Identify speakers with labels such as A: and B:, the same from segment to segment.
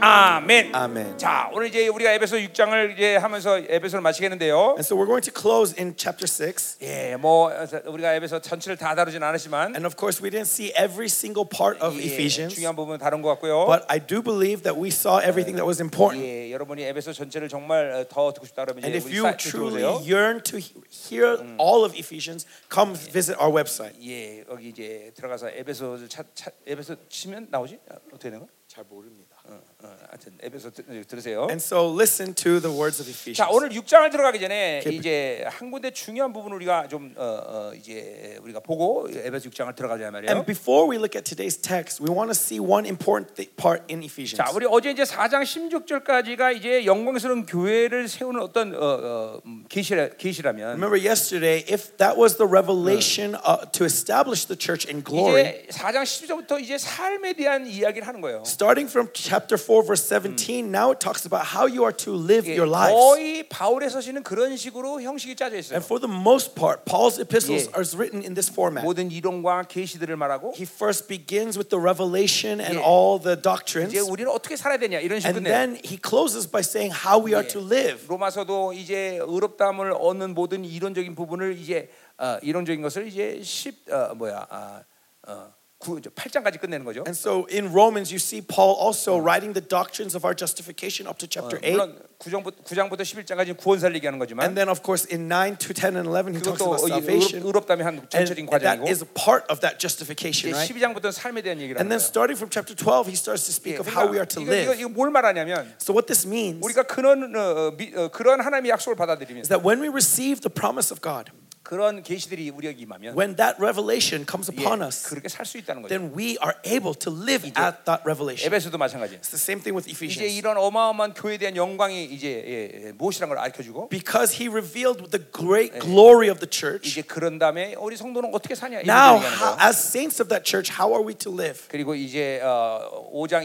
A: 아멘.
B: 아멘.
A: 자, 오늘 이제 우리가 에베소 6장을 이제 하면서 에베소를 마치겠는데요.
B: And so we're going to close in chapter 6.
A: 예, 뭐 우리가 에베소 전체를 다 다루진 않았지만
B: And of course, we didn't see every single part of
A: 예,
B: Ephesians,
A: 중요한 부분 다룬 것 같고요.
B: but I do believe that we saw everything that was important.
A: 예, 여러분이 에베소 전체를 정말 어, 더 듣고 싶다 그러면
B: And
A: 이제
B: if
A: 우리
B: you
A: 사이트
B: truly
A: 들어오세요.
B: yearn to he- hear all of Ephesians, come visit our website.
A: 예, 여기 이제 들어가서 에베소를 찾, 찾 에베소 치면 나오지? 아, 어떻게 되는 거? 어, 어, 하여튼 에베소 들, 들으세요.
B: And so listen to the words of
A: 자,
B: Ephesians.
A: 오늘 6장을 들어가기 전에 이제 한 군데 중요한 부분을 우리가 좀 어, 어, 이제 우리가 보고 에베소 6장을 들어가자 말이에요.
B: And before we look at today's text, we want to see one important thi- part in Ephesians.
A: 자, 우리 어제 이제 4장 16절까지가 이제 영광스러운 교회를 세우는 어떤 어, 어, 음, 계시라, 계시라면
B: Remember yesterday, if that was the revelation uh, to establish the church in glory,
A: 이제 4장 10절부터 이제 삶에 대한 이야기를 하는 거예요.
B: starting from chapter 4, verse 17, now it talks about how you are to live
A: 예,
B: your lives.
A: 거의 바울의 서신은 그런 식으로 형식이 짜져 있어요.
B: And for the most part, Paul's epistles
A: Yeah.
B: are written in this format.
A: 모든 이론과 계시들을 말하고
B: He first begins with the revelation and
A: Yeah.
B: all the doctrines.
A: 이제 우리는 어떻게 살아야 되냐 이런 식으로
B: And
A: 끝내요.
B: then he closes by saying how we are
A: Yeah.
B: to live.
A: 로마서도 이제 의롭다함을 얻는 모든 이론적인 부분을 이제 어, 이론적인 것을 이제 10 어, 뭐야 아, 어, 9, 8장까지 끝내는 거죠.
B: And so in Romans, you see Paul also writing the doctrines of our justification up to chapter 8.
A: 물론 9장부터, 9장부터 11장까지 구원 살리기 하는
B: And
A: 거지만
B: then, of course, in 9 to 10 and 11, he talks
A: 그것도
B: about
A: 어, 이
B: salvation.
A: 의롭, 의롭다면 한
B: And,
A: 전체적인
B: and that
A: 과정이고
B: is a part of that
A: 이제
B: justification, right?
A: 12장부터 삶에 대한 얘기를 하는
B: And then
A: 거예요.
B: starting from chapter 12, he starts to
A: 예,
B: speak of how we are
A: 그러니까
B: to
A: 이거, 이거,
B: live.
A: 이거 뭘 말하냐면
B: So what this means
A: 우리가 그런 어, 어, 미- 어, 그런 하나님의 약속을 받아들이면
B: is that when we receive the promise of God,
A: 그런 계시들이 우리에게 임하면
B: when that revelation
A: 예,
B: comes upon us,
A: 그렇게 살 수 있다는 거죠.
B: then we are able to live at that revelation.
A: 에베소도 마찬가지.
B: It's the same thing with
A: 이제
B: Ephesians.
A: 이런 어마어마한 교회에 대한 영광이 이제 예, 예, 무엇이란 걸 알려주고
B: Because he revealed the great glory of the church.
A: 이제 그런 다음에 우리 성도는 어떻게 사냐 이런
B: Now,
A: 얘기하는
B: how,
A: 거.
B: as saints of that church, how are we to live?
A: 그리고 이제 어, 5장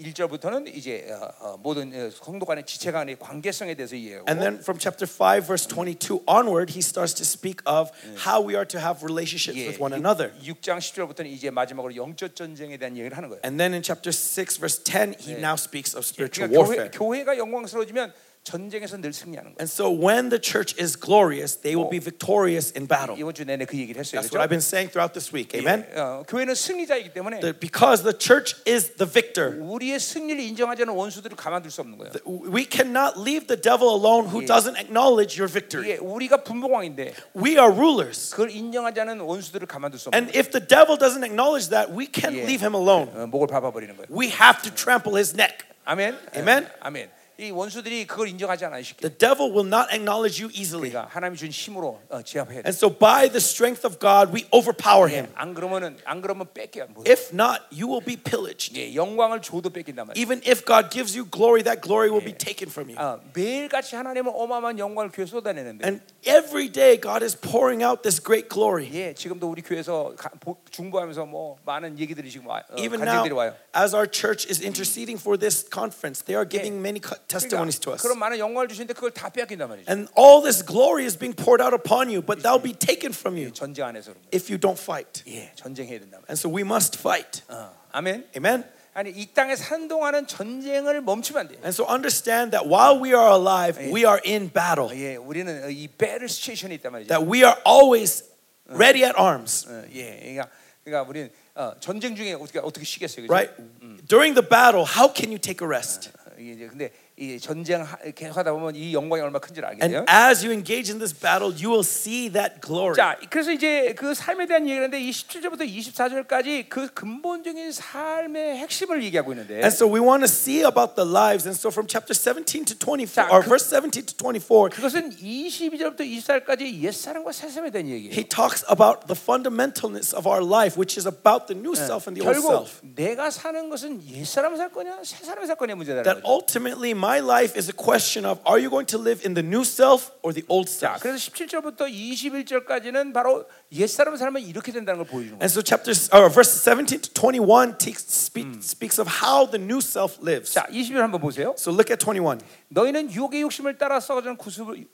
A: 21절부터는 이제 어, 어, 모든 어, 성도 간의 지체 간의 관계성에 대해서 이해하고
B: And then from chapter 5, verse 22 onward, he starts to speak of how we are to have relationships
A: 예,
B: with one another.
A: 6장 10절부터는 이제 마지막으로 영적 전쟁에 대한 얘기를 하는 거예요.
B: And then in chapter 6, verse 10, he now speaks of spiritual
A: 그러니까 교회,
B: warfare.
A: 교회가 영광스러워지면 전쟁에서 늘 승리하는 거예요.
B: And so when the church is glorious, they will be victorious in battle.
A: 이번 주 내내 그 얘기를 했어요.
B: That's what I've
A: 그렇죠?
B: been saying throughout this week. Amen?
A: 예, 어, 교회는 승리자이기 때문에
B: That Because the church is the victor.
A: 우리의 승리를 인정하지 않은 원수들을 가만둘 수 없는 거예요.
B: We cannot leave the devil alone who doesn't acknowledge your
A: 이게
B: victory.
A: 우리가 분봉왕인데
B: We are rulers.
A: 그걸 인정하지 않은 원수들을 가만둘 수 없는
B: And if the devil doesn't acknowledge that, we can't
A: Yeah.
B: leave him alone.
A: 어, 목을 밟아버리는 거예요.
B: We have to trample his neck.
A: 아멘.
B: Amen.
A: 예, 아멘. 이 원수들이 그걸 인정하지 않아 쉽게.
B: The devil will not acknowledge you easily.
A: 그러니까 하나님이 준 힘으로 어, 제압해야 돼. 예,
B: And so, by the strength of God, we overpower him.
A: 안 그러면은 안 그러면 뺏겨. 뭐.
B: If not, you will be pillaged.
A: 예, 영광을 줘도 뺏긴단 말이야.
B: Even if God gives you glory, that glory will be taken from you.
A: 어, 매일같이 하나님은 어마어마한 영광을 교회 쏟아내는데.
B: And every day, God is pouring out this great glory.
A: 예, 지금도 우리 교회에서 가- 보- 중보하면서 뭐 많은 얘기들이 지금 와, 어,
B: Even
A: 간증들이
B: now,
A: 와요.
B: as our church is interceding for this conference, they are giving many co- testimonies to
A: 그러니까
B: us.
A: 그런 많은 영광을 주시는데 그걸 다 뺏긴단 말이죠.
B: And all this glory is being poured out upon you, but that'll be taken from you
A: 전쟁 안에서 그런 거예요.
B: if you don't fight.
A: 예, 전쟁해야 된단 말이에요.
B: And so we must fight.
A: 어, 아멘.
B: Amen.
A: 아니 이 땅에 사는 동안은 전쟁을 멈추면 안 돼.
B: And so understand that while we are alive, we are in battle.
A: 예, 우리는 이 battle situation에 있단 말이죠.
B: That we are always ready at arms,
A: 어, 예, 그러니까, 그러니까 우리는 어, 전쟁 중에 어떻게 어떻게 쉬겠어요, 그죠?
B: right? During the battle, how can you take a rest?
A: 어, 이게 이제 근데 이 전쟁 계속하다 보면 이 영광이 얼마나 큰지를 알게 돼요.
B: And as you engage in this battle, you will see that glory.
A: 자, 그래서 이제 그 삶에 대한 얘기를 하는데 이 17절부터 24절까지 그 근본적인 삶의 핵심을 얘기하고 있는데
B: And so we want to see about the lives. And so from chapter 17 to 24,
A: 자,
B: or
A: 그-
B: verse 17 to 24,
A: 그것은 22절부터 24절까지 옛사람과 새사람에 대한 얘기예요.
B: he talks about the fundamentalness of our life, which is about the new self and the old
A: 결국
B: self.
A: 내가 사는 것은 옛사람 살 거냐 새사람 살 거냐 문제다.
B: that ultimately my life is a question of are you going to live in the new self or the old
A: 자, 아,
B: self?
A: 그래서 17절부터 21절까지는 바로 옛사람 살면 이렇게 된다는 걸 보여주는 거예요.
B: And so chapter or verse 17 to 21 takes, speak, speaks of how the new self lives.
A: 자, 20절 한번 보세요.
B: So look at 21.
A: 너희는 유혹의 욕심을 따라 썩어지는 구습을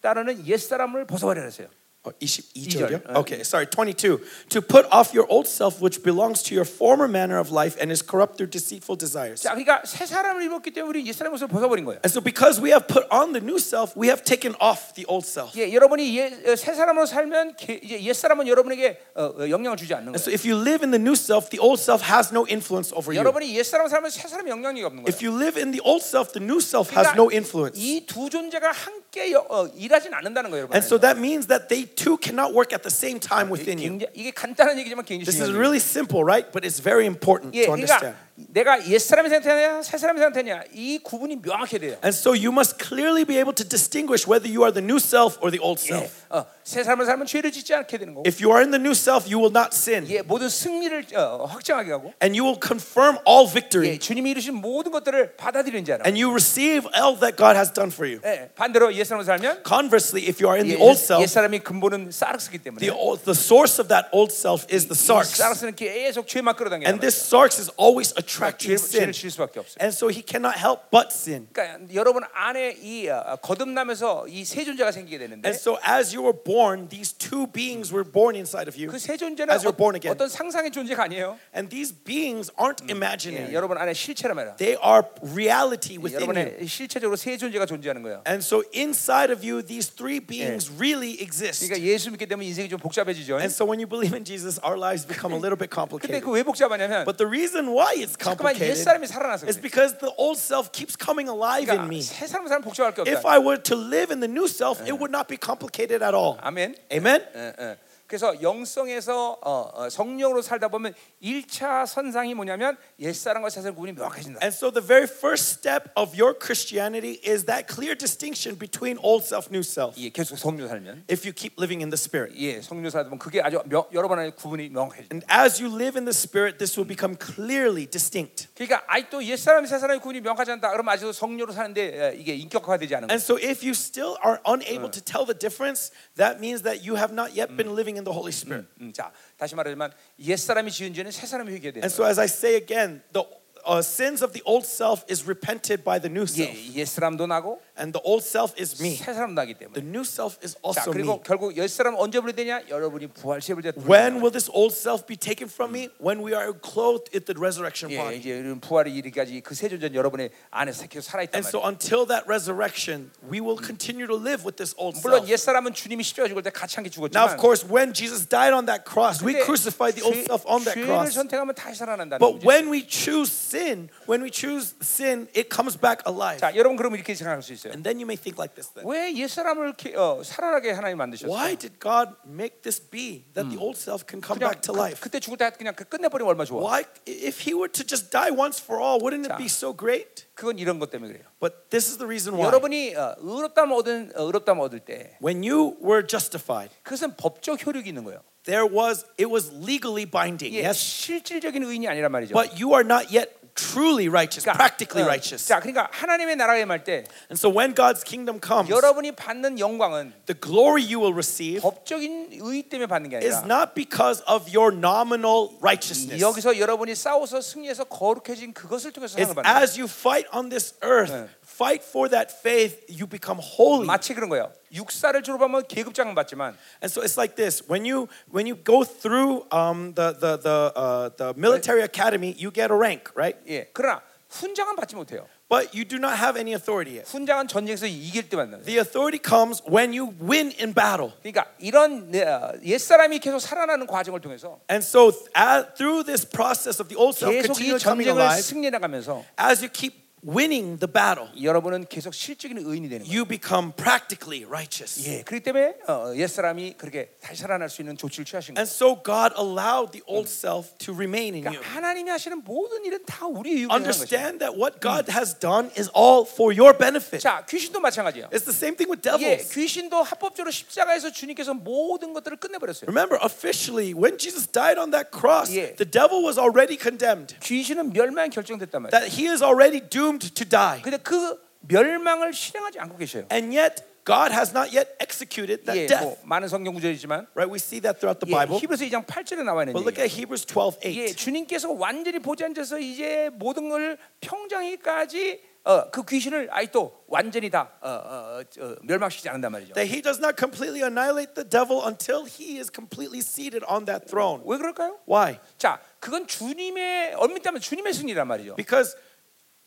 A: 따르는 옛사람을 벗어버리라 했어요.
B: 어, 22
A: 이절.
B: 절이요?
A: 어.
B: Okay, sorry, 22. To put off your old self which belongs to your former manner of life and is corrupt through deceitful desires.
A: 자, 그러니까 새 사람을 입었기 때문에 우리 옛 사람 옷을 벗어버린 거예요.
B: And so because we have put on the new self, we have taken off the old self.
A: 예, 여러분이 예, 어, 새 사람으로 살면 게- 이제 옛 사람은 여러분에게 어, 어, 영향을 주지 않는
B: And so
A: 거예요.
B: if you live in the new self, the old self has no influence over you.
A: 여러분이 옛 사람 살면 새 사람 영향력이 없는 거예요. 그러니까
B: If you live in the old self, the new self has no influence.
A: 이두 존재가 함께 여- 어, 일하진 않는다는 거예요, 여러분.
B: And so that means that they too cannot work at the same time within you.
A: 굉장히, 이게 간단한 얘기지만 굉장히
B: This is
A: 중요한
B: really simple, right? But it's very important
A: 얘기예요. 예,
B: to understand.
A: 그러니까 내가 옛 사람의 상태냐, 새 사람의 상태냐 이 구분이 명확해야 돼요.
B: And so you must clearly be able to distinguish whether you are the new self or the old
A: 예,
B: self.
A: 어, 새 사람을 살면 죄를 짓지 않게 되는 거고,
B: If you are in the new self, you will not sin
A: 예, 모든 승리를 어, 확정하게 하고,
B: and you will confirm all
A: 예,
B: victory
A: 주님이 이루신 모든 것들을 받아들이는 자라.
B: and you receive all that God has done for you.
A: 예, 반대로 옛 사람을 살면
B: Conversely, if you are in the
A: 예, 옛
B: old self,
A: 사람이 근본은 사르스기 때문에
B: the, old, the source of that old self is the
A: 이
B: sarks.
A: 사르스는 계속 죄만 끌어당겨.
B: And this sarks is always attracting
A: 죄를, 죄를
B: sin.
A: 질 수밖에 없어요.
B: And so he cannot help but sin.
A: 그러니까 여러분 안에 이 어, 거듭나면서 이 세 존재가 생기게 되는데
B: And so as you were born, these two beings were born inside of you.
A: 그 세 존재는
B: As you're
A: 어,
B: born again.
A: 어떤 상상의 존재가 아니에요.
B: And these beings aren't
A: 예,
B: imaginary.
A: 여러분 안에 실체라 말이야.
B: They are reality within you.
A: 여러분의 실체적으로 세 존재가 존재하는 거예요.
B: And so inside of you, these three beings really exist.
A: 그러니까 예수 믿게 되면 인생이 좀 복잡해지죠.
B: And so when you believe in Jesus, our lives become a little bit
A: 근데
B: complicated.
A: 그 왜 복잡하냐면
B: But the reason why it's
A: 잠깐만 옛
B: complicated
A: 사람이 살아나서
B: is
A: 그래.
B: because the old self keeps coming alive
A: 그러니까
B: in me.
A: 새 사람 사람 복잡할 게
B: If
A: 없다.
B: I were to live in the new self, it would not be complicated at all.
A: 아멘.
B: Amen?
A: 예, 예. 그래서 영성에서 어, 어, 성령으로 살다 보면 1차 선상이 뭐냐면 옛사람과 새사람 구분이 명확해진다.
B: And so the very first step of your Christianity is that clear distinction between old self, new self.
A: 예, 계속 성령 살면
B: If you keep living in the spirit.
A: 예, 성령 살다 보면 그게 아주 명, 여러 번의 구분이 명확해진다.
B: And as you live in the spirit, this will become clearly distinct.
A: 그러니까 아직도 옛사람 새사람의 구분이 명확하지 않다. 그러면 아직도 성령으로 사는데 예, 이게 인격화되지 않은 거예요.
B: And so if you still are unable to tell the difference, that means that you have not yet been living in the Holy Spirit.
A: 음, 자, 다시 말하지만 옛사람이 지은 죄는 새사람이 회개해야 돼요.
B: And so as I say again, the uh, sins of the old self is repented by the
A: 예,
B: new self.
A: 옛사람도 나고
B: And the old self is me.
A: 새사람도 나기
B: The
A: 때문에.
B: new self is
A: 자,
B: also me.
A: 그리고 결국 옛사람 언제 분리되냐? 여러분이 부활시에 분리되
B: When will this old self be taken from me? When we are clothed in the resurrection
A: 예,
B: body.
A: 이제 이런 부활의 이르기까지 그 세 존재는 여러분의 안에서 계속 살아있단
B: And
A: 말이에요.
B: so until that resurrection, we will continue to live with this old
A: 물론
B: self.
A: 옛사람은 주님이 십자가 죽을 때 같이 함께
B: Now, of
A: 죽었지만
B: course, when Jesus died on that cross, we
A: 근데
B: crucified the old
A: 죄-
B: self on that
A: 죄를
B: cross.
A: 선택하면 다시 살아난다는
B: But
A: 문제.
B: when we choose sin, when we choose sin, it comes back alive.
A: 자, 여러분 그럼 이렇게 생각할 수 있어요.
B: And then you may think like this then.
A: 왜 옛사람을 이렇게, 어, 살아나게 하나님 만드셨어요?
B: Why did God make this be that the old self can come
A: 그냥
B: back to life?
A: 그, 때 죽을 때 그냥 그 끝내버리면 얼마나 좋아.
B: Why if he were to just die once for all, wouldn't it
A: 자.
B: be so great?
A: 그건 이런 것 때문에 그래요.
B: But this is the reason why.
A: 여러분이 어, 의롭다면 얻은 어, 의롭다면 얻을 때
B: When you were justified,
A: 그것은 법적 효력이 있는 거예요.
B: there was it was legally binding.
A: 이게
B: Yes.
A: 실질적인 의인이 아니란 말이죠.
B: But you are not yet truly righteous,
A: 그러니까, 어,
B: practically righteous.
A: 자, 그러니까 하나님의 나라에 임할 때
B: And so when God's kingdom comes,
A: 여러분이 받는 영광은
B: the glory you will receive
A: 법적인 의의 때문에 받는 게
B: is
A: 아니라
B: not because of your nominal righteousness.
A: 여기서 여러분이 싸워서 승리해서 거룩해진 그것을 통해서
B: It's
A: 상을 받는 거예요.
B: as you fight on this earth, fight for that faith, you become holy.
A: 마치 그런 거예요. 육사를 졸업하면 계급장은 받지만
B: And so it's like this: when you when you go through um, the the the uh, the military academy, you get a rank, right?
A: 예. 그러나 훈장은 받지 못해요.
B: But you do not have any authority yet.
A: 훈장은 전쟁에서 이길 때 받는 거예요.
B: The authority comes when you win in battle.
A: 그러니까 이런 어, 옛사람이 계속 살아나는 과정을 통해서
B: And so th- as, through this process of the old self
A: 계속 이
B: continually coming
A: 전쟁을
B: alive,
A: 승리해 나가면서
B: as you keep winning the battle,
A: 여러분은 계속 실적인 의인이 되는 거예요.
B: you become practically righteous.
A: 예. 그렇기 때문에 어, 옛사람이 그렇게 다시 살아날 수 있는 조치를 취하신 거예요.
B: And so God allowed the old self to remain in you.
A: 그러니까 하나님이 하시는 모든 일은 다 우리의 유익을 위한 것이에요.
B: Understand that what God has done is all for your benefit.
A: 자, 귀신도 마찬가지예요.
B: It's the same thing with
A: 예,
B: devils.
A: 귀신도 합법적으로 십자가에서 주님께서 모든 것들을 끝내버렸어요.
B: Remember, officially, when Jesus died on that cross,
A: Yeah.
B: the devil was already condemned,
A: 귀신은 멸망 결정됐단 말이에요.
B: that he is already doomed to die.
A: 근데 그 멸망을 실행하지 않고 계셔요.
B: And yet, God has not yet executed that
A: 예,
B: death.
A: 뭐 많은 성경 구절이지만
B: Right? We see that throughout the
A: 예,
B: Bible.
A: 히브리서 2장 8절에 나와 있는
B: But look
A: 얘기예요.
B: at Hebrews 12
A: 예,
B: 8.
A: 주님께서 완전히 보좌앉아서 이제 모든 걸 평장이까지 어, 그 귀신을 아직도 완전히 다 어, 어, 어, 어, 멸망시키지 않는단 말이죠.
B: That he does not completely annihilate the devil until he is completely seated on that throne.
A: 왜 그럴까요?
B: Why?
A: 자, 그건 주님의 엄밀하면 주님의 승리란 말이죠.
B: Because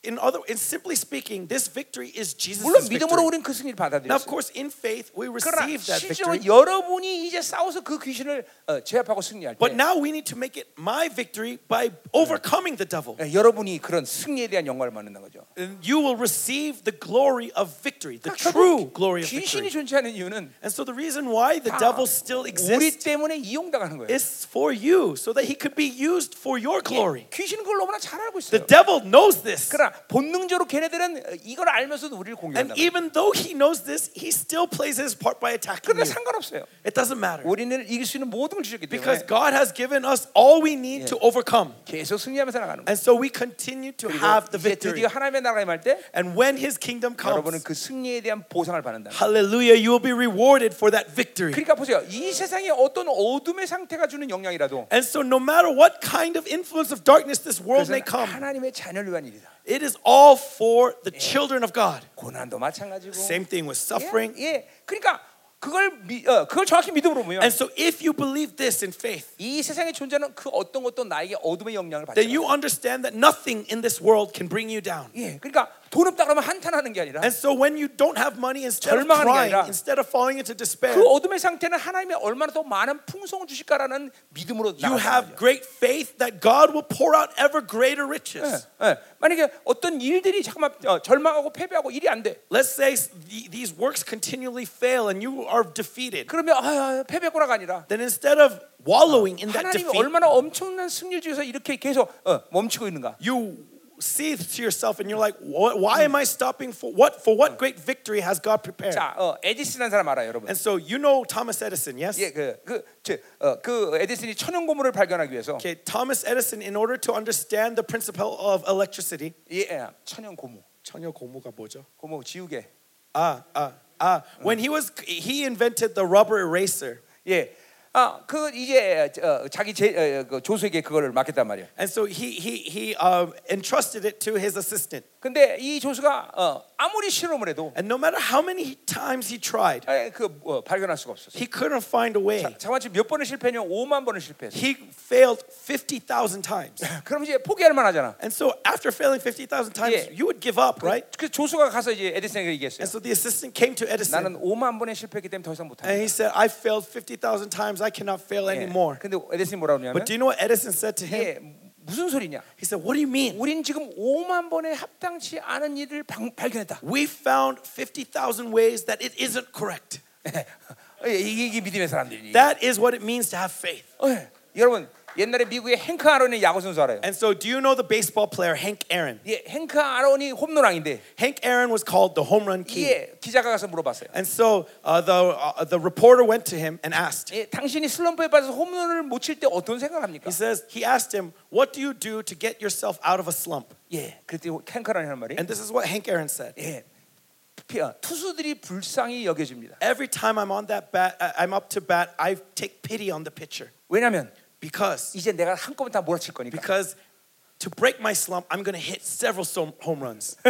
B: in other in simply speaking, this victory is Jesus'
A: 물론 믿음으로
B: victory.
A: 우리는 그 승리를
B: Now of
A: 받아들였어요.
B: course in faith we
A: 그러나
B: receive that
A: 실제로
B: victory.
A: 여러분이 이제 싸워서 그 귀신을 어, 제압하고 승리할 때
B: But now we need to make it my victory by overcoming the devil.
A: 예, 여러분이 그런 승리에 대한 영광을 받는다는 거죠.
B: And you will receive the glory of victory, the
A: 그러니까 결국
B: true glory of
A: 귀신이
B: victory.
A: 존재하는 이유는
B: And so the reason why the
A: 다
B: devil still
A: 우리
B: exists
A: 때문에 이용당하는 거예요.
B: is for you, so that he could be used for your glory.
A: 예, 귀신은 그걸 너무나 잘 알고
B: The
A: 있어요.
B: devil knows this.
A: 그러나 본능적으로 걔네들은 어, 이걸 알면서도 우리를 공격한다.
B: And even though he knows this, he still plays his part by attacking
A: 그러나
B: you.
A: 상관없어요.
B: It doesn't matter.
A: 우리는 이길 수 있는 모든 걸 주셨기 때문에
B: Because God has given us all we need to overcome.
A: 계속 승리하면서 나가는 거예요.
B: And so we continue to have the
A: 이제
B: victory.
A: 드디어 하나님의 나라에 임할 때
B: And when his kingdom
A: 여러분은
B: comes,
A: 그 승리에 대한 보상을 받는다.
B: hallelujah, you will be rewarded for that victory.
A: 그러니까 보세요. 이 세상의 어떤 어둠의 상태가 주는 영향이라도
B: And so, no matter what kind of influence of darkness this world may
A: 그것은
B: come,
A: 하나님의 자녀를 위한 일이다.
B: it is all for the children of God.
A: 고난도 마찬가지고.
B: Same thing with suffering.
A: 예, 예. 그러니까 그걸 미, 어, 그걸 정확히 믿음으로 보면
B: And so, if you believe this in faith,
A: 이 세상에 존재하는 그 어떤 것도 나에게 어둠의 영향을 받지
B: then
A: 않아.
B: you understand that nothing in this world can bring you down.
A: 예, 그러니까 돈 없다 그러면 한탄하는 게 아니라
B: And so, when you don't have money, instead of
A: 절망하는 게
B: crying,
A: 아니라
B: instead of falling into despair,
A: 그 어둠의 상태는 하나님이 얼마나 더 많은 풍성을 주실까라는 믿음으로
B: you
A: 나가는
B: have
A: 거죠.
B: great faith that God will pour out ever greater riches.
A: 예, 예. 만약에 어떤 일들이 잠깐만 어, 절망하고 패배하고 일이 안 돼.
B: Let's say s- the- these works continually fail and you are defeated.
A: 그러면 아, 아, 패배구나가 아니라
B: Then instead of wallowing in that
A: 하나님이
B: defeat,
A: 얼마나 엄청난 승리를 주셔서 이렇게 계속 어, 멈추고 있는가.
B: you see to yourself and you're like, "Wh- why am I stopping for what? For what great victory has God prepared?
A: 자, 어, 에디슨이라는 사람 알아요, 여러분?
B: And so you know Thomas Edison, yes?
A: 예, 그, 그, 저, 어, 그 에디슨이 천연 고무를 발견하기 위해서
B: Okay, Thomas Edison, in order to understand the principle of electricity,
A: 예, 예, 천연 고무,
B: 천연 고무가 뭐죠?
A: 고무 지우개.
B: Ah, ah, ah. When he was, he invented the rubber eraser.
A: 예. 아, 그 이제 어, 자기 제, 어, 그 조수에게 그거를 맡겼단 말이에요.
B: And so he, he, he um, entrusted it to his assistant.
A: 근데 이 조수가 어, 아무리 실험을 해도
B: And no matter how many times he tried,
A: 에, 그 어, 발견할 수가 없었어요.
B: he couldn't find a way.
A: 자만치 몇 번을 실패했냐면 5만 번을 실패했어요.
B: He failed 50,000 times.
A: 그럼 이제 포기할 만하잖아.
B: And so after failing 50,000 times,
A: Yeah.
B: you would give up, right?
A: 그 조수가 가서 이제 에디슨에게 얘기했어요.
B: And so the assistant came to
A: 나는
B: Edison
A: 5만 번에 실패했기 때문에 더 이상 못한다.
B: and he said, I failed 50,000 times. I cannot fail
A: 예.
B: anymore.
A: 근데 에디슨이 뭐라고 그러냐면
B: But do you know what Edison said to him?
A: 예, 무슨 소리냐?
B: He 사id, What do you mean?
A: 우린 지금 5만 번에 합당치 않은 일을 방- 발견했다.
B: We found 50,000 ways that it isn't correct.
A: 예, 이게, 이게 믿음의 사람들이.
B: That is what it means to have faith.
A: 예. 여러분 옛날에 미국의 행크 아론의 야구 선수 알아요?
B: And so, do you know the baseball player Hank Aaron?
A: 예, 행크 아론이 홈런왕인데
B: Hank Aaron was called the home run king.
A: 이게 기자가 가서 물어봤어요.
B: And so uh, the, uh, the reporter went to him and asked,
A: 예, 당신이 슬럼프에 빠져서 홈런을 못 칠 때 어떤 생각합니까?
B: He says, he asked him, What do you do to get yourself out of a slump?
A: 예, 그랬더니 행크 아론이 하는 말이
B: And this is what Hank Aaron said.
A: 예, 피- 어, 투수들이 불쌍히 여겨집니다.
B: Every time I'm on that bat, I- I'm up to bat, I take pity on the pitcher
A: 왜냐하면
B: because
A: 이제 내가 한꺼번에 다 몰아칠 거니까.
B: because to break my slump, I'm going to hit several som- home runs.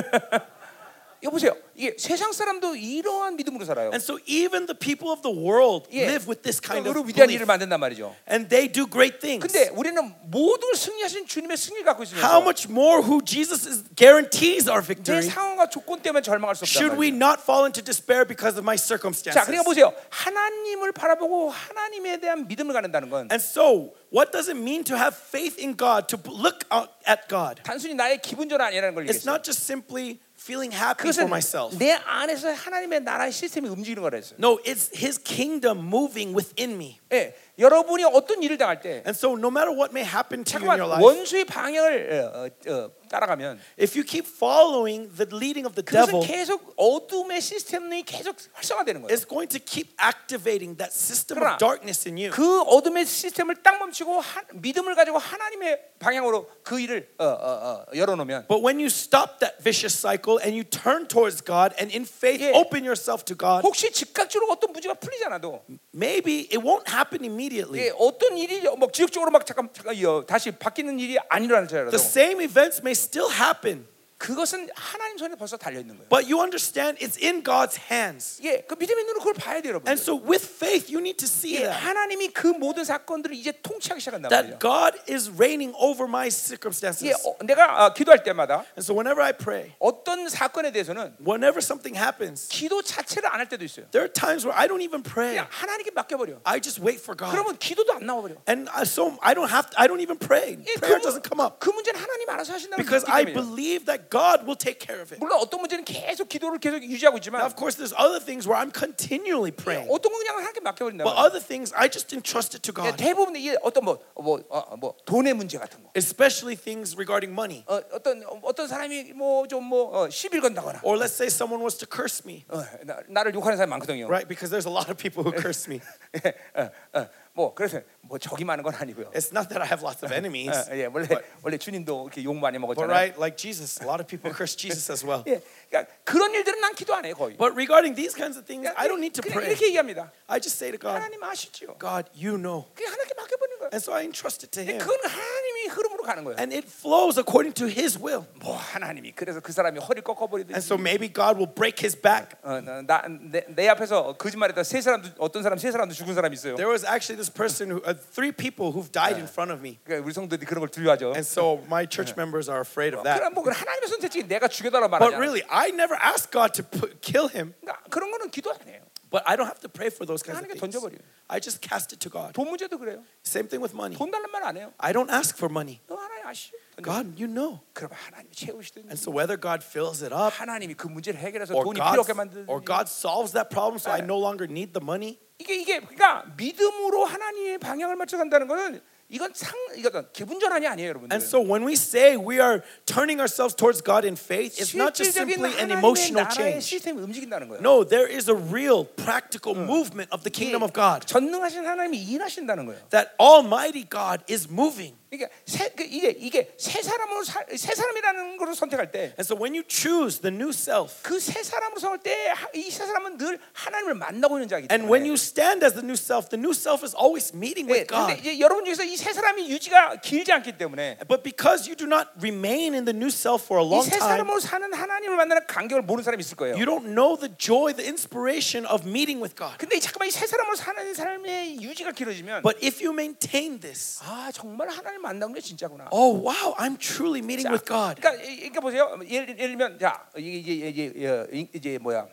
A: 여보세요, 이게 세상 사람도 이러한 믿음으로 살아요.
B: and so even the people of the world
A: 예,
B: live with this kind of
A: 으로 위대한
B: belief,
A: 일을 만든단 말이죠.
B: and they do great things.
A: 근데 우리는 모든 걸 승리하신 주님의 승리를 갖고
B: How
A: 있으면서
B: much more who Jesus is, guarantees our
A: 내
B: victory?
A: 상황과 조건 때문에 절망할 수 없단
B: Should
A: 말이에요.
B: we not fall into despair because of my
A: 자,
B: circumstances?
A: 그러니까 보세요. 하나님을 바라보고 하나님에 대한 믿음을 갖는다는 건
B: And so, what does it mean to have faith in God, to look out at God?
A: 단순히 나의 기분 전환 아니라는 걸
B: It's
A: 얘기했어요.
B: not just simply feeling happy for
A: 그것은
B: myself.
A: 내 안에서 하나님의 나라의 시스템이 움직이는 거라 했어요.
B: No, it's His kingdom moving within me.
A: 예, 여러분이 어떤 일을 당할 때
B: And so, no matter what may happen to you in
A: 잠깐만
B: your life,
A: 원수의 방향을 어, 어, 어, 따라가면
B: if you keep following the leading of the
A: 그것은
B: devil,
A: 계속 어둠의 시스템이 계속 활성화되는 거예요.
B: it's going to keep activating that system
A: 그러나
B: of darkness in you.
A: 그 어둠의 시스템을 딱 멈추고 하, 믿음을 가지고 하나님의 방향으로 그 일을 어, 어, 어, 열어놓으면
B: But when you stop that vicious cycle and you turn towards God and in faith
A: Yeah.
B: open yourself to God,
A: 혹시 즉각적으로 어떤 문제가 풀리지 않아도
B: 네. maybe it won't happen immediately.
A: 예, 어떤 일이 막 지역적으로 막 잠깐, 잠깐 어, 다시 바뀌는 일이 아니라는
B: The
A: 자라도
B: same events may still happen.
A: 그것은 하나님 손에 벌써 달려 있는 거예요.
B: But you understand it's in God's hands.
A: 예, 그 믿음의 눈으로 그걸 봐야 돼요, 여러분.
B: And so with faith, you need to see
A: 예,
B: that.
A: 하나님이 그 모든 사건들을 이제 통치하기 시작한단 말이에요.
B: That God is reigning over
A: 예,
B: my circumstances.
A: 어, 내가 아, 기도할 때마다
B: And so whenever I pray,
A: 어떤 사건에 대해서는
B: whenever something happens,
A: 기도 자체를 안 할 때도 있어요.
B: there are times where I don't even pray.
A: 그냥 하나님께 맡겨버려.
B: I just wait for God.
A: 그러면 기도도 안 나와버려.
B: And I- so I don't have to, I don't even pray.
A: 예, 그, 문-
B: Prayer doesn't come up
A: 그 문제는 하나님 알아서 하신다는
B: because
A: 믿기
B: I
A: 때문이에요.
B: believe that God will take care of it.
A: 물론 어떤 문제는 계속 기도를 계속 유지하고
B: Now,
A: 있지만
B: of course, there's other things where I'm continually praying,
A: 어떤 건 그냥 하나님께 맡겨버린다.
B: but other things I just entrust it to
A: 예,
B: God,
A: 대부분 이게 어떤 뭐뭐 뭐, 어, 뭐 돈의 문제 같은 거.
B: especially things regarding money.
A: 어, 어떤 어떤 사람이 뭐 좀뭐 어, 시비를 건다거나
B: Or let's say someone was to curse me,
A: 어, 나, 나를 욕하는 사람이 많거든요.
B: right? Because there's a lot of people who curse me.
A: 어, 어, 뭐 그래서 뭐 적이 많은 건 아니고요.
B: It's not that I have lots of enemies,
A: 어, 예, 원래
B: but,
A: 원래 주님도 이렇게 욕 많이
B: but
A: 먹었잖아요.
B: right, like Jesus, a lot of people curse Jesus as well.
A: 예, 그러니까 그런 일들은 난 기도 안 해, 거의.
B: But regarding these kinds of things,
A: 그냥
B: I don't need to
A: 그냥
B: pray.
A: 이렇게 얘기합니다.
B: I just say to God,
A: 하나님 아시죠?
B: God, you know.
A: 그게 하나님께 맡겨버린 거예요.
B: And so I entrust it to
A: 근데
B: Him.
A: 그건 하나님이 흐름으로 가는 거예요.
B: And it flows according to His will.
A: 뭐 하나님이 그래서 그 사람이 허리
B: And
A: 꺾어버리듯이
B: so maybe God will break his back.
A: 어, 나내 내 앞에서 거짓말했다 세 사람도 어떤 사람 세 사람도 죽은 사람이 있어요.
B: There was actually this person, who, uh, three people who've died in front of me.
A: 그러니까 우리 성도들이 그런 걸 두려워하죠.
B: And so my church members are afraid of that.
A: 그럼 뭐 그건 하나님의 선택이 내가 죽여달라 말하지
B: But
A: 않아요.
B: really, I never asked God to put, kill him,
A: 그러니까 그런 거는 기도 안 해요.
B: but I don't have to pray for those kinds
A: 하나님께
B: of things.
A: 던져버려요.
B: I just cast it to God.
A: 돈 문제도 그래요.
B: Same thing with money.
A: 돈 달란 말 안 해요.
B: I don't ask for money.
A: 너 하나님 아시죠? 던져.
B: God, you know.
A: 그럼 하나님이 채우시든지
B: And so whether God fills it up
A: 하나님이 그 문제를 해결해서
B: or
A: 돈이 필요
B: God,
A: 없게 만드든지
B: or God solves that problem so I
A: Yeah.
B: no longer need the money.
A: 이게 이게 그러니까 믿음으로 하나님의 방향을 맞춰간다는 거는 이건 상 이건 기분 전환이 아니에요, 여러분들.
B: And so when we say we are turning ourselves towards God in faith, it's not just
A: 실질적인
B: simply an
A: 하나님의
B: emotional
A: 나라의
B: change.
A: 시스템이 움직인다는 거예요.
B: No, there is a real practical movement of the kingdom of God.
A: 전능하신 하나님이 일하신다는 거예요.
B: That Almighty God is moving.
A: 그러니까 새, 그 이게 이게 새 사람으로 살- 새 사람이라는 걸로 선택할
B: And so when you choose the new
A: 때
B: self,
A: 그 새 사람으로 선택할 때이 새 사람은 늘 하나님을 만나고 있는 자이기 때문에.
B: and when you stand as the new self, the new self is always meeting
A: 네,
B: with
A: 근데
B: God.
A: 이제 여러분 중에서 이 새 사람이 유지가 길지 않기 때문에
B: But because you do not remain in the new self for a
A: 이
B: long
A: 새
B: time,
A: 사람으로 사는 하나님을 만나는 간격을 모르는 사람이 있을 거예요.
B: you don't know the joy, the inspiration of meeting with God.
A: 근데 이- 잠깐만 이 새 사람으로 사는 삶의 유지가 길어지면
B: But if you maintain this,
A: 아 정말 하나님 만나는 게 진짜구나.
B: oh wow, I'm truly meeting with God.
A: 그러니까 이- 그러니까 보세요. 예를, 예를 들면 자 이게 이제 이제, 이제, 이- 이제 뭐야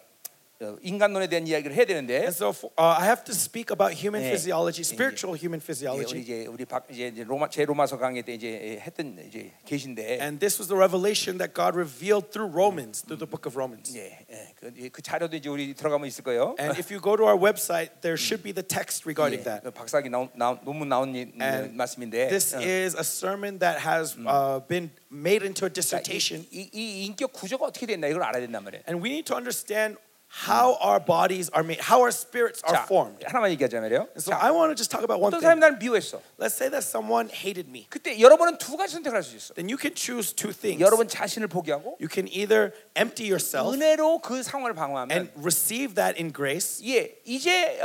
A: 어, 인간론에 대한 이야기를 해야 되는데
B: And so for, uh, I have to speak about human
A: Yeah.
B: physiology,
A: Yeah.
B: spiritual human
A: 예, 우리
B: physiology.
A: 이제 우리 박 이제, 이제 로마 제 로마서 강의 때 이제 예, 했던 이제 계신데
B: And this was the revelation that God revealed through Romans, through the book of Romans.
A: 예, 예, 그, 예, 그 자료도 이제 우리 들어가면 있을 거예요.
B: And if you go to our website, there should be the text regarding
A: 예,
B: that.
A: 그 박사기 나온 나온- 논문 나온 이- 음,
B: And
A: 말씀인데
B: This
A: 어,
B: is a sermon that has uh, been made into a
A: 자, 이,
B: dissertation,
A: 이, 이 인격 구조가 어떻게 됐나 이걸 알아야 된단 말이에요.
B: and we need to understand how our bodies are made, how our spirits are
A: 자,
B: formed.
A: 하나만 얘기하자면요.
B: And so I want to just talk about one
A: 어떤 사람이
B: thing.
A: 나를 미워했어.
B: Let's say that someone hated me.
A: 그때 여러분은 두 가지 선택을 할 수 있어.
B: Then you can choose two things.
A: 여러분 자신을 포기하고
B: You can either empty yourself
A: 은혜로 그 상황을 방어하면
B: and receive that in grace.
A: 예, 이제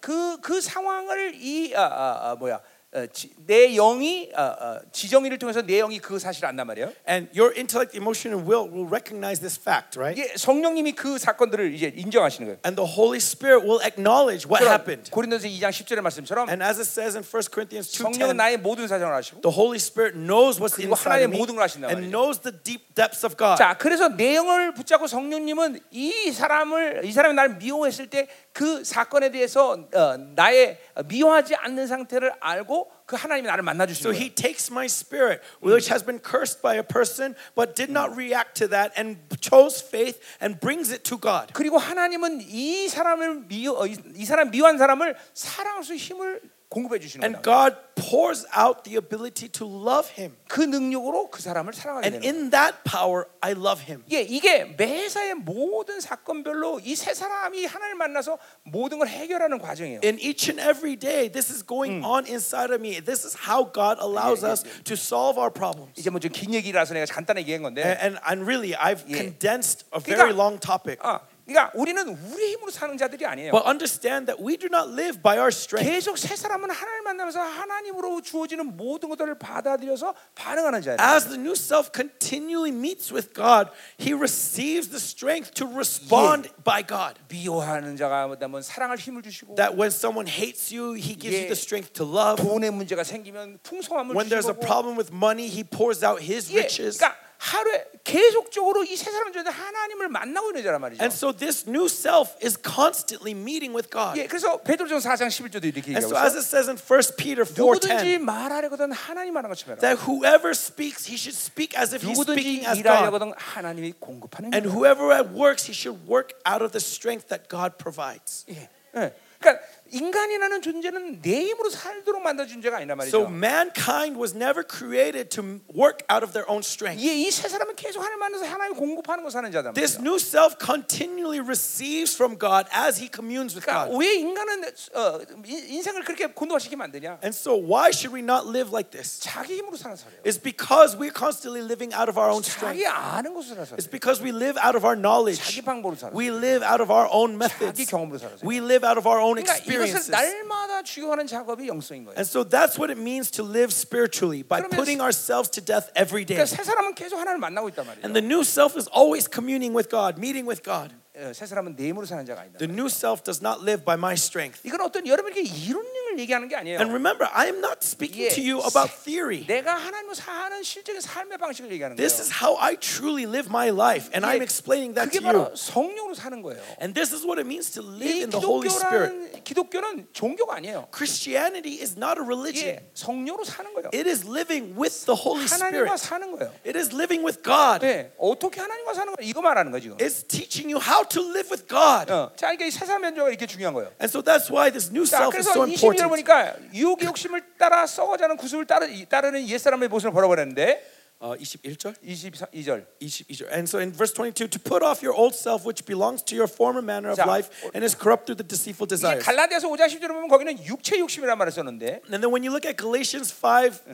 A: 그그 그 상황을 이 아, 아, 아, 뭐야 어, 지, 내 영이 아, 아, 지정이를 통해서 내 영이 그 사실을 안단 말이에요.
B: And your intellect, emotion, and will will recognize this fact, right?
A: 예, 성령님이 그 사건들을 이제 인정하시는 거예요.
B: And the Holy Spirit will acknowledge what
A: 그럼
B: happened.
A: 고린도서 2장 10절의 말씀처럼
B: And as it says in 1 Corinthians
A: 성령은
B: 2:10,
A: 나의 모든 사정을 아시고
B: the Holy Spirit knows what's
A: 그리고
B: inside
A: 하나님의
B: of me
A: 모든 걸 아신단 말이죠.
B: and knows the deep depths of God.
A: 자, 그래서 내 영을 붙잡고 성령님은 이 사람을 이 사람이 나를 미워했을 때 그 사건에 대해서 어, 나의 미워하지 않는 상태를 알고 그 하나님이 나를 만나
B: So
A: 주시는 거예요.
B: he takes my spirit, which has been cursed by a person, but did not react to that and chose faith and brings it to God.
A: 그리고 하나님은 이 사람을 미워 어, 이, 이 사람 미워한 사람을 사랑할 수 힘을 공급해 주시는 거예요.
B: And God pours out the ability to love him.
A: 그 능력으로 그 사람을 사랑하게 되는
B: And
A: 거예요.
B: in that power, I love him.
A: 예, 이게 매사의 모든 사건별로 이 세 사람이 하나님을 만나서 모든 걸 해결하는 과정이에요.
B: In each and every day, this
A: Mm.
B: is going on inside of me. This is how God allows us to solve our problems.
A: 이제 뭐 좀 긴 얘기라서 내가 간단하게 얘기한 건데
B: 네. And, and, and really, I've
A: Yeah. Oh,
B: condensed a
A: 그러니까-
B: very long topic.
A: 아, 그러니까 그러니까 우리는 우리 힘으로 사는 자들이 아니에요.
B: But understand that we do not live by our strength.
A: 계속 새 사람은 하나님을 만나면서 하나님으로 주어지는 모든 것들을 받아들여서 반응하는 자예요.
B: As the new self continually meets with God, he receives the strength to respond by God.
A: 미워하는 자가 뭐냐면 사랑할 힘을 주시고
B: That when someone hates you, he gives you
A: Yeah.
B: the strength to love.
A: 돈의 문제가 생기면 풍성함을
B: When there's a
A: 주시고
B: problem with money, he pours out his
A: 예,
B: riches.
A: 그러니까 하루에 계속적으로 이 세 사람 중에 하나님을 만나고 있는 자란 말이죠.
B: And so this new self is constantly meeting with God.
A: 예, 그래서 베드로전서 4장 11절도 이렇게
B: And
A: 얘기하고
B: so as
A: 있어요.
B: it says in 1 Peter 4:10,
A: 누구든지 말하려거든 하나님 말하는 것처럼 해라.
B: that whoever speaks, he should speak as if he's
A: 누구든지
B: speaking as God.
A: 일하려거든 하나님이 공급하는
B: And
A: 거예요.
B: whoever works, he should work out of the strength that God provides.
A: 예, 예. 그러니까 인간이라는 존재는 내 힘으로 살도록 만들어준 존재가 아니란 말이죠.
B: So mankind was never created to work out of their own strength.
A: 예, 이 세 사람은 계속 하나님 만나서 하나님 공급하는 거 사는 자다.
B: This new self continually receives from God as he communes with
A: 그러니까
B: God.
A: 왜 인간은 어, 인- 인생을 그렇게 곤도화시키면 안 되냐?
B: And so why should we not live like this?
A: 자기 힘으로 사는 사람이에요.
B: It's because we're constantly living out of our own strength.
A: 자기 아는 것으로 사는 사람.
B: It's because we live out of our
A: 자기
B: knowledge.
A: 방법으로 사는 사람.
B: We live out of our own
A: 자기
B: methods.
A: 경험으로 살아서.
B: We live out of our own
A: 그러니까 이것을
B: experiences.
A: 날마다 죽여가는 작업이 영성인 거예요.
B: And so that's what it means to live spiritually by
A: 그러면-
B: putting ourselves to death every day.
A: 그러니까 세 사람은 계속 하나님을 만나고 있단 말이에요.
B: And the new self is always communing with God, meeting with God.
A: 어, 세 사람은 내 힘으로 사는 자가 아니다.
B: The new self does not live by my strength.
A: 이건 어떤 여러분에게 이론을 얘기하는 게 아니에요.
B: And remember, I am not speaking
A: Yeah.
B: to you about theory.
A: 내가 하나님을 사는 실적인 삶의 방식을 얘기하는 거예요.
B: This is how I truly live my life, and I'm
A: Yeah.
B: explaining that
A: 그게
B: to you.
A: 바로 성령으로 사는 거예요.
B: And this is what it means to live
A: 이
B: in the Holy Spirit.
A: 기독교라는 기독교는 종교가 아니에요.
B: Christianity is not a religion,
A: 이게 성령으로 사는 거예요.
B: it is living with the Holy
A: 하나님과
B: Spirit,
A: 사는 거예요.
B: it is living with God.
A: 네, 어떻게 하나님과 사는 거야? 이거 말하는 거지. 금
B: It's teaching you how to live with God.
A: 어. 자, 이게 세상 면조가 이렇게 중요한 거예요.
B: And so that's why this new
A: 자,
B: self is
A: 그래서
B: so
A: 20절
B: important.
A: 보니까 유혹의 욕심을 따라 썩어자는 구습을 따르, 따르는 옛사람의 모습을 벌어버렸는데
B: 어, 21절?
A: 22절
B: 22절. And so in verse 22, to put off your old self, which belongs to your former manner of
A: 자,
B: life and is corrupt through the deceitful
A: 이게
B: desires.
A: 갈라디아서 5장 10절을 보면 거기는 육체 욕심이라는 말을 썼는데
B: And then when you look at Galatians 5,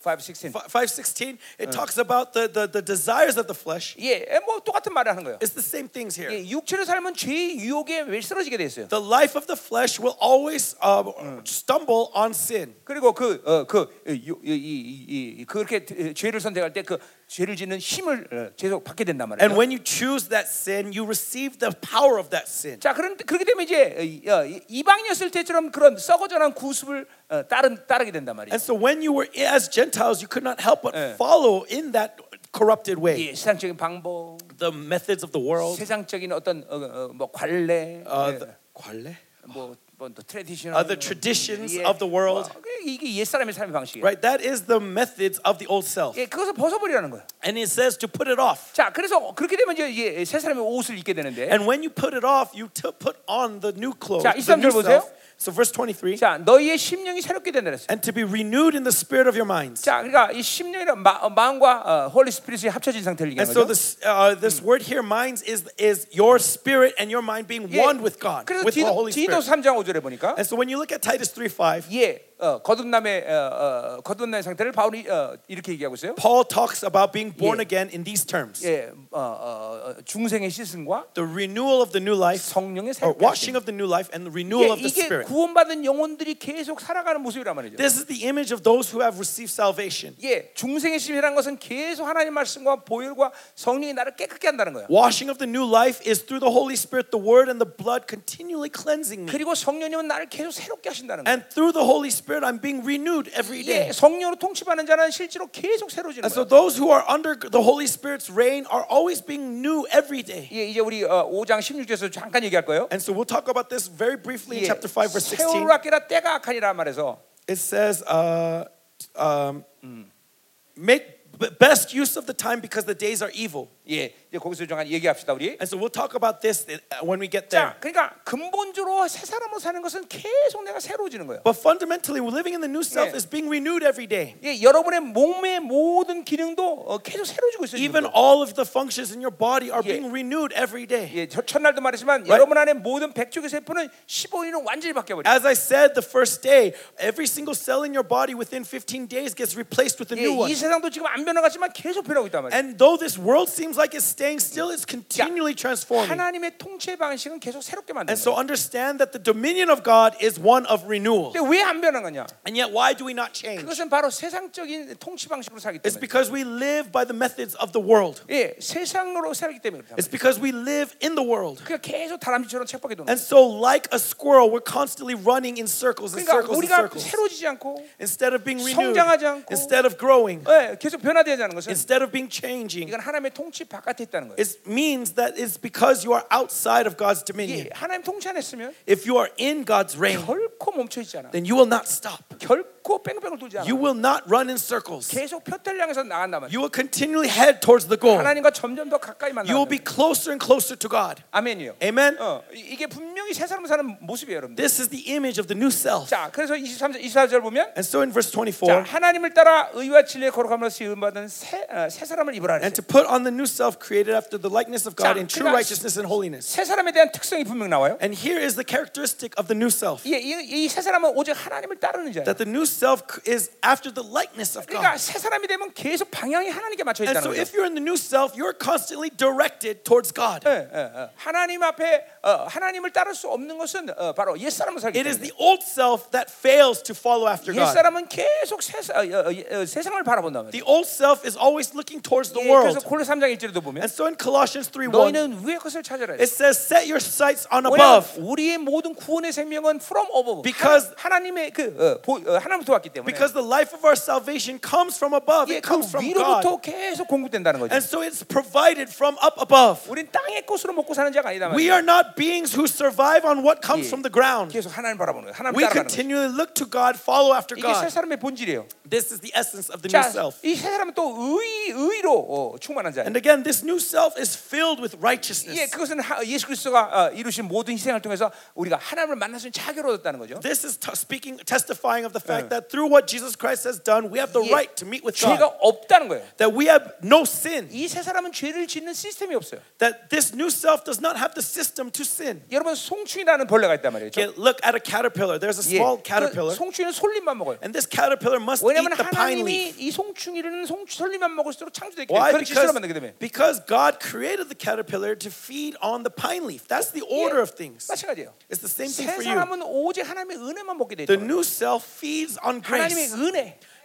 A: 5:16
B: fi- 5 16, it talks about the, the, the desires of the flesh.
A: 예, 뭐 똑같은 말을 하는 거예요.
B: It's the same things here.
A: 예, 육체로 살면 죄의 유혹에 왜 쓰러지게 돼 있어요.
B: The life of the flesh will always uh, stumble on sin.
A: 그리고 그어그이이 그렇게 드- 죄를 선택할 때 그 죄를 짓는 힘을 어, 계속 받게 된단
B: And
A: 말이에요.
B: when you choose that sin, you receive the power of that sin.
A: 자, 그런 그렇게 되면 이제 어, 이- 어, 이- 이방이었을 때처럼 그런 썩어져난 구습을 어, 따른 따르게 된단 말이에요.
B: And so when you were as Gentiles, you could not help but
A: Yeah.
B: follow in that corrupted way.
A: 예, 세상적인 방법,
B: The methods of the world.
A: 세상적인 어떤 어, 어, 뭐 관례,
B: Uh,
A: 예,
B: the, 관례?
A: 뭐, 뭐 트레디션,
B: Uh, the traditions of the world.
A: 뭐, 이게 옛 사람의 삶의 방식이에요.
B: Right, that is the methods of the old self.
A: 예, 그것을 벗어버리라는 거예요.
B: And it says to put it off.
A: 자, 그래서 그렇게 되면 이제 이게 새 사람의 옷을 입게 되는데,
B: And when you put it off, you t- put on the new clothes.
A: 자,
B: the
A: 23
B: new
A: 절 보세요.
B: self. So verse 23.
A: 자, 너희의 심령이 새롭게 된다 그랬어요.
B: And to be renewed in the spirit of your minds.
A: 자, 그러니까 이 심령이란 마, 어, 마음과 어, 홀리 스피릿이 합쳐진 상태를
B: And
A: 얘기하는
B: so
A: 거죠.
B: this uh, this word here, minds, is is your spirit and your mind being
A: 예,
B: one with God,
A: 그래서
B: with the
A: 디도,
B: Holy
A: 디도
B: Spirit.
A: 3장 5절에 보니까
B: And so when you look at Titus 3 5,
A: 예, 어, 거듭남의 어, 어, 거듭남의 상태를 바울이 어, 이렇게 얘기하고 있어요.
B: Paul talks about being
A: 예.
B: born again in these terms.
A: 예, 어, 어, 어, 중생의 시승과
B: The renewal of the new life,
A: 성령의
B: or
A: 새롭게
B: washing of the new life, and the renewal
A: 예,
B: of the
A: 이게
B: spirit.
A: 구원받은 영혼들이 계속 살아가는 모습이란 말이죠.
B: This is the image of those who have received salvation.
A: 예, 중생의 심이라는 것은 계속 하나님 말씀과 보혈과 성령이 나를 깨끗게 한다는 거예요.
B: Washing of the new life is through the Holy Spirit, the Word, and the blood continually cleansing me.
A: 그리고 성령님은 나를 계속 새롭게 하신다는 거예요.
B: And through the Holy Spirit, I'm being renewed every
A: 예,
B: day.
A: 성령으로 통치받는 자는 실제로 계속 새로지는
B: And so
A: 거예요.
B: those who are under the Holy Spirit's reign are always being new every day.
A: 예, 이제 우리 어, 5장 16절에서 잠깐 얘기할 거예요.
B: And so we'll talk about this very briefly in
A: 예,
B: chapter 5, verse 16.
A: 세월을 아끼라 때가 악하니라 말해서
B: It says, uh, um, make b- best use of the time because the days are evil.
A: 예, 이제 거기서 잠깐 얘기합시다 우리.
B: And so we'll talk about this uh, when we get there.
A: 자, 그러니까 근본적으로 새 사람으로 사는 것은 계속 내가 새로워지는 거예요.
B: But fundamentally, we're living in the new self
A: Yeah.
B: is being renewed every day.
A: 예, 여러분의 몸의 모든 기능도 어, 계속 새로워지고 있어요.
B: Even
A: 지금도.
B: all of the functions in your body are
A: Yeah.
B: being renewed every day.
A: 예, 저- 첫날도 말했지만
B: Right.
A: 여러분 안에 모든 백조의 세포는 15일은 완전히 바뀌어 버려.
B: As I said the first day, every single cell in your body within 15 days gets replaced with a
A: 예,
B: new one.
A: 이 세상도 지금 안 변화같지만 계속 변하고 있단 말이에요.
B: And though this world seems like it's staying still, it's continually transforming.
A: 하나님의 통치 의 방식은 계속 새롭게 만드는 거예요.
B: And so understand that the dominion of God is one of renewal.
A: 근데 왜 안 변한 거냐?
B: And yet, why do we not change?
A: 그것은 바로 세상적인 통치 방식으로 살기 때문에.
B: It's because we live by the methods of the world.
A: 예, 세상으로 살기 때문에 그렇다.
B: It's because we live in the world.
A: 그러니까 계속 다람쥐처럼 책밖에 도는
B: And
A: 거예요.
B: so, like a squirrel, we're constantly running in circles and
A: 그러니까
B: circles and
A: 우리가
B: circles.
A: 새로지지 않고
B: Instead of being renewed,
A: 성장하지 않고.
B: instead of growing,
A: 예, 계속 변화되자는 것은
B: instead of being changing,
A: 이건 하나님의 통치 바깥에 있다는 거예요.
B: it means that it's because you are outside of God's
A: 예,
B: dominion.
A: 하나님 통치 안 했으면
B: If you are in God's reign,
A: 결코 멈춰 있지 않아.
B: then you will not stop.
A: 결코 뺑뺑을 돌지 않아.
B: You will not run in circles.
A: 계속 표태를 향해서 나간단 말이야.
B: You will continually head towards the goal.
A: 하나님과 점점 더 가까이 만나.
B: You will be closer and closer to God.
A: 아멘이요.
B: Amen.
A: 어, 이- 이게 분명히 새 사람 사는 모습이에요, 여러분들.
B: This is the image of the new self.
A: 자, 그래서 23절 24절 보면
B: And so in verse
A: 자,
B: 24,
A: 하나님을 따라 의와 진리에 거룩함으로써 이음 받은 새, 어, 새 사람을 입으라
B: and to
A: 그랬어요.
B: put on the new self created after the likeness of God
A: 자,
B: in true
A: 그러니까
B: righteousness and holiness.
A: 새 사람에 대한 특성이 분명 나와요.
B: And here is the characteristic of the new self
A: 이이새 사람은 오직 하나님을 따르는 자예요.
B: that the new self c- is after the likeness of
A: 그러니까
B: God.
A: 새 사람이 되면 계속 방향이 하나님께 맞춰
B: And
A: 있다는
B: so
A: 거예요.
B: if you're in the new self, you're constantly directed towards God.
A: 예, 예, 예. 하나님 앞에 어, 하나님을 따를 수 없는 것은 어, 바로 옛 사람을 살기
B: It is the
A: 때문에
B: old self that fails to follow after
A: 옛
B: God.
A: 사람은 계속 세, 어, 어, 어, 세상을 바라본다면
B: The old self is always looking towards the
A: 예, 그래서
B: world.
A: 골로 3장 1절에도 보면
B: And so in Colossians 3 1,
A: 너희는 위의 것을 찾아라.
B: it says, Set your sights on
A: 왜냐하면
B: above.
A: 우리의 모든 구원의 생명은 from above
B: Because-
A: 하나, 하나님의 그 어, 보, 어, 하나님부터 왔기 때문에
B: Because the life of our salvation comes from above,
A: 예,
B: it
A: 그
B: comes from God.
A: 위로부터 계속 공급된다는 거죠.
B: And so it's provided from up above.
A: 우린 땅의 것으로 먹고 사는 자가 아니다
B: We
A: 말이야.
B: are not beings who survive on what comes
A: 예.
B: from the ground.
A: 계속 하나님 바라보는 거예요. 하나님
B: We
A: 따라가는 거예요.
B: continually look to God, follow after
A: 이게 새
B: God.
A: 사람의 본질이에요.
B: This is the essence of the new
A: 자,
B: self.
A: 이 새 사람은 또 의, 의로 어, 충만한 자예요.
B: And again, this new self is filled with
A: 예,
B: righteousness.
A: 그것은 하- 예수 그리스도가 어, 이루신 모든 희생을 통해서 우리가 하나님을 만날 수 있는 자격을 얻었다는 거죠.
B: This is t- speaking, testifying of the fact that through what Jesus Christ has done, we have the
A: 예,
B: right to meet with
A: 죄가
B: God.
A: 없다는 거예요.
B: That we have no sin.
A: 이 세 사람은 죄를 짓는 시스템이 없어요.
B: That this new self does not have the system to sin.
A: 여러분 송충이라는 벌레가 있단 말이에요.
B: Okay, look at a caterpillar. There's a
A: 예,
B: small
A: 그
B: caterpillar,
A: 송충이는 솔잎만 먹어요.
B: and this caterpillar must eat
A: 왜냐하면
B: the pine
A: 하나님이
B: leaf.
A: 이 송충이는 송충 솔잎만 먹을수록 창조되기 때문에
B: Why?
A: 그런 질서로
B: Because,
A: 만들기 때문에.
B: because God created the caterpillar to feed on the pine leaf. That's the order
A: 예,
B: of things.
A: 마찬가지예요.
B: It's the same thing
A: 세
B: for you.
A: 사람은 오직 하나님의 은혜만 먹게 돼
B: The
A: 있다.
B: new self feeds on
A: 하나님의
B: grace,
A: 은혜,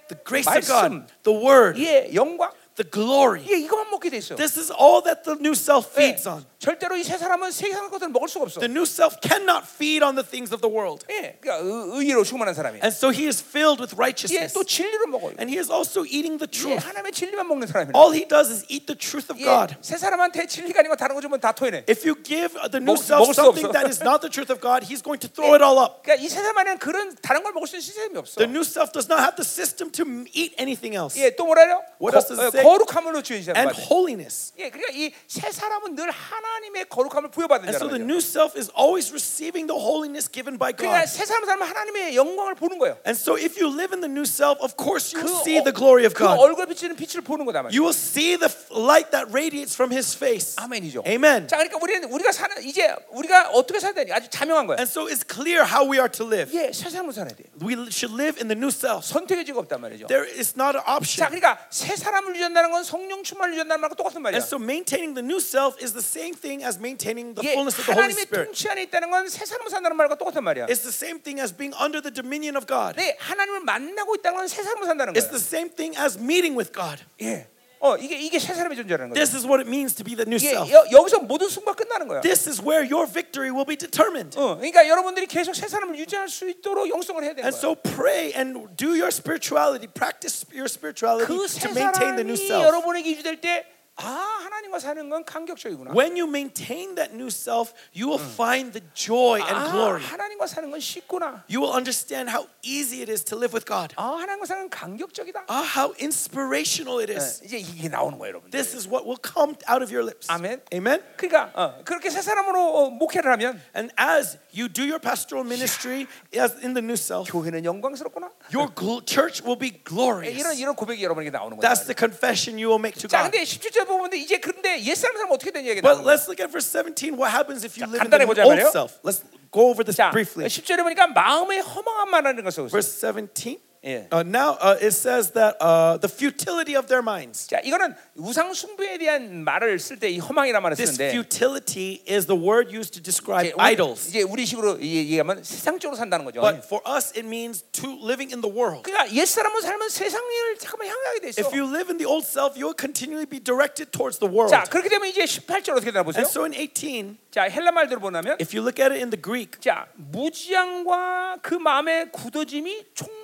B: the grace
A: 말씀.
B: of God, the word,
A: 예, 영광,
B: the glory.
A: 예, 이것만 먹게 돼 있어.
B: This is all that the new self
A: 예,
B: feeds on.
A: 절대로 이 세 사람은 세상 것들을 먹을 수가 없어.
B: The new self cannot feed on the things of the world.
A: 예, 그러니까 의- 의로 충만한 사람이에요.
B: And so he is filled with
A: 예,
B: righteousness.
A: 또 진리를 먹어요.
B: And he is also eating the
A: 예,
B: truth.
A: 하나님의 진리만 먹는 사람이에요.
B: All he does is eat the truth of God.
A: 예, 세 사람한테 진리가 아니고 다른 거 주면 다 토해내.
B: If you give the new
A: 먹- 먹을
B: self
A: 수
B: something
A: 없어.
B: that is not the truth of God, he's going to throw it all up.
A: 그러니까 이 세 사람에는 그런 다른 걸 먹을 수 있는 시스템이 없어.
B: The new self does not have the system to m- eat anything else.
A: 예, 또 뭐라요? 거,
B: What else does
A: 어,
B: it say?
A: 거룩함으로 주의시하는
B: And
A: 거예요.
B: holiness.
A: 예, 그러니까 이 세 사람은 늘 하나님의 거룩함을 부여받은
B: And so the
A: 자라는 거죠.
B: new self is always receiving the holiness given by
A: 그러니까
B: God.
A: 세 사람 사람은 하나님의 영광을 보는 거예요.
B: And so if you live in the new self, of course you
A: 그,
B: will see
A: 어-
B: the glory of
A: 그
B: God.
A: 얼굴 비치는 빛을 보는 거다 말이에요.
B: You will see the f- light that radiates from his face.
A: 아멘이죠.
B: Amen.
A: 자, 그러니까 우리는 우리가 사는 이제 우리가 어떻게 살아야 되냐 아주 자명한 거예요.
B: And so it's clear how we are to live.
A: 예, 세 사람으로 살아야 돼요.
B: We l- should live in the new self.
A: 선택의 지가 없단 말이죠.
B: There is not an
A: 자,
B: option.
A: 그러니까 새 사람을 유지한다는 건 성령 충만을 유지한다는 말과 똑같은 말이야.
B: And so maintaining the new self is the same thing as maintaining the
A: 이게
B: fullness of the Holy
A: 하나님의
B: Spirit.
A: 통치 안에 있다는 건 새 사람을 산다는 말과 똑같은 말이야.
B: It's the same thing as being under the dominion of God.
A: 네, 하나님을 만나고 있다는 건 새 사람을 산다는
B: It's
A: 거야.
B: the same thing as meeting with God.
A: 예. 어, 이게 이게 새 사람의 존재라는 거야.
B: This is what it means to be the new
A: 예,
B: self.
A: 여, 여기서 모든 승부가 끝나는 거야.
B: This is where your victory will be determined.
A: 어, 그러니까 여러분들이 계속 새 사람을 유지할 수 있도록 영성을 해야 되는
B: And
A: 거야.
B: so pray and do your spirituality, practice your spirituality
A: 그
B: to
A: 새
B: maintain the new
A: 사람이
B: self.
A: 여러분에게 유지될 때, 아 하나님과 사는 건 감격적이구나.
B: When you maintain that new self, you will find the joy
A: 아
B: and glory.
A: 하나님과 사는 건 쉽구나.
B: You will understand how easy it is to live with God.
A: 아 하나님과 사는 건 감격적이다.
B: Ah, how inspirational it is.
A: 이제 이게 나오는 거예요, 여러분들.
B: This is what will come out of your lips.
A: 아멘.
B: Amen.
A: 그러니까 어, 그렇게 새 사람으로 어, 목회를 하면
B: And as you do your pastoral ministry as in the new self,
A: 교회는 영광스럽구나.
B: your gl- church will be
A: 예, 이런
B: glorious.
A: 이런 고백이 여러분에게 나오는 거예요.
B: That's the confession you will make to
A: 자,
B: God.
A: 근데 17절 보면데 이제 그런데 옛 사람 사람 어떻게 되냐 이게 나오는
B: But
A: 거예요.
B: let's look at verse 17. What happens if you live in
A: 간단히
B: the
A: 보자
B: old
A: 말이에요.
B: self? Let's go over this
A: 자,
B: briefly.
A: 10절에 보니까 마음의 허망한 말하는 것을
B: Verse 17.
A: 예.
B: Uh, now uh, it says that uh, the futility of their minds.
A: 자, 이거는 우상 숭배에 대한 말을 쓸 때 이 허망이란 말을
B: This
A: 쓰는데
B: futility is the word used to describe
A: 이제 우리-
B: idols.
A: 이제 우리식으로 이- 얘기하면 세상적으로 산다는 거죠.
B: But for us, it means to living in the world.
A: 그러니까 옛 사람은 살면 세상을 잠깐만 향하게 돼 있어.
B: If you live in the old self, you will continually be directed towards the world.
A: 자, 그렇게 되면 이제 18절 어떻게 되나 보세요?
B: And so in 18,
A: 자, 헬라 말대로 보면
B: if you look at it in the Greek,
A: 자, 무지양과 그 마음의 굳어짐이 총명이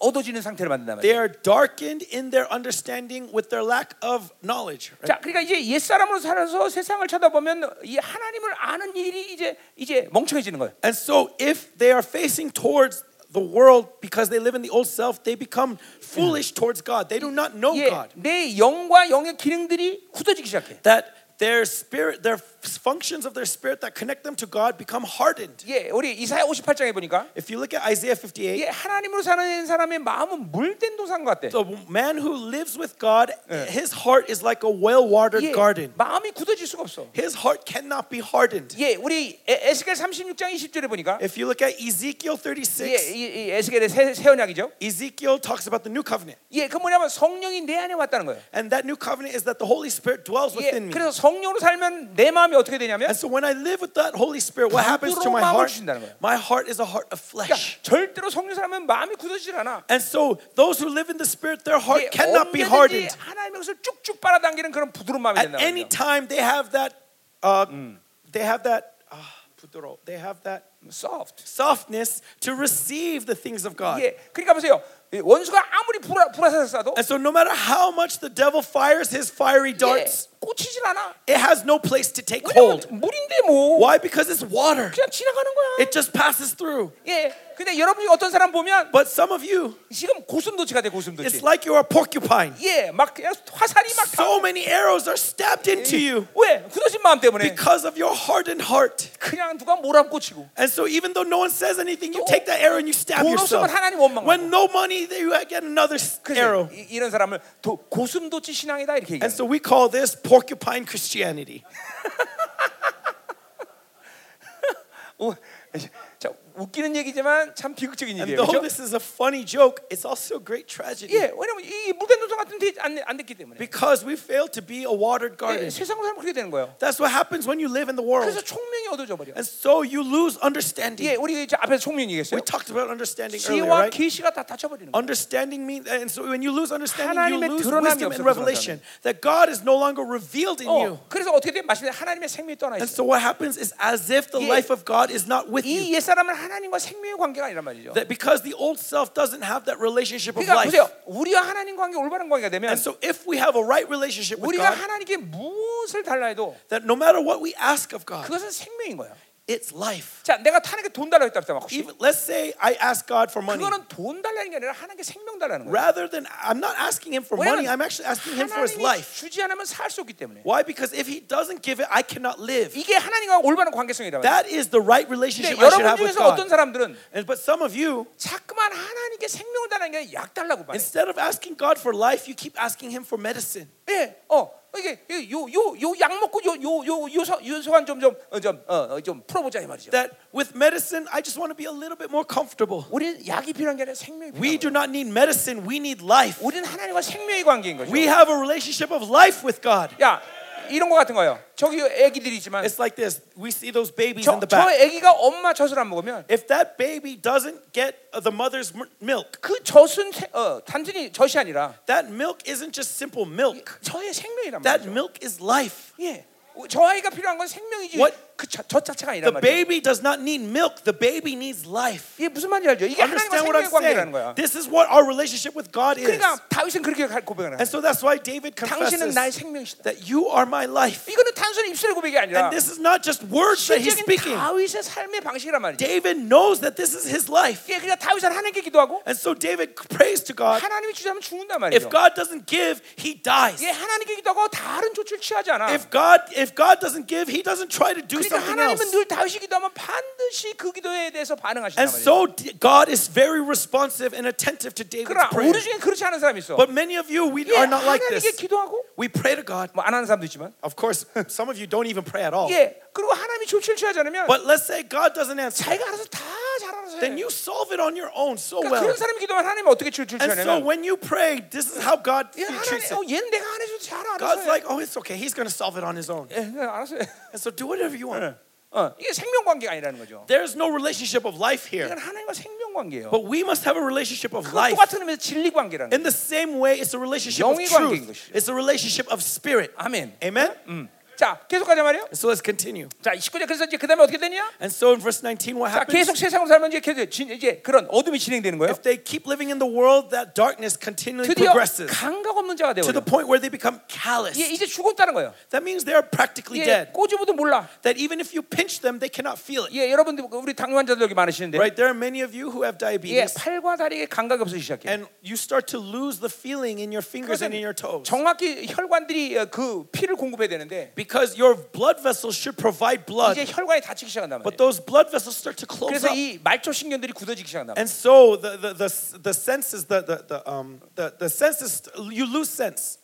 A: 얻어지는 상태를 만든다
B: they
A: 말이에요.
B: are darkened in their understanding with their lack of knowledge. right?
A: 자, 그러니까 이제 옛 사람으로 살아서 세상을 쳐다보면 이 하나님을 아는 일이 이제 이제 멍청해지는 거예요.
B: And so if they are facing towards the world because they live in the old self, they become foolish towards God. They do not know
A: 예,
B: Oh God.
A: 내 영과 영의 기능들이 굳어지기 시작해.
B: That their spirit, their functions of their spirit that connect them to God become hardened.
A: 예, 우리 이사야 58장에 보니까
B: If you look at Isaiah
A: 예,
B: 58,
A: 하나님으로 사는 사람의 마음은 물된 도상 같대.
B: the man who lives with God, his heart is like a well-watered
A: 예,
B: garden.
A: 마음이 굳어질 수가 없어.
B: His heart cannot be hardened.
A: 예, 우리 에- 에스겔 36장 20절에 보니까
B: If you look at Ezekiel
A: 예,
B: 36,
A: 이, 이 에스겔의 새, 새 언약이죠.
B: Ezekiel talks about the new covenant.
A: 예, 그 뭐냐면 성령이 내 안에 왔다는 거예요.
B: And that new covenant is that the Holy Spirit dwells
A: 예,
B: within me.
A: 그래서 성령으로 살면 내 마음이 어떻게 되냐면
B: And so when I live with that Holy Spirit, what happens to
A: 부드러운
B: my
A: 마음을
B: heart?
A: 주신다는 거예요.
B: My heart is a heart of flesh.
A: 그러니까 절대로 성령 사람은 마음이 굳어지질 않아.
B: And so those who live in the Spirit, their heart
A: 예,
B: cannot
A: 언제든지
B: be hardened.
A: 하나님의 것을 쭉쭉 빨아당기는 그런 부드러운 마음이
B: At
A: 된다는
B: any
A: 거예요.
B: time, they have that. Uh, They have that. ah, putero, They have that
A: 음, soft.
B: softness to receive the things of God.
A: 예, 그러니까 보세요. 예, 원수가 아무리 불화, 불화살 쏴도
B: And so, no matter how much the devil fires his fiery
A: 예,
B: darts,
A: 꽂히질 않아.
B: it has no place to take
A: 왜냐면
B: hold.
A: 물인데 뭐
B: Why? Because it's water.
A: 그냥 지나가는 거야.
B: It just passes through.
A: 예, 근데 여러분이 어떤 사람 보면
B: But some of you,
A: 지금 고슴도치가 돼
B: it's
A: 고슴도치.
B: like you're a porcupine.
A: 예, 막 그냥 화살이 막 다.
B: So many arrows are stabbed into you.
A: 왜 굳어진 마음 때문에
B: because of your hardened heart.
A: 그냥 누가 몰아붙고 치고.
B: And so even though no one says anything, you take that arrow and you stab
A: 돈
B: yourself.
A: 없으면 하나님 원망하고.
B: When no money, then you get another s-
A: 그래서
B: arrow.
A: 이, 이런 사람을 도, 고슴도치 신앙이다 이렇게 얘기해요.
B: And so we call this porcupine Christianity.
A: 오, 자, 웃기는 얘기지만 참 비극적인
B: And
A: 얘기예요.
B: though
A: 그렇죠?
B: this is a funny joke, it's also a great tragedy
A: 예, 왜냐면 이 물된 도성 같은 데안 됐기 때문에
B: because we fail to be a watered
A: 예,
B: garden.
A: 세상으로 살면 그렇게 되는 거예요.
B: That's what happens when you live in the world.
A: 그래서 총명이 얻어져 버려.
B: And so you lose
A: 예,
B: understanding.
A: 우리 이제 앞에서 총명 얘기했어요.
B: We talked about understanding earlier,
A: 지혜와
B: right?
A: 계시가 다 다쳐버리는 거예요.
B: Understanding means, and so when you lose understanding,
A: 하나님의
B: you lose
A: 드러남이
B: wisdom
A: 없어서
B: and
A: Oh.
B: revelation. That God is no longer revealed in you.
A: 어, 그래서 어떻게 돼? 마침내 하나님의 생명이 떠나
B: And
A: 있어.
B: so what happens is as if the
A: Yeah.
B: life of God is not with you.
A: 이 옛사람은 하나님과 생명의 관계가 아니란 말이죠.
B: That because the old self doesn't have that relationship of
A: 그러니까
B: life.
A: 보세요. 우리와 하나님 관계 올바른 관계가 되면
B: And so if we have a right relationship with
A: 우리가
B: God,
A: 하나님께 무엇을 달라 해도
B: that no matter what we ask of God,
A: 그것은 생명인 거예요.
B: it's life.
A: 자, 내가 하나님께 돈 달라고 했다 했잖아. 혹시
B: Even let's say I ask God for money.
A: 그거는 돈 달라는 게 아니라 하나님께 생명 달라는 거예요.
B: Rather than I'm not asking him for money, I'm actually asking him for his
A: 하나님이
B: life.
A: 주지 않으면 살 수 없기 때문에
B: Why? Because if he doesn't give it, I cannot live.
A: 이게 하나님과 올바른 관계성이라고
B: That is the right
A: 근데
B: relationship I
A: 여러분
B: should have with
A: 중에서 어떤
B: God.
A: 사람들은
B: And, but some of you,
A: 자꾸만 하나님께 생명을 달라는 게 약 달라고 봐요.
B: instead of asking God for life, you keep asking him for medicine.
A: 예, 어 이게 요요요약 먹고 요요요요요소간 좀좀좀어좀 풀어보자 이 말이죠.
B: that with medicine, I just want to be a little bit more comfortable.
A: 우리는 약이 필요한 게 아니라 생명이 필요해요.
B: We do not need medicine, we need life.
A: 우리는 하나님과 생명의 관계인 거죠.
B: We have a relationship of life with God.
A: 야 이런 거 같은 거예요. 저기 애기들이 있지만
B: It's like this we see those babies in
A: 저,
B: the
A: 저
B: back.
A: 애기가 엄마 젖을 안 먹으면
B: If that baby doesn't get uh, the mother's m- milk,
A: 그 젖은 세- 어, 단순히 젖이 아니라
B: that milk isn't just simple milk,
A: 저의 생명이란
B: that
A: 말이죠.
B: milk is life.
A: 예. 저 아이가 필요한 건 생명이지
B: What-
A: 그젖 자체가 아니란 말이에요.
B: The baby does not need milk, the baby needs life.
A: 이게 무슨 말인지 알죠? 이게 하나님과
B: Understand what I'm
A: 생명의 관계라는
B: saying?
A: 거야.
B: This is what our relationship with God is.
A: 그러니까 다윗은 그렇게 고백을 하는
B: And so that's why David
A: 당신은
B: confesses
A: 나의 생명이시다.
B: that you are my life.
A: 이거는 단순히 입술의 고백이 아니라
B: And this is not just words that he's
A: 실제적인
B: speaking.
A: 다윗의 삶의 방식이란 말이죠.
B: David knows that this is his life.
A: 예, 그러니까 다윗은 하나님께 기도하고
B: And so David prays to God.
A: 하나님이 주자면 죽는단 말이죠.
B: If God doesn't give, he dies.
A: 예, 하나님께 기도하고 다른 조치를 취하지 않아.
B: If God if God doesn't give, he doesn't try to do
A: 그러니까
B: something
A: 하나님은
B: else.
A: 늘 다윗이 기도하면 반드시 그 기도에 대해서 반응하신단
B: And
A: 말이죠.
B: so d- God is very responsive and attentive to David's
A: 그러나
B: prayer.
A: 우리 중에 그렇지 않은 사람이 있어.
B: But many of you, we
A: 예,
B: are not like
A: 하나님께
B: this.
A: 기도하고
B: We pray to God.
A: 뭐 안 하는 사람도 있지만
B: Of course, some of you don't even pray at all.
A: 예, 그리고 하나님이 조치를 취하지 않으면
B: But let's say God doesn't answer.
A: 자기가 알아서 다 잘 알아서
B: then you solve it on your own so
A: 그러니까
B: well.
A: 그런 사람이 기도하면 하나님이 어떻게
B: And so
A: 줄줄줄하냐면
B: when you pray, this is how God
A: 야,
B: treats
A: 하나님, 어,
B: it.
A: 얘는 내가 안 해줘도 잘
B: God's
A: 알았어.
B: like, oh, it's okay. He's going to solve it on his own.
A: 예, 예, 알았어요.
B: And so do whatever you want.
A: 어, 이게 생명 관계가 아니라는 거죠.
B: There's no relationship of life
A: 이건
B: here.
A: 하나님과 생명 관계예요.
B: But we must have a relationship of
A: 그건
B: life.
A: 똑같은 의미에서 진리 관계라는
B: In
A: 거예요.
B: the same way, it's a relationship of
A: 영의 관계인
B: truth.
A: 것이죠.
B: It's a relationship of spirit.
A: 아멘.
B: Amen?
A: 음. 자, 계속 가자 말이에요.
B: And so let's continue.
A: 자, 19절 그래서 이제 그다음에 어떻게 되냐?
B: And so in verse 19, what
A: 자,
B: happens?
A: 계속 세상으로 살면 이제 계속 진- 이제 그런 어둠이 진행되는 거예요.
B: If they keep living in the world, that darkness continually
A: 드디어
B: progresses
A: 감각 없는 자가 되어.
B: to the point where they become callous.
A: 예, 이제 죽었다는 거예요.
B: That means they are practically
A: 예,
B: dead.
A: 꼬집어도 몰라.
B: That even if you pinch them, they cannot feel it.
A: 예, 여러분들 우리 당뇨 환자들 여기 많으시는데
B: Right? There are many of you who have
A: 예,
B: diabetes,
A: 팔과 다리에 감각이 없어지기 시작해요.
B: and you start to lose the feeling in your fingers and in your toes.
A: 정확히 혈관들이 어, 그 피를 공급해야 되는데
B: Because your blood vessels should provide blood,
A: 이제 혈관이 다치기 시작한단 말이에요.
B: but those blood vessels start to close
A: 그래서
B: up.
A: 이 말초 신경들이 굳어지기 시작한단 말이에요.
B: And so the, the, the, the senses, the, the, the, um, the, the senses, you lose sense.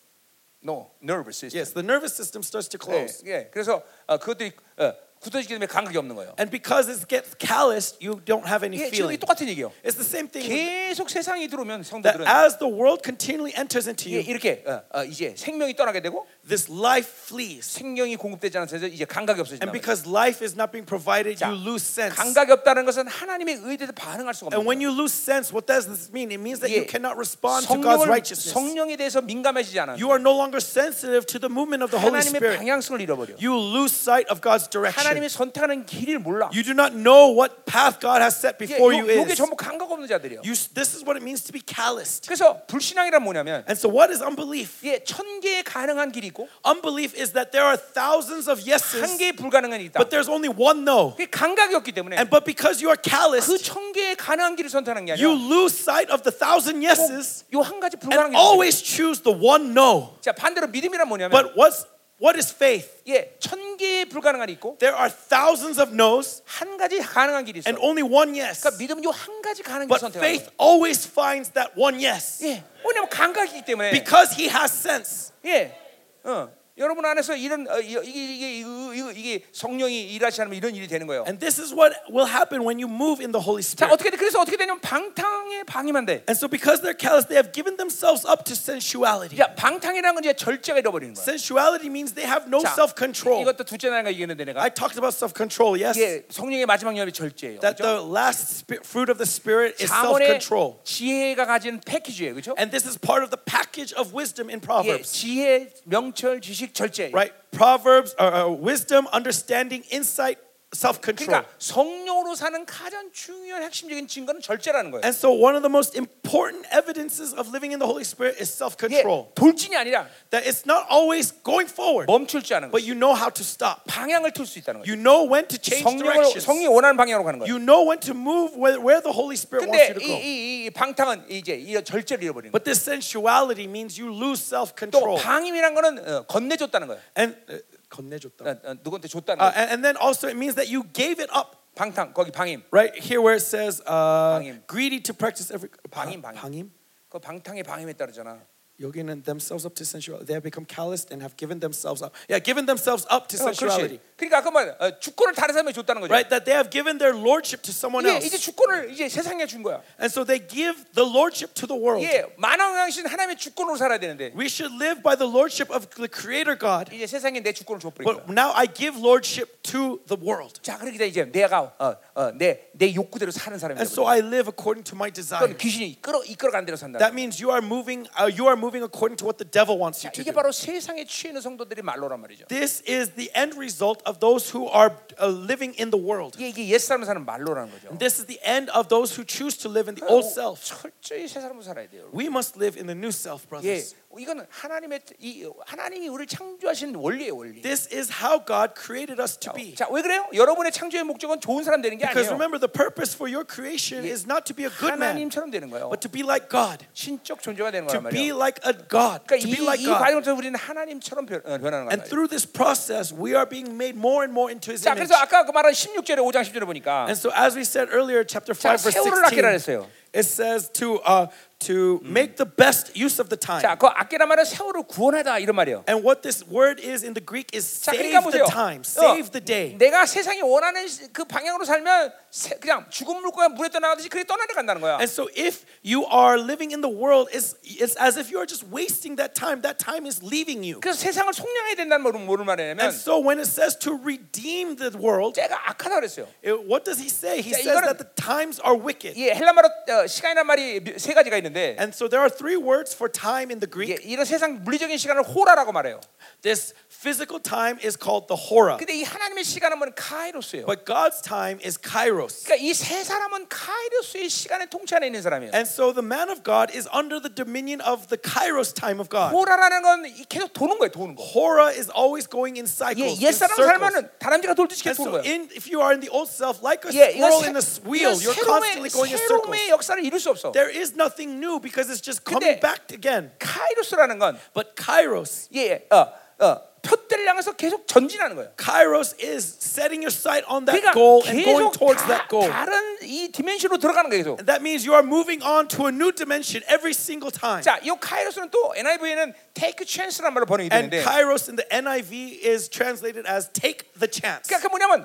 A: No, nervous system.
B: Yes, the nervous system starts to
A: 예,
B: close.
A: 예, 그래서 어, 그것들이 어, 굳어지기 때문에 감각이 없는 거예요.
B: And because it gets calloused, you don't have any
A: 예, 지금 이
B: feeling.
A: 똑같은 얘기예요.
B: It's the same thing with-
A: 계속 세상이 들어오면
B: that
A: 성도들은
B: as the world continually enters into
A: 예,
B: you,
A: 이렇게 어, 어, 이제 생명이 떠나게 되고
B: this life flees.
A: 생명이 공급되지 않아서 이제 감각이 없어진다.
B: And because life is not being provided,
A: 자,
B: you lose sense.
A: 감각이 없다는 것은 하나님의 의에 대해서 반응할 수가
B: And
A: 없는
B: when
A: 거예요.
B: you lose sense, what does this mean? It means that you
A: Yeah.
B: cannot respond to God's
A: 성령을,
B: righteousness.
A: 성령에 대해서 민감해지지 않아.
B: You are no longer sensitive to the movement of the Holy
A: 하나님의
B: Spirit.
A: 방향성을 잃어버려.
B: You lose sight of God's direction.
A: 하나님이 선택하는 길을 몰라.
B: You do not know what path God has set
A: 이게
B: before you
A: 요- 요게
B: is.
A: 전부 감각 없는 자들이에요.
B: You, this is what it means to be calloused.
A: 그래서 불신앙이란 뭐냐면
B: And so, what is unbelief?
A: 이게 천 개의 가능한 길이 있고
B: Unbelief is that there are thousands of
A: 한
B: yeses,
A: 개의 불가능한 길이 있다.
B: but there's only one no.
A: 그게 감각이 없기 때문에
B: And but because you are
A: 그
B: calloused,
A: 천 개의 가능한 길을 선택하는 게
B: you
A: 아니라
B: lose sight of the thousand yeses
A: 요한 가지 불가능한 길이 있어요.
B: and always choose the one no.
A: 자 반대로 믿음이란 뭐냐면
B: But what's what is faith?
A: 예, 천 개의 불가능한 길이 있고
B: There are thousands of no's
A: 한 가지 가능한 길이 있어.
B: and only one yes.
A: 그러니까 믿음은 요한 가지 가능한 길을
B: But
A: 선택하는
B: faith
A: 거예요.
B: always finds that one yes
A: 예, 왜냐면 감각이기 때문에
B: because he has sense.
A: 예, 어, 여러분 안에서 이런 어, 이- 이게 이게 이게, 이게 성령이 일하시 않으면 이런 일이 되는 거예요.
B: And this is what will happen when you move in the Holy
A: 자
B: Spirit.
A: 어떻게 돼? 그래서 어떻게 되냐면 방탕에 방임한 돼.
B: And so, because they're callous, they have given themselves up to sensuality.
A: 야 방탕이라는 건 이제 절제가 잃어버리는 거야.
B: Sensuality means they have no
A: 자,
B: self control.
A: 이것도 둘째 날가 얘기했는데 내가
B: I talked about self control, yes?
A: 이게 성령의 마지막 열이 절제예요.
B: That
A: 그렇죠?
B: the last spi- fruit of the Spirit is self
A: 자본의
B: control.
A: 지혜가 가진 패키지예요, 그렇죠?
B: And this is part of the package of wisdom
A: 예,
B: in Proverbs,
A: 지혜, 명철, 지식, 절제.
B: right? Proverbs, uh, uh, wisdom, understanding, insight, self control.
A: 그러니까 성령으로 사는 가장 중요한 핵심적인 증거는 절제라는 거예요.
B: And so, one of the most important evidences of living in the Holy Spirit is self
A: 예,
B: control.
A: 돌진이 아니라
B: That it's not always going forward,
A: 멈출 줄 아는
B: but
A: 거예요.
B: you know how to stop.
A: 방향을 틀 수 있다는 거예요.
B: You know when to change
A: 성령을
B: directions.
A: 성이 원하는 방향으로 가는 거예요.
B: You know when to move where, where the Holy Spirit wants
A: 근데
B: you to
A: 이,
B: go.
A: 이, 이 방탕은 이제 이 절제를 잃어버리는 거예요.
B: But this sensuality means you lose self
A: 또
B: control.
A: 방임이란 거는 어, 건네줬다는 거예요.
B: And, uh, 건네줬다.
A: 어, 어, 누구한테 줬다는 거예요.
B: Uh, and, and then also it means that you gave it up.
A: 방탕 거기 방임.
B: Right here where it says uh,
A: 방임.
B: greedy to practice every.
A: 방임,
B: 방-
A: 방임.
B: 방임?
A: 그 방탕의 방임했다 그러잖아.
B: 어, 여기는 themselves up to sensuality. They have become calloused and have given themselves up. Yeah, given themselves up to
A: 어,
B: sensuality.
A: 그렇지. 그러니까 아까 말 어, 주권을 다른 사람에게 줬다는 거죠.
B: Right? That they have given their lordship to someone
A: 이게 이제
B: else.
A: 주권을 이제 세상에 준 거야.
B: And so they give the lordship to the world.
A: 예, 만왕왕신 하나님의 주권으로 살아야 되는데
B: We should live by the lordship of the Creator God.
A: 이제 세상에 내 주권을 줘버린 거야.
B: But now I give lordship to the world.
A: 자, 그러니까 이제 내가 어, 어, 내, 내 욕구대로 사는 사람이
B: And
A: 되거든.
B: so I live according to my
A: 그건
B: desires.
A: 귀신이 이끌어 이끌어간 대로 산다.
B: That means you are moving uh, you are moving according to what the devil wants you
A: 자,
B: to
A: 이게
B: do.
A: 바로 세상에 취해 있는 성도들이 말로란 말이죠.
B: This is the end result of those who are uh, living in the world.
A: 이게, 이게 옛 사람 사는 말로라는 거죠. 어,
B: This is the end of those who choose to live in
A: Oh.
B: the old self.
A: 철저히 새 사람으로 살아야 돼요.
B: We must live in the new self,
A: 예,
B: brothers.
A: 이건 하나님의 이 하나님이 우리를 창조하신 원리예요, 원리.
B: This is how God created us to be.
A: 자, 왜 그래요? 여러분의 창조의 목적은 좋은 사람 되는 게
B: Because
A: 아니에요.
B: remember, the purpose for your creation is not to be a good man,
A: 하나님처럼 되는 거예요.
B: but to be like God.
A: 신적 존재가 되는
B: To
A: 거란
B: be
A: 말이에요.
B: like a God.
A: 그러니까
B: To be
A: 이,
B: like
A: 이
B: God.
A: 과정에서 우리는 하나님처럼 변, 어, 변하는 거예요.
B: And through this process, we are being made more and more into His
A: 자,
B: image.
A: 그래서 아까 그 말한 16절에 5장 10절에 보니까
B: And so, as we said earlier, chapter
A: 자,
B: 5, verse
A: 세월을 아끼라
B: 16,
A: 했어요.
B: it says to uh, to make the best use of the time.
A: 자, 그 아끼란 말은 세월을 구원하다 이런 말이에요.
B: And what this word is in the Greek is
A: 자,
B: save
A: 그러니까 보세요.
B: the time,
A: 어,
B: save the day.
A: 내가 세상이 원하는 시- 그 방향으로 살면 세- 그냥 죽은 물고기가 물에 떠나가듯이 그게 떠나려 간다는 거야.
B: And so if you are living in the world, it's, it's as if you are just wasting that time. That time is leaving you.
A: 그래서 세상을 속량해야 된다는 말은 뭐를 말하냐면
B: And so when it says to redeem the world,
A: 제가 악하다 그랬어요.
B: it- what does he say? He
A: 자,
B: says
A: 이거는-
B: that the times are wicked.
A: 이 헬라말로 어, 시간이란 말이 미- 세 가지가 있는데 예,
B: And so there are three words for time in the
A: 이게
B: Greek.
A: 이런 세상 물리적인 시간을 호라라고 말해요.
B: This physical time is called the hora.
A: 근데 이 하나님의 시간은 뭐냐면 카이로스예요.
B: But God's time is kairos.
A: 그러니까 이 세 사람은 카이로스의 시간의 통치 안에 있는 사람이에요.
B: And so the man of God is under the dominion of the kairos time of God.
A: 호라라는 건 이- 계속 도는 거예요, 도는 거.
B: Hora is always going
A: 예,
B: in cycles. in
A: 옛사람
B: circles.
A: 살면은 다람쥐가 돌듯이
B: And
A: 계속 도는
B: so
A: 거예요.
B: in, if you are in the old self, like a
A: 예, 이건
B: squirrel
A: 새-
B: in the
A: 이건
B: wheel, you're
A: 새로움의,
B: constantly going in circles.
A: 새로움의 역사를 이룰 수 없어.
B: There is nothing new because it's just coming
A: 근데-
B: back again.
A: 카이로스라는 건
B: But kairos,
A: 예, 어, 어, 표대를 향해서 계속 전진하는 거예요.
B: kairos is setting your sight on that
A: 그러니까
B: goal and going
A: 계속
B: towards
A: 다,
B: that goal.
A: 다른 이 디멘션으로 들어가는 거예요. 계속.
B: And that means you are moving on to a new dimension every single time.
A: 자, 이 카이로스는 또 NIV에는 take chance란 말로 번역이
B: And
A: 되는데
B: kairos in the NIV is translated as take the chance.
A: 그러니까 그 뭐냐면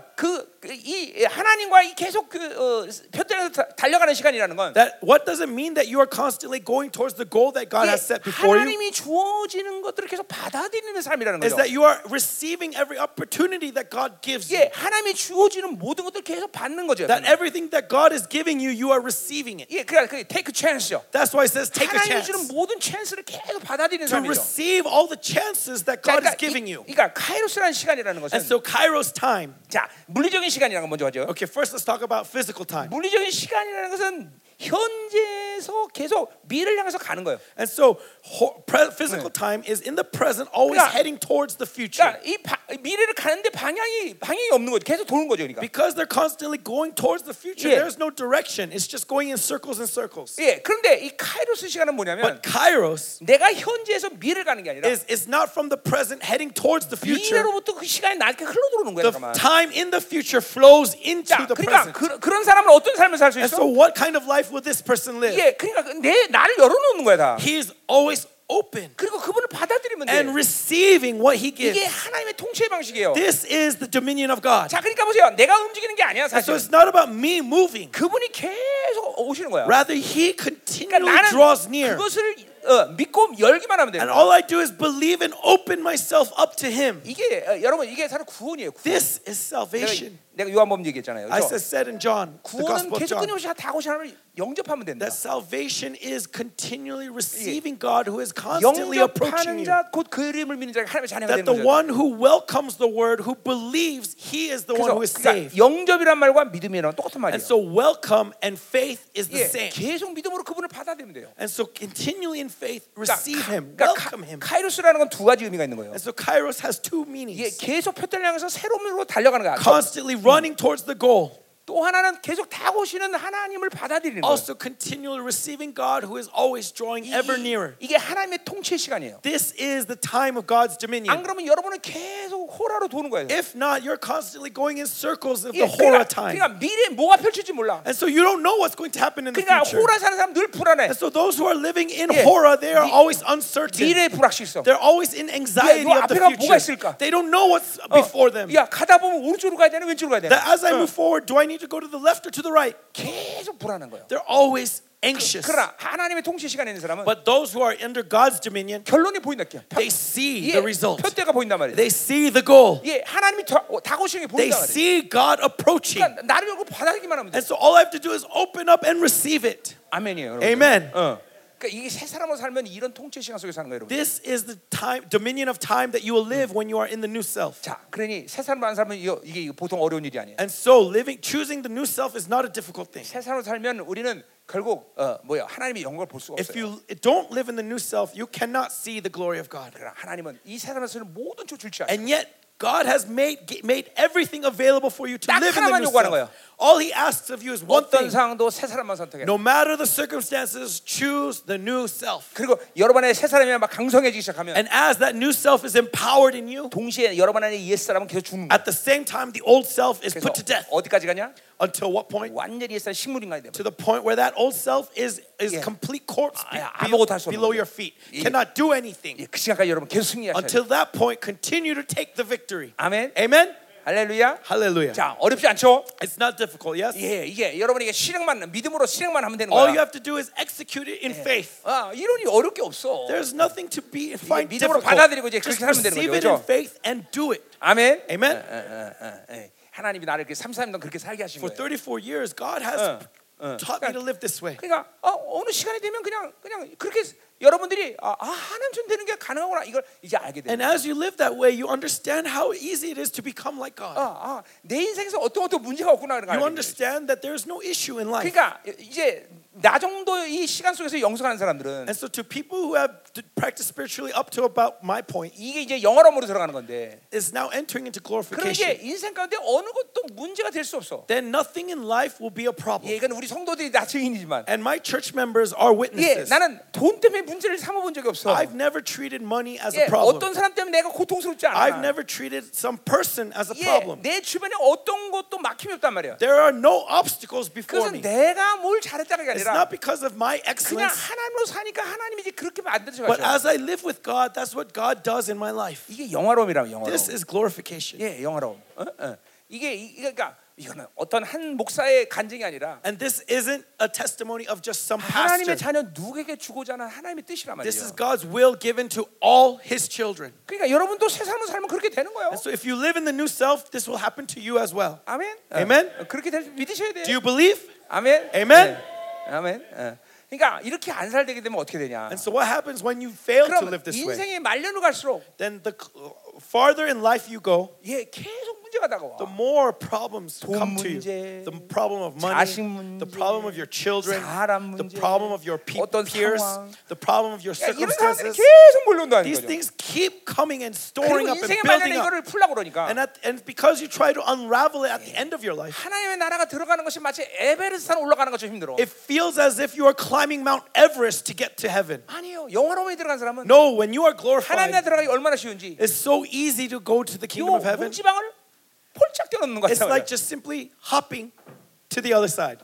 A: 그이 하나님과 이 계속 그 어, 표대에서 다- 달려가는 시간이라는 건
B: That what does it mean that you are constantly going towards the goal that God
A: 이게
B: has set before you?
A: 하나님이 주어지는 것들을 계속 받아들이는 삶이라는
B: Is
A: 거죠.
B: that you are receiving every opportunity that God gives you.
A: 예, 하나님이 주어지는 모든 것들을 계속 받는 거죠.
B: That everything that God is giving you, you are receiving it.
A: 예, 그래, 그 take chance요.
B: That's why it says take a
A: 하나님이
B: chance.
A: 주는 모든 찬스를 계속 받아들이는
B: To
A: 삶이죠.
B: receive all the chances that
A: 자,
B: God
A: 그러니까,
B: is giving
A: 이,
B: you.
A: 그러니까 카이로스라는 시간이라는 것은
B: And so Kairos time.
A: 자 물리적인 시간이라는 건 먼저 하죠.
B: Okay, first let's talk about physical time.
A: 물리적인 시간이라는 것은 현재에서 계속 미래를 향해서 가는 거예요.
B: And so ho- pre- physical time is in the present, always
A: 그러니까-
B: heading towards the future.
A: 그러니까 이 바, 미래를 가는데 방향이 방향이 없는 거죠. 계속 도는 거죠, 그러니까.
B: Because they're constantly going towards the future,
A: Yeah.
B: there's no direction. It's just going in circles and circles.
A: 예, 그런데 이 카이로스 시간은 뭐냐면
B: But Kairos
A: 내가 현재에서 미래를 가는 게 아니라
B: is, is not from the present heading towards the future.
A: 미래로부터 그 시간이 나한테 흘러들어오는 거야,
B: The
A: 잠깐만.
B: time in the future flows into
A: 자,
B: the
A: 그러니까
B: present.
A: 그, 그런 사람은 어떤 삶을 살 수
B: And
A: 있어?
B: so, what kind of life will this person live?
A: 예, 그러니까 그- 내 나를 열어놓는 거야 다.
B: He is always open
A: 그리고 그분을 받아들이면 돼.
B: and receiving what he gives.
A: 이게 하나님의 통치의 방식이에요.
B: This is the dominion of God.
A: 자, 그러니까 보세요. 내가 움직이는 게 아니야
B: And so,
A: 사실.
B: it's not about me moving.
A: 그분이 계속 오시는 거야.
B: Rather, he
A: 그러니까
B: continually
A: 나는
B: draws near.
A: 그것을 어, 믿고 열기만 하면 돼.
B: And all I do is believe and open myself up to him.
A: 이게 어, 여러분 이게 사실 구원이에요. 구원.
B: This is salvation.
A: 내가, 내가 요한복음 얘기했잖아요.
B: I
A: 그죠?
B: said, said in John, the
A: 구원은
B: Gospel of
A: 계속
B: John,
A: 끊임없이 다 오신 하나님을 영접하면 된다.
B: that salvation is continually receiving God who is constantly approaching
A: 영접하는
B: you.
A: 자 곧 그 이름을 믿는 자가 하나님의 자녀가
B: that
A: 되는
B: the
A: 거죠.
B: one who welcomes the word, who believes, he is the one
A: 그래서
B: who is
A: 그러니까
B: saved.
A: 영접이란 말과 믿음이란 똑같은 말이에요.
B: And so, welcome and faith is the
A: 예,
B: same.
A: 계속 믿음으로 그분을 받아들이면 돼요.
B: And so, continually in faith, receive
A: 카-
B: him,
A: 그러니까 카-
B: welcome him.
A: 카이로스라는 건 두 가지 의미가 있는 거예요.
B: And so, Kairos has two
A: 이게
B: meanings
A: 계속 표대를 향해서 새로움으로 달려가는 거야.
B: constantly running towards the goal,
A: 또 하나는 계속 다 오시는 하나님을 받아들이는 거예요.
B: also continually receiving God who is always drawing ever nearer.
A: 이게 하나님의 통치의 시간이에요.
B: This is the time of God's
A: 안
B: dominion.
A: 그러면 여러분은 계속 호라로 도는 거예요.
B: If not, you're constantly going in circles of
A: 예,
B: the Hora
A: 그러니까,
B: time.
A: 그러니까 미래에 뭐가 펼칠지 몰라.
B: And so, you don't know what's going to happen in the
A: 그러니까
B: future.
A: 호라 사는 사람 늘 불안해.
B: And so, those who are living in
A: 예.
B: Hora, they are
A: 미-
B: always uncertain.
A: 미래의 불확실성.
B: They're always in
A: 야,
B: anxiety
A: 요
B: of the
A: 앞에가 뭐가
B: future.
A: 있을까?
B: They don't know what's
A: 어,
B: before them.
A: 야 가다 보면 오른쪽으로 가야 되나 왼쪽으로 가야 되나
B: That as I move forward, do I need to go to the left or to the right?
A: 계속 불안한 거예요.
B: They're always anxious.
A: 그러나 하나님의 통치 시간에 있는 사람은
B: But those who are under God's dominion,
A: 결론이 보인다 이렇게. 펴-
B: they see
A: 예,
B: the result.
A: 표대가 보인단 말이에요.
B: They see the goal.
A: 예, 하나님이 다- 어, 다고시는 게
B: They
A: 보인단 말이에요.
B: see God approaching.
A: 그러니까 나를 열고 받아들기만 하면 돼.
B: And so all I have to do is open up and receive it.
A: 아멘이에요, 여러분.
B: Amen.
A: 어. 그러니까 이게 새 사람으로 살면 이런 통치 시간 속에 사는 거예요, 여러분.
B: This is the time dominion of time that you will live when you are in the new self.
A: 자, 그러니 새 사람으로 안 살면 이거- 이게 보통 어려운 일이 아니에요.
B: And so living choosing the new self is not a difficult thing.
A: 새 사람으로 살면 우리는 결국 어, 뭐야 하나님의 영광을 볼 수가
B: If
A: 없어요.
B: you don't live in the new self, you cannot see the glory of God.
A: 그러나 하나님은 이 사람으로 사는 모든 줄 줄지 아세요.
B: And yet, God has made made everything available for you to
A: 딱
B: live in the
A: 하나만
B: new
A: 요구하는
B: self.
A: 거예요.
B: All he asks of you is one
A: 어떤
B: thing.
A: 상황도 새 사람만 선택해.
B: No matter the circumstances, choose the new self.
A: 그리고 여러분 안에 새 사람이 막 강성해지기 시작하면
B: And as that new self is empowered in you,
A: 동시에 여러분 안에 옛 사람은 계속 죽는 거야.
B: at the same time, the old self is
A: 그래서
B: put to death.
A: 어디까지 가냐?
B: Until what point?
A: 완전히 옛 사람 식물인간이 돼.
B: To the point where that old self is is
A: Yeah.
B: complete corpse be-
A: 아,
B: be-
A: 아무것도 할수 없는
B: below
A: 거죠.
B: your feet.
A: 예.
B: Cannot do anything.
A: 그 시간까지 여러분 계속 승리하셔야 돼.
B: Until that point, continue to take the victory.
A: 아멘.
B: Amen.
A: 할렐루야.
B: Hallelujah.
A: 자, 어렵지 않죠?
B: It's not difficult, yes?
A: 예, 이게 여러분에게 실행만 믿음으로 실행만 하면 되는
B: All you
A: 거야.
B: have to do is execute it in faith.
A: 아, 이론이 어려울 게 없어.
B: There's nothing to be find
A: 믿음으로
B: difficult.
A: 받아들이고 이제
B: Just
A: 그렇게 살면 되는
B: receive it
A: 거죠,
B: in
A: 그죠?
B: faith and do it.
A: 아멘.
B: Amen.
A: 어, 어, 어, 어. 하나님이 나를 그렇게 33년 그렇게 살게 하신
B: For
A: 거예요.
B: 34 years, God has
A: Uh,
B: taught me to live this way.
A: 그러니까 어, 느 시간이 되면 그냥 그냥 그렇게 여러분들이 아, 아, 하나님 존재는 게 가능하구나 이걸 이제 알게 돼요.
B: And as you live that way, you understand how easy it is to become like God.
A: 아, 아, 내 인생에서 어떤 것도 문제가 없구나 그런 걸 알게
B: you
A: 돼요.
B: understand that there's no issue in life.
A: 그러니까 이제 나 정도 이 시간 속에서 영성하는 사람들은
B: And so, to people who have d- practiced spiritually up to about my point,
A: 이게 이제 영화로으로 들어가는 건데
B: is now entering into
A: 그럼 이제
B: glorification.
A: 인생 가운데 어느 것도 문제가 될 수 없어.
B: Then nothing in life will be a problem.
A: 예, 이건 우리 성도들이 다 증인이지만
B: And my church members are
A: 예,
B: witnesses.
A: 나는 돈 때문에 문제를 삼아본 적이 없어.
B: I've never treated money as
A: 예,
B: a problem.
A: 어떤 사람 때문에 내가 고통스럽지 않아.
B: I've never treated some person as a
A: 예,
B: problem.
A: 내 주변에 어떤 것도 막힘이 없단 말이야.
B: There are no obstacles before
A: 그것은
B: me.
A: 내가 뭘 잘했다는 게
B: It's
A: 아니라
B: not because of my
A: 그냥
B: excellence,
A: 하나님으로 사니까 하나님이 이제 그렇게 만드셔
B: but
A: 가지고
B: as I live with God, that's what God does in my life.
A: 이게 영화로움이라면 영화로움.
B: This is glorification.
A: 예, 영화로움. 어? 어. 이게 이- 그러니까 이거는 어떤 한 목사의 간증이 아니라
B: And this isn't a testimony of just some
A: 하나님의
B: pastor.
A: 자녀 누구에게 주고자 하는 하나님의 뜻이란 말이에요.
B: This is God's will given to all his children.
A: 그러니까 여러분도 새 삶을 살면 그렇게 되는 거예요.
B: And so if you live in the new self, this will happen to you as well.
A: 아멘. 어,
B: Amen.
A: 어, 그렇게 될, 믿으셔야 돼요.
B: Do you believe?
A: 아멘.
B: Amen.
A: 네. 아멘. 어. 그러니까 이렇게 안 살게 되면 어떻게 되냐?
B: And so what happens when you fail to
A: 그럼
B: live this way?
A: 인생의 말년으로 갈수록
B: Then the farther in life you go,
A: 예, 계속 문제가 다가와.
B: the more problems
A: 돈
B: come to you.
A: 문제,
B: The problem of money,
A: 자식 문제,
B: the problem of your children,
A: 사람
B: the
A: 문제,
B: problem of your pe-
A: 어떤
B: peers,
A: 상황.
B: the problem of your
A: 야, 이런 사람들이
B: 뭐 circumstances.
A: 계속 몰려온다는
B: These
A: 거죠.
B: things keep coming and storing
A: 그리고
B: up and
A: 인생의
B: building
A: 말년에
B: up.
A: 이거를 풀려고 그러니까
B: And, at, and because you try to unravel it at the end of your life,
A: 하나님의 나라가 들어가는 것이 마치 에베레스트산 올라가는 것처럼 힘들어.
B: it feels as if you are climbing Mount Everest to get to heaven.
A: 아니요, 영화로움에 들어간 사람은
B: No, when you are
A: 하나님 나라
B: glorified,
A: 들어가기 얼마나 쉬운지.
B: it's so easy to go to the
A: 이
B: kingdom of heaven.
A: 문지방을 폴짝 뛰어넘는
B: It's
A: 거야.
B: like just simply hopping to the other side.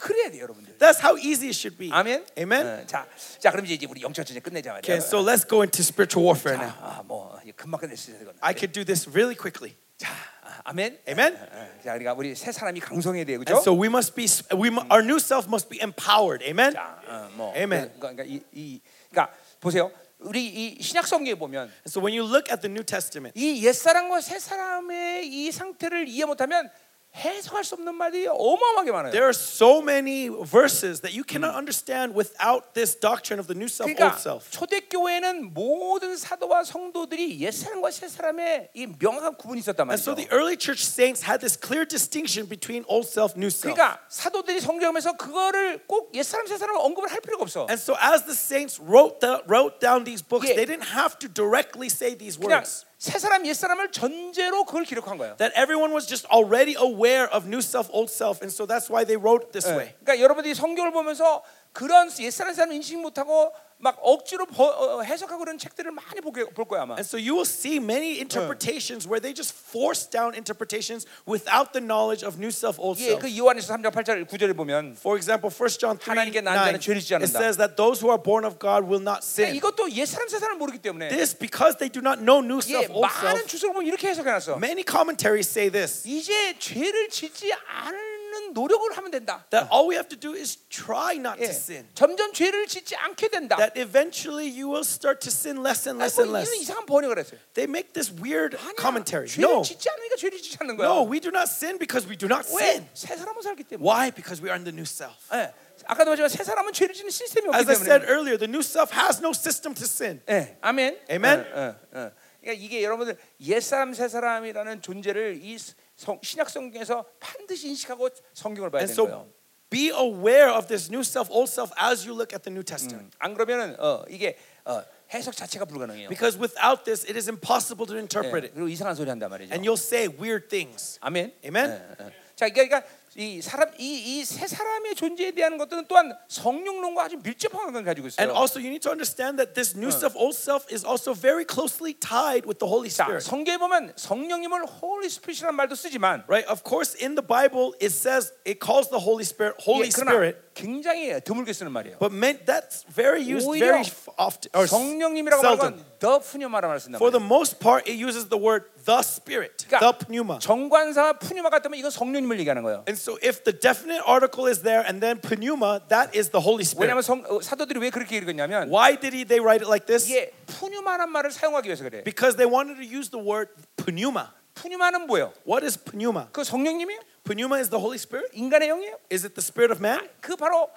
A: 그래야 돼 여러분들.
B: That's how easy it should be.
A: 아멘.
B: Amen.
A: 어, 자, 자 그럼 이제 이제 우리 영적 전쟁 끝내자 말이야.
B: Okay, so let's go into spiritual warfare now.
A: 아, 아, 뭐 이제 금방 끝낼 수 있는 건.
B: I could do this really quickly.
A: 자, 아, 아멘.
B: Amen.
A: 어, 자, 그러니까 우리 세 사람이 강성해야 돼요,
B: And
A: 그죠?
B: so we must be, we, mu- our new self must be empowered. Amen.
A: 자, 어, 뭐,
B: Amen.
A: 그, 그러니까 이, 이, 그러니까 보세요. 우리 이 신약 성경에 보면
B: And so when you look at the New Testament,
A: 이 옛사람과 새사람의 이 상태를 이해 못하면 해석할 수 없는 말이 어마어마하게 많아요.
B: there are so many verses that you cannot understand without this doctrine of the new self,
A: 그러니까
B: old self.
A: 초대교회는 모든 사도와 성도들이 옛사람과 새사람의 이 명확한 구분이 있었단
B: And so
A: 말이죠.
B: the early church saints had this clear distinction between old self, new self.
A: 그러니까 사도들이 성경에서 그거를 꼭 옛사람 새사람 언급을 할 필요가 없어.
B: And so as the saints wrote, the, wrote down these books,
A: Yeah.
B: they didn't have to directly say these
A: 그냥
B: words.
A: 새사람 옛사람을 전제로 그걸 기록한 거예요.
B: That everyone was just already aware of new self, old self. And so that's why they wrote this way.
A: 그러니까 여러분들이 성경을 보면서 그런 옛사람 새사람 인식 못하고 막 억지로 버- 어, 해석하고 그런 책들을 많이 보게, 볼 거야 아마.
B: And so you will see many interpretations where they just force down interpretations without the knowledge of new self, old
A: 예,
B: self.
A: 그 요한에서 3장 8절 9절을 보면
B: For example, 1 John 3
A: 하나님께 난
B: 9,
A: 자는 죄를 짓지
B: it
A: 않는다.
B: says that those who are born of God will not
A: 근데
B: sin.
A: 그러니까 이것도 옛사람 새사람을 모르기 때문에
B: This because they do not know new
A: 예,
B: self, old
A: 많은
B: self.
A: 주석을 보면 이렇게 해석해놨어.
B: Many commentaries say this
A: 이제 죄를 짓지 않는 노력을 하면 된다.
B: that all we have to do is try not
A: 예,
B: to sin.
A: 점점 죄를 짓지 않게 된다. 뭐
B: That eventually you will start to sin less and less
A: 아이고, 이런
B: and less.
A: 이상한 번역을 했어요.
B: They make this weird
A: 아니야,
B: commentary.
A: 죄를
B: No,
A: 짓지 않으니까 죄를 짓지 않는 거야.
B: no, we do not sin because we do not sin.
A: 왜새 사람은 살기 때문에.
B: Why? Because we are in the new self.
A: 예. 아까도 말했지만 새 사람은 죄를 짓는 시스템이 없기
B: As I said
A: 때문에.
B: earlier, the new self has no system to sin.
A: 예. 아멘.
B: Amen.
A: 예, 예, 예. 그러니까 이게 여러분들 옛 사람 새 사람이라는 존재를 이 성, 신약 성경에서 반드시 인식하고 성경을 봐야
B: And
A: 되는
B: so
A: 거예요.
B: be
A: Mm.
B: aware of this new self, old self as you look at the New Testament.
A: 안 그러면은 어, 이게 어, 해석 자체가 불가능해요.
B: Because without this, it is impossible to interpret
A: 예,
B: it.
A: 그리고 이상한 소리 한단 말이죠.
B: And you'll say weird things.
A: 아멘.
B: Amen.
A: 예, 예. 자, 이게 그러니까 이 사람 이이세 사람의 존재에 대한 것들은 또한 성령론과 아주 밀접한 관계를 가지고 있어요.
B: And also, you need to understand that this new self, old self, is also very closely tied with the Holy
A: 자,
B: Spirit.
A: 성경에 보면 성령님을 Holy Spirit이라는 말도 쓰지만
B: Right? Of course, in the Bible, it says it calls the Holy Spirit Holy
A: 예, 그러나
B: Spirit,
A: 굉장히 드물게 쓰는 말이에요.
B: but meant that's very used
A: 오히려
B: very f- often or s-
A: 성령님이라고 하는
B: seldom.
A: 건 the pneuma라고 쓴다
B: For the
A: 말이에요.
B: most part, it uses the word the Spirit, the pneuma.
A: 정관사 pneuma 같으면 이건 성령님을 얘기하는 거예요.
B: And so, if the definite article is there and then pneuma, that is the Holy
A: 왜냐하면
B: Spirit.
A: 성, 어, 사도들이 왜 그렇게 읽었냐면
B: Why did he, they write it like this?
A: 이게 pneuma란 말을 사용하기 위해서 그래.
B: Because they wanted to use the word pneuma.
A: pneuma는 뭐예요?
B: What is pneuma?
A: 그 성령님이에요?
B: Pneuma is the Holy Spirit?
A: 인간의 영이에요?
B: Is it the Spirit of man?
A: 그 바로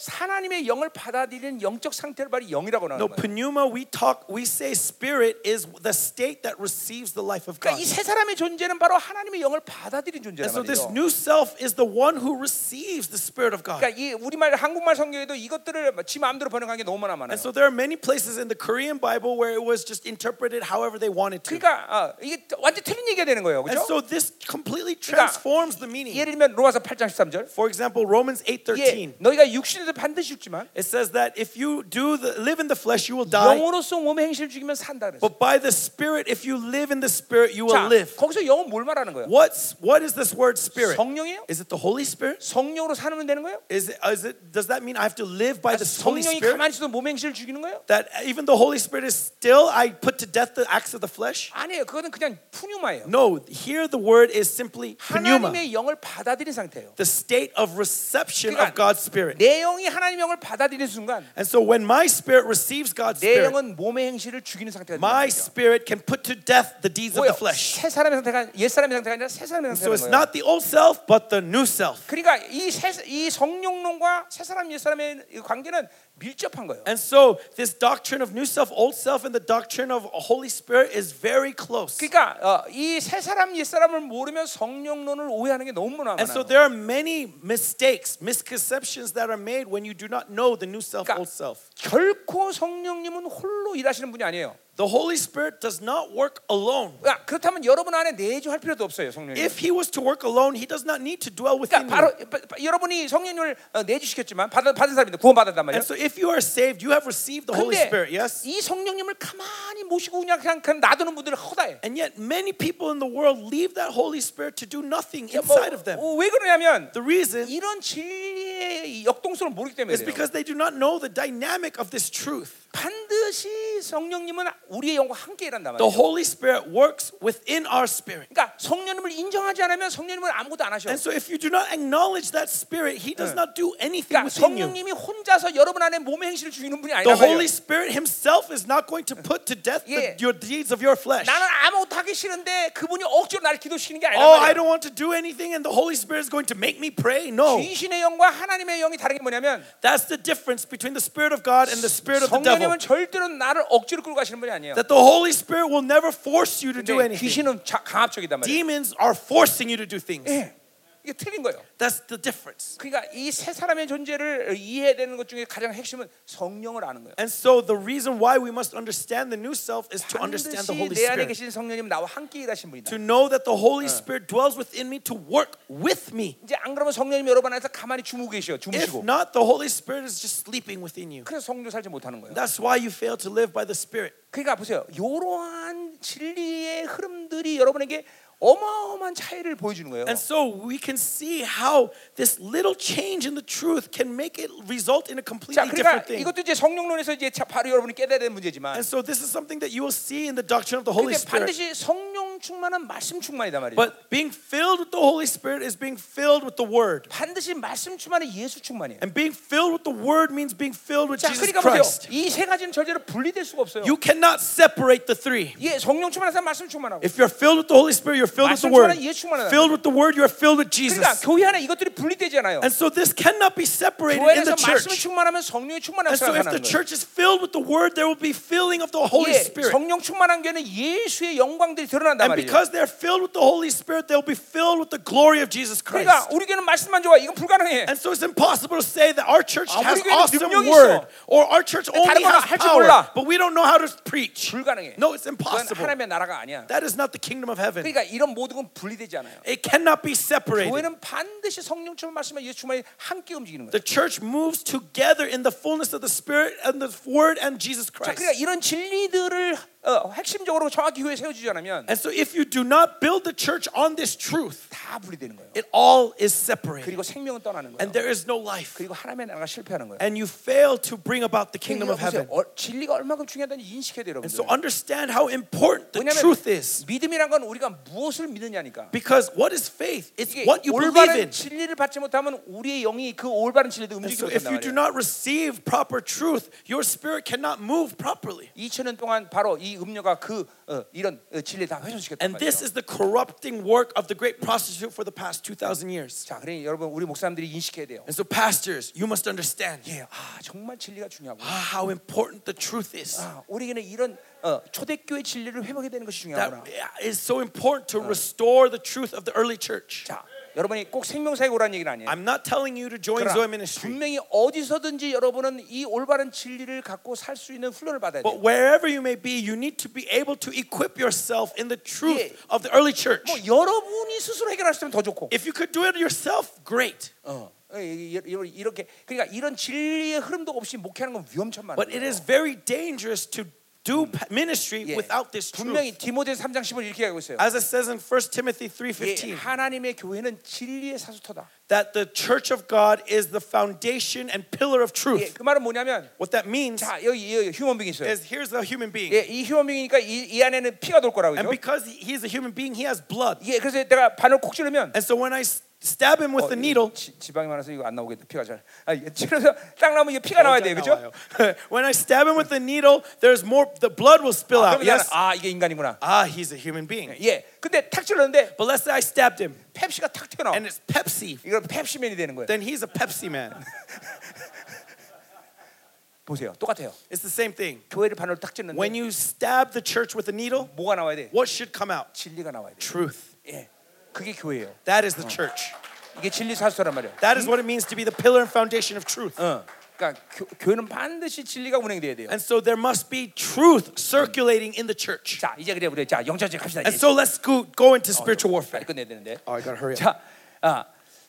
A: 하나님의 영을 받아들이는 영적 상태를 바로 영이라고 하는
B: No,
A: 거예요.
B: pneuma, we talk, we say spirit is the state that receives the life of
A: 그러니까 이
B: God.
A: 세 사람의 존재는 바로 하나님의 영을 받아들인
B: And
A: 존재란
B: so this
A: 말이죠.
B: new self is the one who receives the spirit of God.
A: 그러니까 이 우리말 한국말 성경에도 이것들을 지 마음대로 번역한 게 너무나 많아요.
B: And so there are many places in the Korean Bible where it was just interpreted however they wanted to.
A: 그러니까 어, 이게 완전 틀린 얘기가 되는 거예요.
B: And
A: 그렇죠?
B: so this completely transforms the meaning.
A: 예를 들면 로마서 8장 13절.
B: For example, Romans
A: 예,
B: 8:13.
A: 너희가 육신에서 반드시 죽지만
B: It says that if you do the, live in the flesh you will die,
A: 영으로서 몸의 행실을 죽이면 산다 그랬어.
B: but by the spirit if you live in the spirit you will
A: 자,
B: live.
A: 거기서 영은 뭘 말하는 거예요?
B: What's what is this word spirit?
A: 성령이에요?
B: Is it the Holy Spirit?
A: 성령으로 사면 되는 거예요?
B: Is it, is it does that mean I have to live by the Holy
A: 성령이
B: Spirit?
A: 가만히 있어도 몸의 행실을 죽이는 거예요?
B: That even the Holy Spirit is still I put to death the acts of the flesh?
A: 아니에요. 그거는 그냥 푸뉴마예요.
B: No, here the word is simply pneuma,
A: 하나님의 영을 받아들인 상태예요.
B: the state of reception
A: 그러니까
B: of God's spirit.
A: 내 영이 하나님의 영을 받아들이는 순간
B: And so when my spirit receives God's
A: 내
B: spirit,
A: 영은 몸의 행실을 죽이는 상태가 되는
B: my
A: 거죠.
B: spirit can put to death the deeds of
A: 뭐예요?
B: the flesh.
A: 새 사람의 상태가 옛 사람의 상태가 아니라 새 사람의 상태가
B: So it's
A: 되는 거예요.
B: not the old self but the new self.
A: 그러니까 이, 새, 이 성령론과 새 사람 옛 사람의 이 관계는 밀접한 거예요.
B: And so this doctrine of new self, old self and the doctrine of Holy Spirit is very close.
A: 그러니까 어, 이새 사람 옛 사람을 모르면 성령론을 오해하는 게 너무나 많아요.
B: And so there are many mistakes, misconceptions that are made when you do not know the new self,
A: 그러니까
B: old self.
A: 결코 성령님은 홀로 일하시는 분이 아니에요.
B: The Holy Spirit does not work alone.
A: 그러니까 그렇다면 여러분 안에 내주할 필요도 없어요, 성령님.
B: If he was to work alone, he does not need to dwell
A: 그러니까
B: within you.
A: 바로 바- 바- 여러분이 성령님을 어, 내주시켰지만 받은 받은 사람인데 구원받았단 말이에요.
B: And so if you are saved, you have received the Holy
A: 근데
B: Spirit, yes?
A: 이 성령님을 가만히 모시고 그냥 그냥, 그냥 놔두는 분들은 허다해.
B: And yet many people in the world leave that Holy Spirit to do nothing
A: 뭐,
B: inside of them.
A: 어, 왜 그러냐면
B: The reason
A: 이런 진리의 이 역동성을 모르기 때문에
B: is
A: 그래요.
B: because they do not know the dynamic of this truth.
A: 반드시 성령님은 우리의 영과 함께 일한단 말이에요.
B: The Holy Spirit works within our spirit.
A: 그러니까 성령님을 인정하지 않으면 성령님은 아무것도 안 하셔.
B: And so if you do not acknowledge that spirit, he does not do anything
A: 그러니까
B: within you.
A: 성령님이 혼자서 여러분 안에 몸의 행실을 죽이는 분이
B: The
A: 아니란 말이에요.
B: Holy Spirit himself is not going to put to death the,
A: Yeah.
B: your deeds of your flesh.
A: 나는 아무것도 하기 싫은데 그분이 억지로 나를 기도시키는 게 아니란
B: Oh, I
A: 말이에요.
B: don't want to do anything, and the Holy Spirit is going to make me pray. No,
A: 귀신의 영과 하나님의 영이 다른 게 뭐냐면
B: that's the difference between the Spirit of God and the Spirit of the devil.
A: 성령님은 절대로 나를 억지로 끌고 가시는 분이 아니에요.
B: That the Holy Spirit will never force you to do
A: 근데
B: anything.
A: 귀신은 자- 강압적이단 말이에요.
B: Demons are forcing you to do things.
A: 예. 이게 틀린 거예요.
B: That's the difference.
A: 그러니까 이 세 사람의 존재를 이해해야 되는 것 중에 가장 핵심은 성령을 아는 거예요.
B: And so the reason why we must understand the new self is to understand
A: 반드시
B: the Holy
A: 내 안에
B: Spirit.
A: 계신 성령님 나와 함께 일하신 분이다.
B: To know that the Holy Spirit dwells within me to work with me.
A: 이제 안 그러면 성령님 여러분 안에서 가만히 주무고 계셔.
B: If
A: 주무시고.
B: not, the Holy Spirit is just sleeping within you.
A: 그래서 성도 살지 못하는 거예요.
B: That's why you fail to live by the Spirit.
A: 그러니까 보세요. 이러한 진리의 흐름들이 여러분에게 어마어마한 차이를 보여주는 거예요.
B: And so we can see how this little change in the truth can make it result in a
A: 자,
B: completely
A: 그러니까
B: different thing.
A: 이것도 이제 성령론에서 이제 자- 바로 여러분이 깨달아야 되는 문제지만
B: And so this is something that you will see in the doctrine of the Holy
A: 근데
B: Spirit.
A: 반드시 성령 충만은 말씀 충만이단 말이에요.
B: But being filled with the Holy Spirit is being filled with the Word.
A: 반드시 말씀 충만은 예수 충만이에요.
B: And being filled with the Word means being filled with
A: 자,
B: Jesus
A: 그러니까 보세요.
B: Christ.
A: 이 세 가지는 절대로 분리될 수가 없어요.
B: You cannot separate the three.
A: 예, 성령 충만한 사람 말씀 충만하고.
B: If you're filled with the Holy Spirit, you're filled with the
A: 말씀
B: Word.
A: 충만한 예수 충만하다.
B: Filled with the Word, you're filled with
A: 그러니까
B: Jesus.
A: 교회 안에 이것들이 분리되잖아요.
B: And so this cannot be separated in
A: 교회에서
B: the
A: 말씀
B: church.
A: 충만하면 성령이 충만한
B: And so if
A: 사람하는
B: the
A: 거예요.
B: church is filled with the Word, there will be filling of the Holy
A: 예,
B: Spirit.
A: 성령 충만한 교회는 예수의 영광들이 드러난단 말이죠.
B: And because they're filled with the Holy Spirit, they'll be filled with the glory of Jesus
A: 그러니까
B: Christ.
A: 우리에게는 말씀만 좋아. 이건 불가능해.
B: And so it's impossible to say that our church
A: 아무리
B: has
A: 교회는
B: awesome
A: 능력이
B: word
A: 있어.
B: or our church only
A: 다른 거는
B: has
A: 할줄
B: power,
A: 몰라.
B: but we don't know how to preach.
A: 불가능해.
B: No, it's
A: 그건
B: impossible.
A: 하나님의 나라가 아니야.
B: That is not the kingdom of heaven.
A: 그러니까 이런 모든 건 분리되지 않아요.
B: It cannot be separated.
A: 교회는 반드시 성령처럼 말씀에 예수 주만이 함께 움직이는 거예요.
B: The church moves together in the fullness of the Spirit and the Word and Jesus
A: 자,
B: Christ.
A: 그러니까 이런 진리들을 어, 핵심적으로 정확히 교회 세워주지 않으면
B: And so, if you do not build the church on this truth,
A: 다 분리되는 거예요.
B: it all is separated,
A: 그리고 생명은 떠나는 거예요.
B: and there is no life,
A: 그리고 하나님의 나라가 실패하는 거예요.
B: and you fail to bring about the kingdom
A: 그러니까
B: of
A: 보세요.
B: heaven.
A: 어, 진리가 얼마큼 중요하다는 인식해야 돼요,
B: And so,
A: 여러분들.
B: understand how important the
A: 왜냐면
B: truth is,
A: 믿음이란 건 우리가 무엇을 믿느냐니까.
B: because what is faith? It's
A: 이게
B: what you believe
A: 올바른
B: in.
A: 진리를 받지 못하면 우리의 영이 그 올바른 진리도
B: And
A: 움직이지
B: so, if
A: 못한단
B: you
A: 말이에요.
B: do not receive proper truth, your spirit cannot move properly.
A: 2000년 동안 바로 이 음료가 그 어, 이런 어, 진리 다 회손시켰단
B: And
A: 말이에요.
B: this is the corrupting work of the great prostitute for the past 2,000 years.
A: 자, 그러니 여러분 우리 목사님들이 인식해야 돼요.
B: And so, pastors, you must understand.
A: 예, 아 정말 진리가 중요하고.
B: Ah, how important the truth is.
A: 아, 우리에게는 이런 어, 초대교회 진리를 회복해야 되는 것이 중요하구나.
B: That is so important to restore the truth of the early church.
A: 자, 여러분이 꼭 생명사에 오라는 얘기는 아니에요.
B: I'm not telling you to join Zoe
A: 그러나
B: Ministry,
A: 분명히 어디서든지 여러분은 이 올바른 진리를 갖고 살 수 있는 훈련을 받아야 돼요.
B: but wherever you may be, you need to be able to equip yourself in the truth
A: Yeah.
B: of the early church.
A: 뭐 여러분이 스스로 해결할 수 있으면 더 좋고.
B: If you could do it yourself, great.
A: 어, 이- 이- 이- 이렇게 그러니까 이런 진리의 흐름도 없이 목회하는 건 위험천만.
B: But it is very dangerous to do pa- ministry
A: 예,
B: without this truth.
A: 분명히 디모데 3장 10을 이렇게 하고 있어요.
B: As it says in 1
A: 예,
B: Timothy 3:15,
A: 하나님의 교회는 진리의 사수터다.
B: that the church of God is the foundation and pillar
A: 예,
B: of truth.
A: 그 말은 뭐냐면
B: What that means
A: 자 여기, 여기 휴먼빙이 있어요.
B: is here's a human being.
A: 예, 이 휴먼빙이니까 이, 이 안에는 피가 돌 거라고
B: And
A: 그죠?
B: because he- he's a human being, he has blood.
A: 예, 그래서 내가 바늘 콕 찌르면
B: And so when I s- stab
A: Oh,
B: him with the needle,
A: 지, 지방이 많아서 이거 안 나오겠다. 피가 잘. 아, 이게 찌르서 딱 나오면 이게
B: 어,
A: 피가
B: Oh,
A: 나와야 돼, 그죠?
B: when I stab him with the needle, there's more. The blood will spill
A: 아,
B: out.
A: 그럼 나는
B: Yes.
A: 아 이게 인간이구나.
B: Ah, he's a human being.
A: 예, 근데 탁 찔렀는데
B: But let's say I stabbed him,
A: 펩시가 탁 튀어나와.
B: and 네. it's Pepsi.
A: 이걸 펩시맨이 되는 거예요.
B: Then he's a Pepsi man.
A: 보세요, 똑같아요.
B: It's the same thing.
A: 교회를 바늘로 탁 찌는데
B: When you stab the church with a needle,
A: 뭐가 나와야 돼?
B: what should come out?
A: 진리가 나와야 돼.
B: Truth.
A: 예, 그게 교회예요.
B: That is the church.
A: 이게 진리 사수란 말이에요.
B: That is what it means to be the pillar and foundation of truth.
A: 어, 그러니까 교, 교회는 반드시 진리가 운행돼야 돼요.
B: And so there must be truth circulating in the church.
A: 자, 이제 그래 우리 자 영적인 갑시다.
B: And
A: 이제.
B: so let's go, go into spiritual
A: 빨리
B: warfare.
A: 끝내야 되는데.
B: Oh, I gotta hurry up.
A: 자, 아,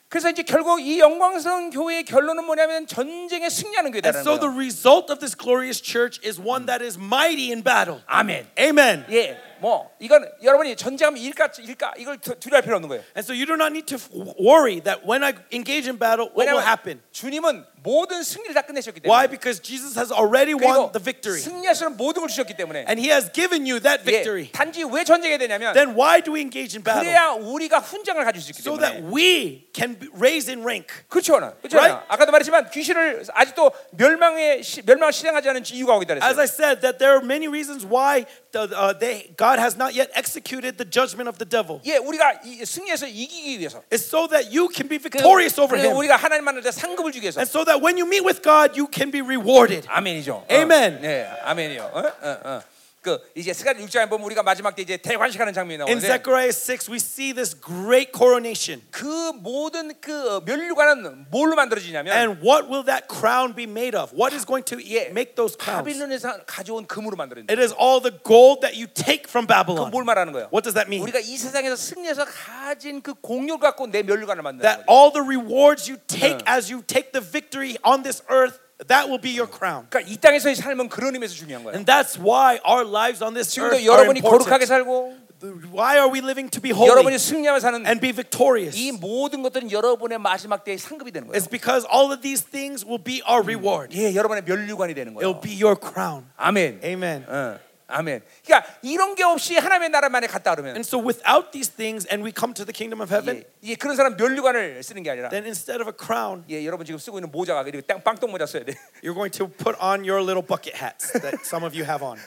A: 그래서 이제 결국 이 영광스러운 교회의 결론은 뭐냐면 전쟁에 승리하는
B: And
A: 교회다라는
B: so the
A: 거예요.
B: result of this glorious church is one that is mighty in battle.
A: 아멘.
B: Amen.
A: 예, 뭐 이건 여러분이 전쟁하면 일까 일까 이걸 두- 두려워할 필요 없는 거예요.
B: And so you do not need to f- worry that when I engage in battle, what will
A: 왜냐면
B: happen?
A: 주님은 모든 승리를 다 끝내셨기
B: Why?
A: 때문에.
B: Because Jesus has already
A: 그리고
B: won the victory.
A: 승리하시는 모든 걸 주셨기 때문에.
B: And he has given you that
A: 예,
B: victory.
A: 단지 왜 전쟁해야 되냐면
B: Then why do we engage in battle?
A: 그래야 우리가 훈장을 가질 수 있기
B: So
A: 때문에.
B: that we can be- raise in rank.
A: 그렇죠, 나. 그렇죠.
B: Right?
A: 나. 아까도 말했지만 귀신을 아직도 멸망의 시, 멸망을 실행하지 않은 이유가 거기 달했어요.
B: As I said, that there are many reasons why the, uh, they, God has not yet executed the judgment of the devil.
A: 예, 우리가 이, 승리해서 이기기 위해서.
B: It's so that you can be
A: 그-
B: victorious over
A: 그리고
B: him.
A: 우리가 하나님한테 상급을 주기 위해서.
B: And so that when you meet with God, you can be rewarded.
A: 아멘이죠.
B: Amen.
A: 어, 네, 아멘이요. 어? 어, 어. 그 이제 스가랴 6장에 보면 우리가 마지막 때 이제 대관식하는 장면이
B: In
A: 나오는데
B: Zechariah 6, we see this great coronation.
A: 그 모든 그 면류관은 뭘로 만들어지냐면
B: And what will that crown be made of? What is going to
A: Yeah.
B: make those crowns?
A: 바빌론에서 가져온 금으로 만들어진다.
B: It is all the gold that you take from Babylon.
A: 뭘 말하는 거예요?
B: What does that mean?
A: 우리가 이 세상에서 승리해서 가진 그 공률 갖고 내 면류관을 만드는
B: That
A: 거죠.
B: all the rewards you take
A: Yeah.
B: as you take the victory on this earth, that will be your crown.
A: 그러니까 이 땅에서의 삶은 그런 의미에서 중요한 거예요.
B: And that's why our lives on this earth
A: 지금도
B: are
A: 여러분이 거룩하게
B: important.
A: 살고
B: Why are we living to be holy
A: 여러분이 승리하며 사는
B: and be victorious?
A: 이 모든 것들은 여러분의 마지막 때의 상급이 되는 거예요.
B: It's because all of these things will be our reward.
A: 예, 여러분의 면류관이 되는 거예요.
B: It'll be your crown.
A: 아멘.
B: Amen.
A: 어, 아멘. 그러니까 이런 게 없이 하나님의 나라만에 갔다 그러면
B: And so without these things and we come to the kingdom of heaven,
A: 예, 예, 그런 사람 면류관을 쓰는 게 아니라
B: then instead of a crown,
A: 예, 여러분 지금 쓰고 있는 모자가 그리고 땅 빵똥 모자 써야 돼.
B: you're going to put on your little bucket hats that some of you have on.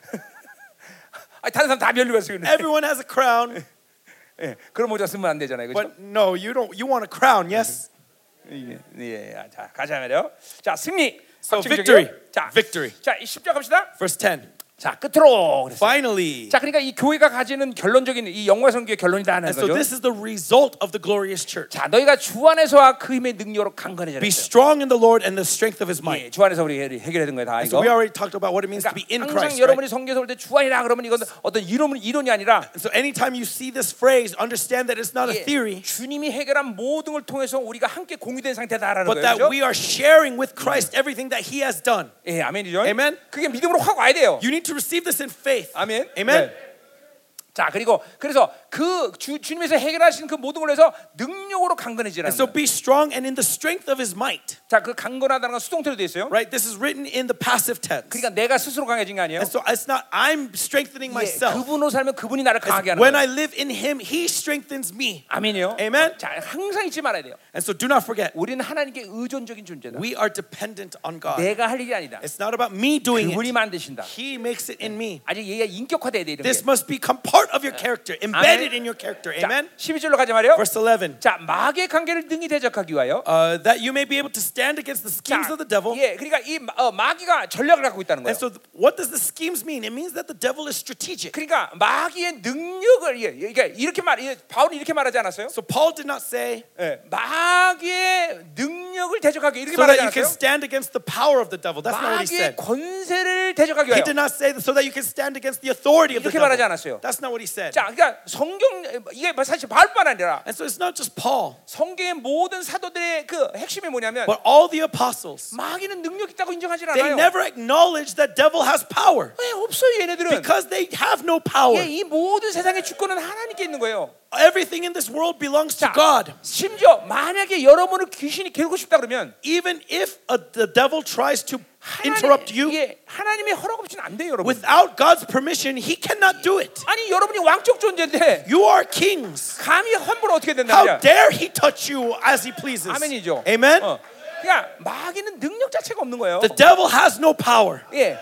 A: 아, 다른 사람 다 면류관 쓰고 있는데.
B: Everyone has a crown,
A: 예, 그런 모자 쓰면 안 되잖아요. 그렇죠?
B: but no, you don't you want a crown, yes?
A: 예, 예, 자 가자 말이요. 자 승리.
B: So
A: 확정적이요.
B: victory.
A: 자
B: Victory.
A: 자, 이 십자 갑시다.
B: Verse 10.
A: 자, 끝으로 그랬어요.
B: Finally.
A: 자, 그러니까 이 교회가 가지는 결론적인 이 영과 성교의 결론이다 하는
B: And so
A: 거죠.
B: this is the result of the glorious church.
A: 자, 너희가 주 안에서와 그 힘의 능력으로 강건해져라.
B: Be strong in the Lord and the strength of his
A: 예,
B: might.
A: 주 안에서 우리 해결해 둔 거야 다
B: So
A: 이거.
B: we already talked about what it means to be
A: 그러니까
B: in
A: 항상
B: Christ. right?
A: 여러분이 성경에서 볼 때 주 안이라 그러면 이건 어떤 이론 이론이 아니라
B: So anytime you see this phrase, understand that it's not a
A: 예,
B: theory,
A: 주님이 해결한 모든 걸 통해서 우리가 함께 공유된 상태다라는 거죠.
B: but that we are sharing with Christ everything that he has done.
A: 예, 아멘이죠.
B: 아멘.
A: 그게 믿음으로 확 와야 돼요.
B: You need to receive this in faith.
A: 아멘.
B: Amen.
A: 네. 자, 그리고 그래서 그 주, 주님에서 해결하신 그 모든 걸 해서 능력으로 강건해지라는
B: And so
A: 거예요.
B: be strong and in the strength of his might.
A: 자, 그 강건하다는 건 수동태로 돼 있어요.
B: Right? This is written in the passive tense.
A: 그러니까 내가 스스로 강해진 게 아니에요.
B: And so it's not I'm
A: 예,
B: strengthening myself.
A: 그분으로 살면 그분이 나를
B: It's
A: 강하게 하는
B: when
A: 거예요.
B: I live in him, he strengthens me.
A: 아멘이요.
B: Amen.
A: 자, 항상 잊지 말아야 돼요.
B: And so do not forget,
A: 우리는 하나님께 의존적인 존재다.
B: we are dependent on God.
A: 내가 할 일이 아니다.
B: It's not about me doing it.
A: 그분이 만드신다.
B: He makes it in me.
A: 아직 얘가 인격화돼야 돼 이런 게.
B: This must become part of your character, embedded in your character.
A: 자,
B: Amen.
A: 12절로 가자 말이요.
B: Verse 11.
A: 자, 마귀의 관계를 능히 대적하기 위하여
B: Uh, that you may be able to stand against the
A: 자,
B: schemes of the devil.
A: 예, 그러니까 이 마- 어, 마귀가 전략을 갖고 있다는 거예요.
B: And so, th- what does the schemes mean? It means that the devil is strategic.
A: 그러니까 마귀의 능력을 예, 예, 그러니까 이렇게 말 예, 바울이 이렇게 말하지 않았어요?
B: So, Paul did not say
A: 예, 마귀의 능력을 대적하기 이렇게
B: so
A: 말하지
B: that you can
A: 않았어요?
B: stand against the power of the devil. That's not what
A: 마귀의
B: he said.
A: 권세를 대적하기
B: He
A: 위하여.
B: did not say so that you can stand against the authority of the
A: 이렇게 말하지
B: devil.
A: 않았어요.
B: That's not what he said.
A: 자, 그러니까 성경 이게 뭐 사실 바울뿐 아니라
B: And so, it's not just Paul,
A: 성경의 모든 사도들의 그 핵심이 뭐냐면
B: but all the apostles.
A: 마귀는 능력 있다고 인정하지
B: They
A: 않아요.
B: never acknowledge that devil has power
A: 왜 없어요 얘네들은?
B: because they have no power.
A: 예, 이 모든 세상의 주권은 하나님께 있는 거예요.
B: Everything in this world belongs to
A: 자,
B: God.
A: 심지어 만약에 여러분을 귀신이 괴롭고 싶다 그러면
B: Even if a, the devil tries to interrupt
A: 하나님,
B: you,
A: 예, 하나님의 허락 없이는 안 돼요, 여러분.
B: without God's permission, he cannot do it.
A: 아니 여러분이 왕적 존재인데
B: You are kings.
A: 감히 환불을 어떻게
B: How
A: 된다냐?
B: dare he touch you as he pleases?
A: 아멘이죠.
B: Amen.
A: 어. 그러니까 마귀는 능력 자체가 없는 거예요.
B: The devil has no power.
A: 예,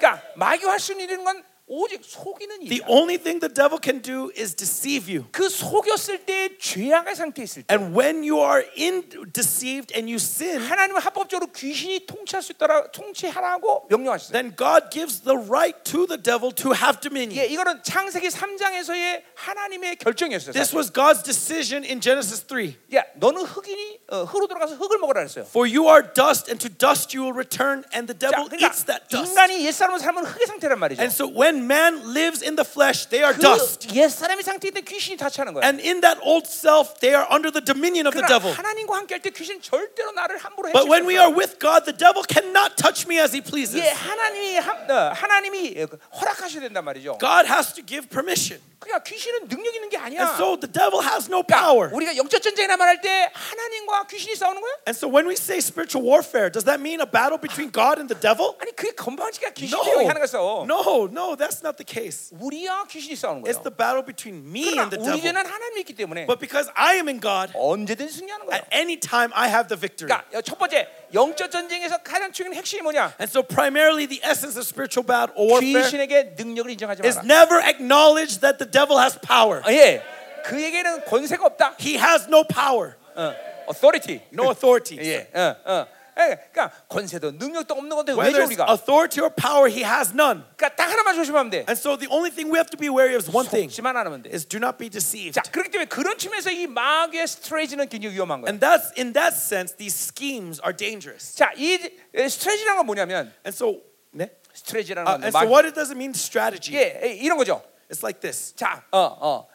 A: 그러니까 마귀가 할 수 있는 건 오직 속이는
B: The
A: 일이야.
B: only thing the devil can do is deceive you.
A: 그 속였을 때 죄악의 상태 에 있을 때
B: And when you are in deceived and you sin,
A: 하나님은 합법적으로 귀신이 통치할 수 있더라 통치하라고 명령하셨어요.
B: then God gives the right to the devil to have
A: 예,
B: dominion.
A: 이거는 창세기 3장에서의 하나님의 결정이었어요.
B: This was God's decision in Genesis 3.
A: 야, 너는 흑인이 어, 흑으로 들어가서 흙을 먹으라 그랬어요.
B: For you are dust, and to dust you will return, and the
A: 자,
B: devil eats
A: 그러니까
B: that dust.
A: 인간이 옛사람으로 살면 흙의 상태란 말이죠.
B: And so when man lives in the flesh, they are dust.
A: 그 옛사람의 상태인데 귀신이 다치는 거야.
B: And in that old self, they are under the dominion of the
A: 그러나
B: devil.
A: 하나님과 함께 할 때 귀신 절대로 나를 함부로 해치
B: But when we are with God, the devil cannot touch me as he pleases.
A: 예, 하나님이 함, 어, 하나님이 허락하셔야 된단 말이죠.
B: God has to give permission.
A: 그러니까 귀신은 능력 있는 게 아니야.
B: And so the devil has no
A: 그러니까
B: power.
A: 우리가 영적 전쟁이라 말할 때 하나님과 귀신이 싸우는 거야?
B: And so when we say spiritual warfare, does that mean a battle between God and the devil?
A: 아니 그게 건방지가 귀신이 하는
B: No.
A: 거죠.
B: No, no, that's not the case.
A: 우리와 귀신이 싸우는
B: It's
A: 거예요.
B: the battle between me
A: 그러나
B: and the
A: 우리
B: devil.
A: 죄는 하나님이 있기 때문에
B: But because I am in God,
A: 언제든 승리하는 거예요.
B: at any time I have the victory.
A: 그러니까 첫 번째 영적 전쟁에서 가장 중요한 핵심이 뭐냐?
B: And so primarily the essence of spiritual battle or warfare
A: 귀신에게 능력을 인정하지
B: is
A: 마라.
B: never acknowledge that the devil has power.
A: 아, 예, 그에게는 권세가 없다.
B: He has no power,
A: 어, authority.
B: no authority.
A: 예, 어, 어. 예, 그러니까 권세도 능력도 없는 건데 왜죠
B: Whether it's
A: 우리가?
B: authority or power, he has none.
A: 그러니까 딱 하나만 조심하면 돼.
B: And so the only thing we have to be wary of is one thing
A: 속지만 않으면 돼.
B: is do not be deceived.
A: 자, 그렇기 때문에 그런 측면에서 이 마귀의 스트레지는 굉장히 위험한 거예요.
B: And that's in that sense, these schemes are dangerous.
A: 자, 이 스트레지라는 건 뭐냐면
B: And so 네?
A: 스트레지라는
B: Uh,
A: 건
B: and so
A: 마귀.
B: what it doesn't mean strategy.
A: 예, 예, 이런 거죠.
B: It's like this.
A: 자, 어, 어.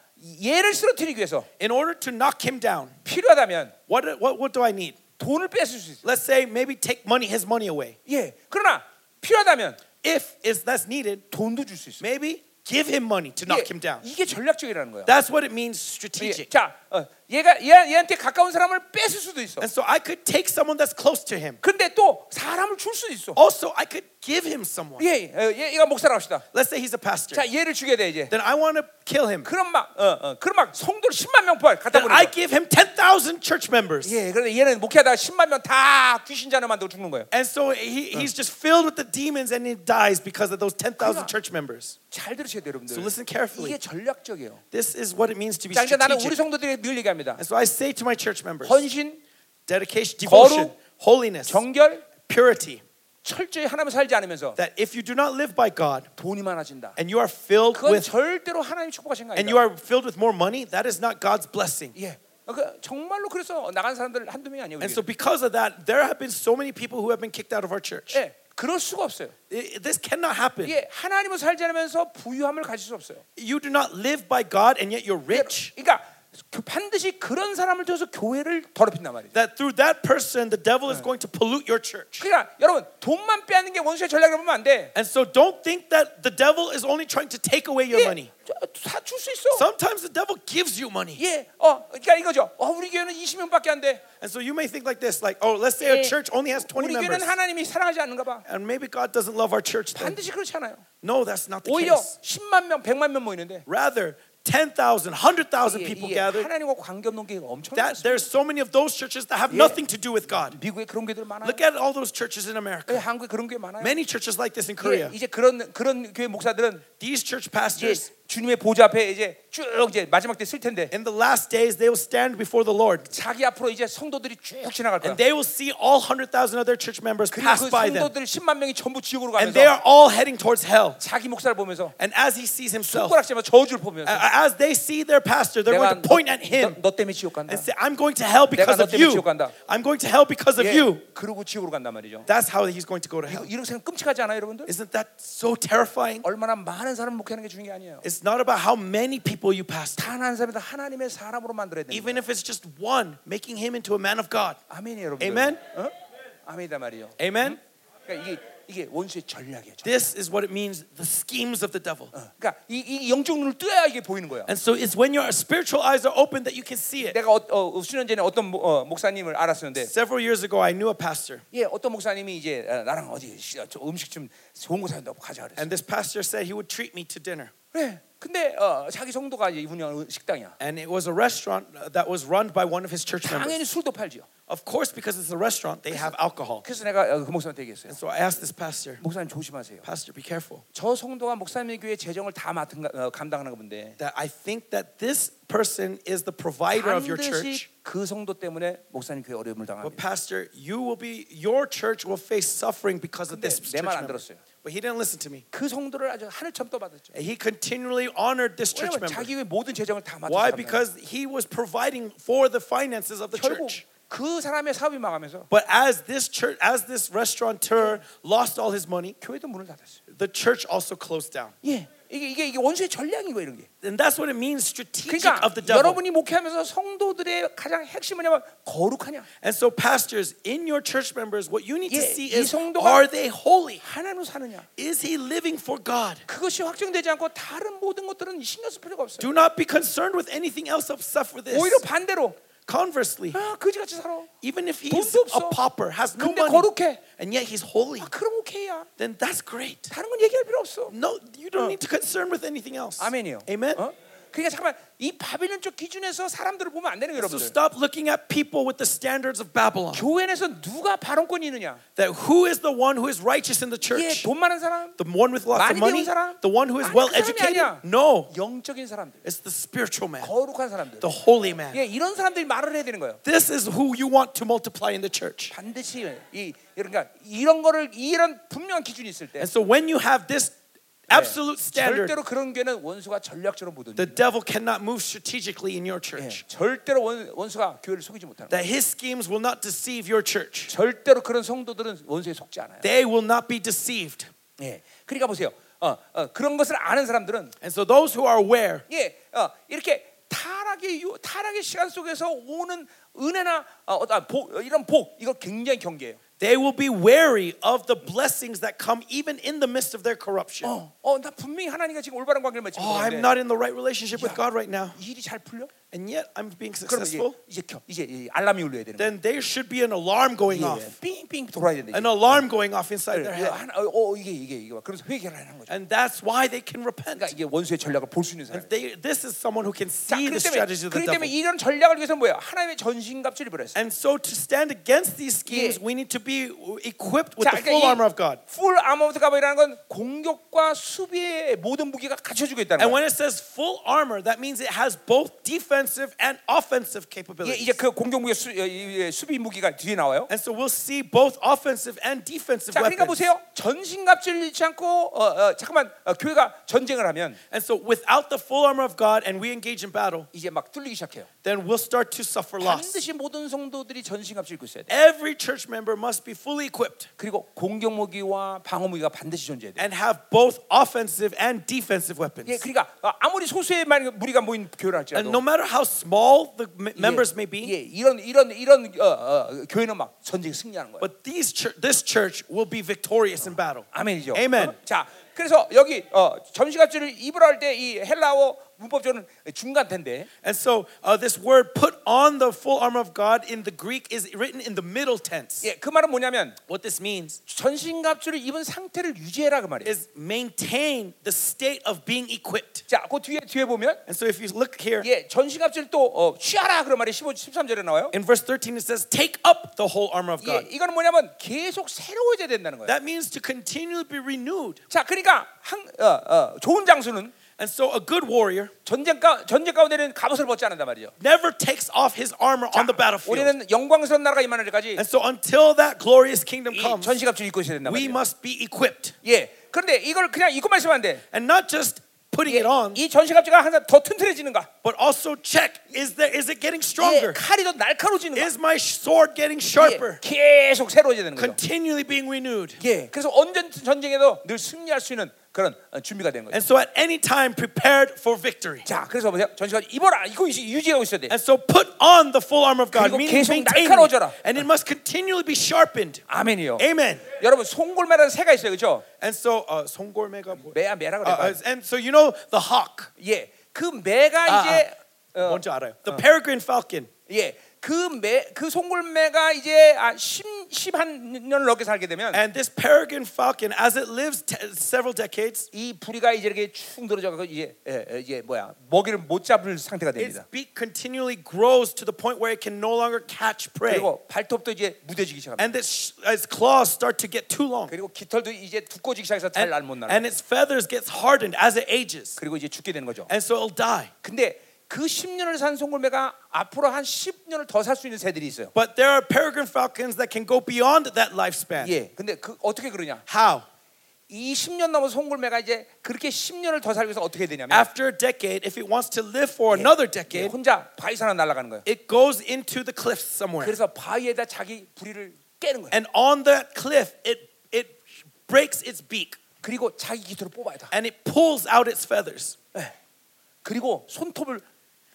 A: 얘를 쓰러뜨리기 위해서
B: In order to knock him down,
A: 필요하다면
B: what what what do I need?
A: 돈을 뺏을 수 있어.
B: Let's say maybe take money, his money away.
A: 예. 그러나 필요하다면
B: If is that's needed,
A: 돈도 줄 수 있어.
B: maybe give him money to knock him down.
A: 이게 전략적이라는 거야.
B: That's what it means
A: 예,
B: strategic.
A: 자, 어, 얘가 얘, 얘한테 가까운 사람을 뺏을 수도 있어.
B: And so I could take someone that's close to him.
A: 근데 또 사람을 줄 수도 있어.
B: Also, I could give him someone.
A: 예, 어, 얘, 얘가 목사라 합시다.
B: Let's say he's a pastor.
A: 자, 얘를 죽여야 돼 이제.
B: Then I want to kill him.
A: 그럼 막, 어, 어, 그럼 막 성도를 10만 명 포함 갖다
B: Then
A: 보내.
B: I give him 10,000 church members.
A: 예, 그런데 얘는 목회하다가 10만 명 다 귀신 자녀 만들고 죽는 거예요.
B: And so he, he's just filled with the demons and he dies because of those 10,000
A: 그러나-
B: church members.
A: 잘 들으셔야 돼요, 여러분들.
B: So listen
A: 이게
B: carefully.
A: 전략적이에요.
B: This is what it means to be
A: 자, 그러니까 나는 우리
B: strategic.
A: 성도들에게 늘 얘기합니다.
B: And so I say to my church members
A: 헌신,
B: dedication, devotion, holiness,
A: 정결,
B: purity,
A: 철저히 하나님을 살지 않으면서
B: that if you do not live by God
A: 돈이 많아진다.
B: and you are filled
A: 그건
B: with
A: 절대로 하나님 축복하신 거
B: and you
A: 아니다.
B: are filled with more money, that is not God's blessing.
A: 예. 그 정말로 그래서 나간 사람들 한두 명이 아니에요.
B: And
A: 우리.
B: so because of that, there have been so many people who have been kicked out of our church.
A: 예. 그럴 수가 없어요.
B: I- this cannot happen.
A: 예. 하나님을 살지 않으면서 부유함을 가질 수 없어요.
B: You do not live by God and yet you're rich.
A: 그러니까 그 반드시 그런 사람을 통해서 교회를 더럽힌단 말이에요.
B: That through that person, the devil is going to pollute your church.
A: 그러니까 여러분 돈만 빼앗는 게 원수의 전략이라고 보면 안 돼.
B: And so don't think that the devil is only trying to take away your money.
A: 예. 다줄수 있어.
B: Sometimes the devil gives you money.
A: 예, 어, 그러니까 이거죠. 어, 우리 교회는 20명밖에 안 돼.
B: And so you may think like this, like, oh, let's say a
A: Yeah.
B: church only has 20
A: 우리 교회는
B: members.
A: 하나님이 사랑하지 않는가 봐.
B: And maybe God doesn't love our church then.
A: 반드시 그렇지 않아요.
B: No, that's not the
A: 오히려
B: case.
A: 10만 명, 100만 명 모이는데
B: Rather, 10,000, 100,000
A: 예,
B: people
A: 예,
B: gathered.
A: 하나님과 관계 없는 게 엄청나요.
B: That there's so many of those churches that have nothing to do with God.
A: 미국에 그런 교회들 많아요.
B: Look at all those churches in
A: 예,
B: America.
A: 한국에 그런 교회 많아요.
B: Many churches like this in
A: 예,
B: Korea.
A: 이제 그런 그런 교회 목사들은
B: These church
A: 이제
B: pastors
A: 주님의 보좌 앞에 이제 쭉 이제 마지막 때 쓸 텐데
B: in the last days they will stand before the Lord
A: 자기 앞으로 이제 성도들이 쭉 지나갈 거야.
B: and they will see all 100,000 of their church members
A: 그리고
B: pass
A: 그
B: by them.
A: 성도들 10만 명이 전부 지옥으로
B: And they
A: 가면서
B: are all heading towards hell.
A: 자기 목사를 보면서
B: And as he sees himself,
A: 손가락질하며 저주를 보면서
B: a- as they see their pastor, Oh. Uh, they're going to point
A: 너,
B: at him
A: 너 때문에 지옥 간다.
B: and say, I'm going to hell because
A: 너
B: of
A: 때문에
B: you.
A: 지옥 간다.
B: I'm going to hell because of
A: 예,
B: you.
A: 그러고 지옥으로 간단 말이죠.
B: That's how he's going to go to hell.
A: 이런 생각 끔찍하지 않아요, 여러분들?
B: Isn't that so terrifying?
A: 얼마나 많은 사람 목회하는 게 중요한 게 아니에요.
B: It's not about how many people you pastor.
A: 단 한 사람이다 하나님의 사람으로 만들어야 돼.
B: even if it's just one, making him into a man of God.
A: 아멘이 여러분들.
B: Amen.
A: 어? 아멘이다 말이요.
B: Amen?
A: 그러니까 이게 이게 원수의 전략이에요. 전략.
B: This is what it means the schemes of the devil.
A: 그러니까 이, 이 영적 눈을 뜨야 이게 보이는 거야.
B: And so it's when your spiritual eyes are open that you can see it.
A: 내가 어, 어, 수년 전에 어떤 모- 어, 목사님을 알았었는데,
B: Several years ago, I knew a pastor,
A: 예, 어떤 목사님이 이제 어, 나랑 어디 시- 어, 저 음식 좀 좋은 거 사준다고 가자 그랬어.
B: and this pastor said he would treat me to dinner.
A: 그래. 근데 어, 자기 성도가 이제 운영하는 식당이야.
B: And it was a restaurant that was run by one of his church members.
A: 당연히 술도 팔지요.
B: Of course, because it's a restaurant, they have alcohol.
A: 그래서 내가 어, 그 목사한테 얘기했어요.
B: And so I asked this pastor,
A: 목사님 조심하세요.
B: Pastor, be careful.
A: 저 성도가 목사님의 교회 재정을 다 맡은 어, 감당하는 건데
B: That I think that this person is the provider of your church.
A: 반드시 그 성도 때문에 목사님 교회 어려움을 당합니다.
B: But pastor, you will be your church will face suffering because of
A: 근데
B: this
A: 네, 내
B: church
A: 말안
B: member.
A: 들었어요.
B: But he didn't listen to me.
A: 그 성도를 아주 하늘처럼 떠받았죠.
B: And he continually honored this church
A: 왜냐면
B: member.
A: 자기 교회 모든 재정을 다 맡은
B: Why?
A: 사람.
B: Because he was providing for the finances of the
A: 결국
B: church.
A: 그 사람의 사업이 망하면서
B: But as this church, as this restaurateur lost all his money,
A: 교회도 문을 닫았어요.
B: the church also closed down.
A: 예, 이게 이게, 이게 원수의 전략인 거예요, 이런 게.
B: And that's what it means strategic
A: 그러니까
B: of the devil.
A: 여러분이 목회하면서 성도들의 가장 핵심은 뭐냐면 거룩하냐.
B: And so, pastors, in your church members, what you need to
A: 예,
B: see
A: 이
B: is
A: 성도가-
B: are they holy?
A: 하나님으로 사느냐.
B: Is he living for God?
A: 그것이 확정되지 않고 다른 모든 것들은 신경 쓸 필요가 없어요.
B: Do not be concerned with anything else except for this.
A: 오히려 반대로
B: Conversely,
A: 아, 그지같이 살아.
B: even if he's
A: 돈도
B: a
A: 없어.
B: pauper, has no
A: 근데
B: money,
A: 거룩해.
B: and yet he's holy,
A: 아, 그럼 오케이야.
B: then that's great.
A: 다른 건 얘기할 필요 없어.
B: No, you don't need to concern with anything else.
A: 아멘이요.
B: Amen.
A: 어? 그러니까 잠깐만 이 바빌론적 기준에서 사람들을 보면 안 되는 거예요,
B: So
A: 여러분들.
B: stop looking at people with the standards of Babylon.
A: 교회 내에서 누가 발언권이 있느냐?
B: That who is the one who is righteous in the
A: 예,
B: church?
A: 돈 많은 사람,
B: The one with lots of
A: 많이 배운
B: money?
A: 사람?
B: The one who
A: 아니,
B: is well
A: 그 사람이
B: educated?
A: 아니야.
B: No,
A: 영적인 사람들,
B: it's the spiritual man,
A: 거룩한 사람들.
B: the holy man.
A: 예, 이런 사람들이 말을 해야 되는 거예요.
B: This is who you want to multiply in the church.
A: 반드시 이 그러니까 이런 거를 이런 분명한 기준이 있을 때 예.
B: And so when you have this absolute standard,
A: 절대로 그런 교회는 원수가 전략적으로 못
B: the
A: 옵니다.
B: devil cannot move strategically in your
A: 예,
B: church.
A: 절대로 원, 원수가 교회를 속이지 못하는. 거예요.
B: That his schemes will not deceive your church.
A: 절대로 그런 성도들은 원수에 속지 않아요.
B: They will not be deceived.
A: 예, 그러니까 보세요. 어, 어, 그런 것을 아는 사람들은
B: And so those who are aware
A: 예, 어, 이렇게 타락의 유, 타락의 시간 속에서 오는 은혜나 어, 어떤 복, 어, 이런 복 이거 굉장히 경계해요.
B: They will be wary of the blessings that come even in the midst of their corruption. Oh,
A: 어, 어, 나 분명히 하나님과 지금 올바른 관계를 맺고
B: 어, I'm
A: 있는데
B: not in the right relationship with God right now,
A: 일이 잘 풀려?
B: and yet I'm being
A: 그럼 이제
B: successful.
A: 이제 켜, 이제 이 알람이 울려야 되는 거예요.
B: Then there should be an alarm going
A: 예,
B: off,
A: 빙빙 돌아야 되는
B: an
A: 거예요.
B: alarm going off inside their head.
A: 하나, 어, 어, 이게 이게 이게 막 그래서 회개를 하는 거죠.
B: And that's why they can repent.
A: 그러니까 이게 원수의 전략을 볼 수 있는 사람.
B: They, this is someone who can
A: 자,
B: see
A: 그렇기
B: the
A: 때문에,
B: strategies of the
A: 그렇기 때문에
B: devil.
A: 이런 전략을 위해서 뭐예요? 하나님의 전신갑주를 입으랬어요.
B: And so to stand against these schemes,
A: Yeah.
B: we need to be equipped with
A: 자,
B: the
A: 그러니까
B: full armor of God.
A: 풀 아머 오브 가버이라는 건 공격과 수비의 모든 무기가 갖춰지고 있다는 거예요.
B: And when it says full armor, that means it has both defensive and
A: 예,
B: offensive capabilities.
A: 이제 그 공격 무기 수, 예, 예, 수비 무기가 뒤에 나와요.
B: And so we'll see both offensive and defensive
A: 자, 그러니까
B: weapons.
A: 보세요. 전신갑질을 잃지 않고 어, 어, 잠깐만 어, 교회가 전쟁을 하면
B: And so without the full armor of God and we engage in battle,
A: 이제 막 뚫리기 시작해요.
B: then we'll start to suffer loss.
A: 반드시 모든 성도들이 전신갑질 입고 있어야 돼.
B: Every church member must be fully equipped
A: 그리고 공격 무기와 방어 무기가 반드시 존재해야 돼.
B: and have both offensive and defensive weapons.
A: 예, 그러니까 아, 아무리 소수의 만- 무리가 모인 교회를
B: And
A: 할지라도
B: no matter how small the m-
A: 예,
B: members may be,
A: 예, 이런 이런 이런 어, 어, 교회는 막 전쟁 승리하는 거예요.
B: but these chur- this church will be victorious in battle.
A: 아멘이죠.
B: Amen.
A: 어? 자, 그래서 여기 어, 전시갑주를 입으라 할 때 이 헬라어 문법적으로는 중간태인데
B: And so uh, this word "put on the full armor of God" in the Greek is written in the middle tense.
A: 예, 그 말은 뭐냐면
B: What this means
A: 전신갑주를 입은 상태를 유지해라 그 말이에요.
B: is maintain the state of being equipped.
A: 자, 그 뒤에 뒤에 보면
B: And so if you look here
A: 예, 전신갑주를 또 어, 취하라 그런 말이 15 13절에 나와요.
B: in verse 13, it says, "Take up the whole armor of
A: 예,
B: God."
A: 이거는 뭐냐면 계속 새로워져야 된다는 거예요.
B: That means to continually be renewed.
A: 자, 그러니까 한, 어, 어, 좋은 장수는
B: And so a good warrior
A: 전쟁 가 전쟁 가운데는 갑옷을 벗지 않는단 말이죠.
B: never takes off his armor on the battlefield.
A: 우리는 영광스러운 나라가 임하는 데까지
B: And so until that glorious kingdom
A: 이
B: comes,
A: 전시갑주 입고 있어야 된단
B: we
A: 말이에요.
B: must be equipped.
A: 예. 그런데 이걸 그냥 입고만 있으면 안 돼.
B: And not just putting it on,
A: 이 전시갑주가 항상 더 튼튼해지는가?
B: but also check is there is it getting
A: 예,
B: stronger?
A: 칼이 더 날카로워지는가?
B: Is my sword getting
A: 예,
B: sharper?
A: 계속 새로워져야 되는 거죠.
B: Continually being renewed.
A: 예, 그래서 언제 전쟁에도 늘 승리할 수 있는 그런 어, 준비가 되는 거죠.
B: And so at any time prepared for victory.
A: 자, 그래서 보세요. 전시갑주 입어라. 이거 유지- 유지하고 있어야 돼.
B: And so put on the full armor of God,
A: 그리고
B: meaning
A: 계속
B: maintain,
A: 날카로워져라.
B: and it must continually be sharpened.
A: 아멘이요.
B: Amen.
A: 여러분 송골매라는 새가 있어요, 그렇죠?
B: And so uh, 송골매가 뭐-
A: 매야 매라
B: uh,
A: 그래요.
B: uh, and so you know the hawk.
A: 예, 그 매가
B: 아,
A: 이제 어,
B: 뭔지 알아요. The peregrine falcon.
A: 예, 그 매 그 송골매가 이제 아, 10 10한 년을 넘게 살게 되면
B: And this peregrine falcon, as it lives te- several decades,
A: 이 부리가 이제 이렇게 축 늘어져서 이제 예, 예, 이제 뭐야 먹이를 못 잡을 상태가
B: its
A: 됩니다.
B: beak continually grows to the point where it can no longer catch prey.
A: 그리고 발톱도 이제 무뎌지기 시작합니다.
B: And its, sh- its claws start to get too long.
A: 그리고 깃털도 이제 두꺼워지기 시작해서 잘
B: And,
A: 날 못 날아.
B: and its feathers gets hardened as it ages.
A: 그리고 이제 죽게 되는 거죠.
B: And so it'll die.
A: 근데 그 10년을 산 송골매가 앞으로 한 10년을 더 살 수 있는 새들이 있어요.
B: But there are peregrine falcons that can go beyond that lifespan.
A: 예. 근데 그 어떻게 그러냐?
B: How?
A: 이 10년 넘은 송골매가 이제 그렇게 10년을 더 살기 위해서 어떻게 해야 되냐면
B: After a decade, if it wants to live for another
A: 예,
B: decade,
A: 혼자 바위산으로 날아가는 거예요.
B: it goes into the cliffs somewhere.
A: 그래서 바위에다 자기 부리를 깨는 거예요.
B: And on that cliff, it it breaks its beak
A: 그리고 자기 깃털을 뽑아야 돼.
B: and it pulls out its feathers
A: 그리고 손톱을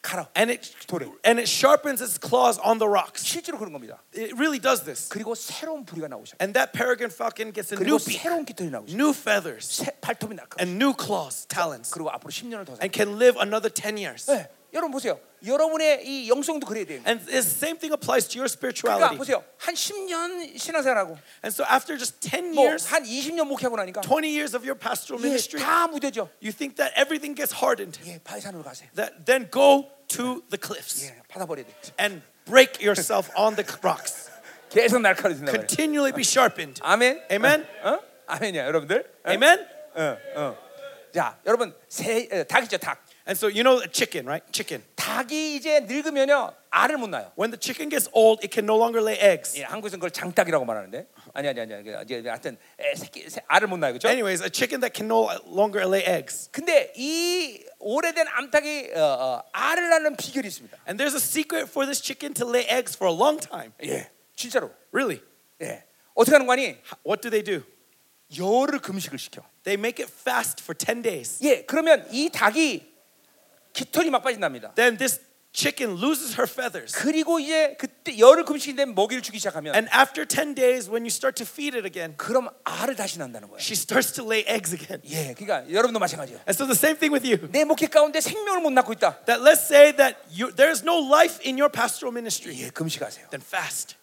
A: 갈아.
B: and it
A: 돌에.
B: and it sharpens its claws on the rocks.
A: 실제로 그런 겁니다.
B: It really does this.
A: 그리고 새로운 부리가 나오기 시작.
B: And that peregrine falcon gets a
A: 그리고
B: new beak,
A: 새로운 깃털이 나오기 시작.
B: new feathers,
A: 새, 발톱이 날까.
B: and new claws, talons,
A: 그리고 앞으로 10년을 더 살.
B: and can live another 10 years.
A: 네, 여러분 보세요. 여러분의 이 영성도 그래야 돼요.
B: And the same thing applies to your
A: 그러니까
B: spirituality.
A: 보세요. 한 10년 신앙생활하고
B: And so after just 10
A: 뭐
B: years,
A: 한 20년 목회하고 나니까
B: 20 years of your pastoral
A: 예,
B: ministry,
A: 다 무뎌져.
B: you think that everything gets hardened.
A: 예, 바위산으로 가세요.
B: That then go to the cliffs
A: 예, 받아버려야 돼.
B: and break yourself on the rocks.
A: 계속 날카로워진다 말이에요.
B: Continually be sharpened.
A: 아멘.
B: Amen.
A: 어? 어? 아멘이야, 여러분들. 어?
B: Amen.
A: 어, 어. 자, 여러분 새 어, 닭이죠, 닭.
B: And so you know a chicken, right? Chicken.
A: 닭이 이제 늙으면요 알을 못 낳아요.
B: When the chicken gets old, it can no longer lay eggs.
A: 예, 한국에서는 그걸 장닭이라고 말하는데 아니 아니 아니 아니 이제 하여튼 에, 새끼 새, 알을 못 낳아요, 그렇죠?
B: Anyways, a chicken that can no longer lay eggs.
A: 근데 이 오래된 암탉이 어, 어, 알을 낳는 비결이 있습니다.
B: And there's a secret for this chicken to lay eggs for a long time.
A: 예, 진짜로.
B: Really?
A: 예. 어떻게 하는 거 아니?
B: H- What do they do?
A: 열을 금식을 시켜.
B: They make it fast for 10 days.
A: 예, 그러면 이 닭이 깃털이 막 빠진답니다.
B: Then this chicken loses her feathers.
A: 그리고 이제 그때 열을 금식인데 먹이를 주기 시작하면
B: And after 10 days, when you start to feed it again,
A: 그럼 알을 다시 난다는 거예요.
B: she starts to lay eggs again.
A: 예, 그러니까 여러분도 마찬가지예요.
B: And so the same thing with you.
A: 내 목회 가운데 생명을 못 낳고 있다.
B: That let's say that you, there's no life in your pastoral ministry.
A: 예, 금식하세요.
B: Then fast.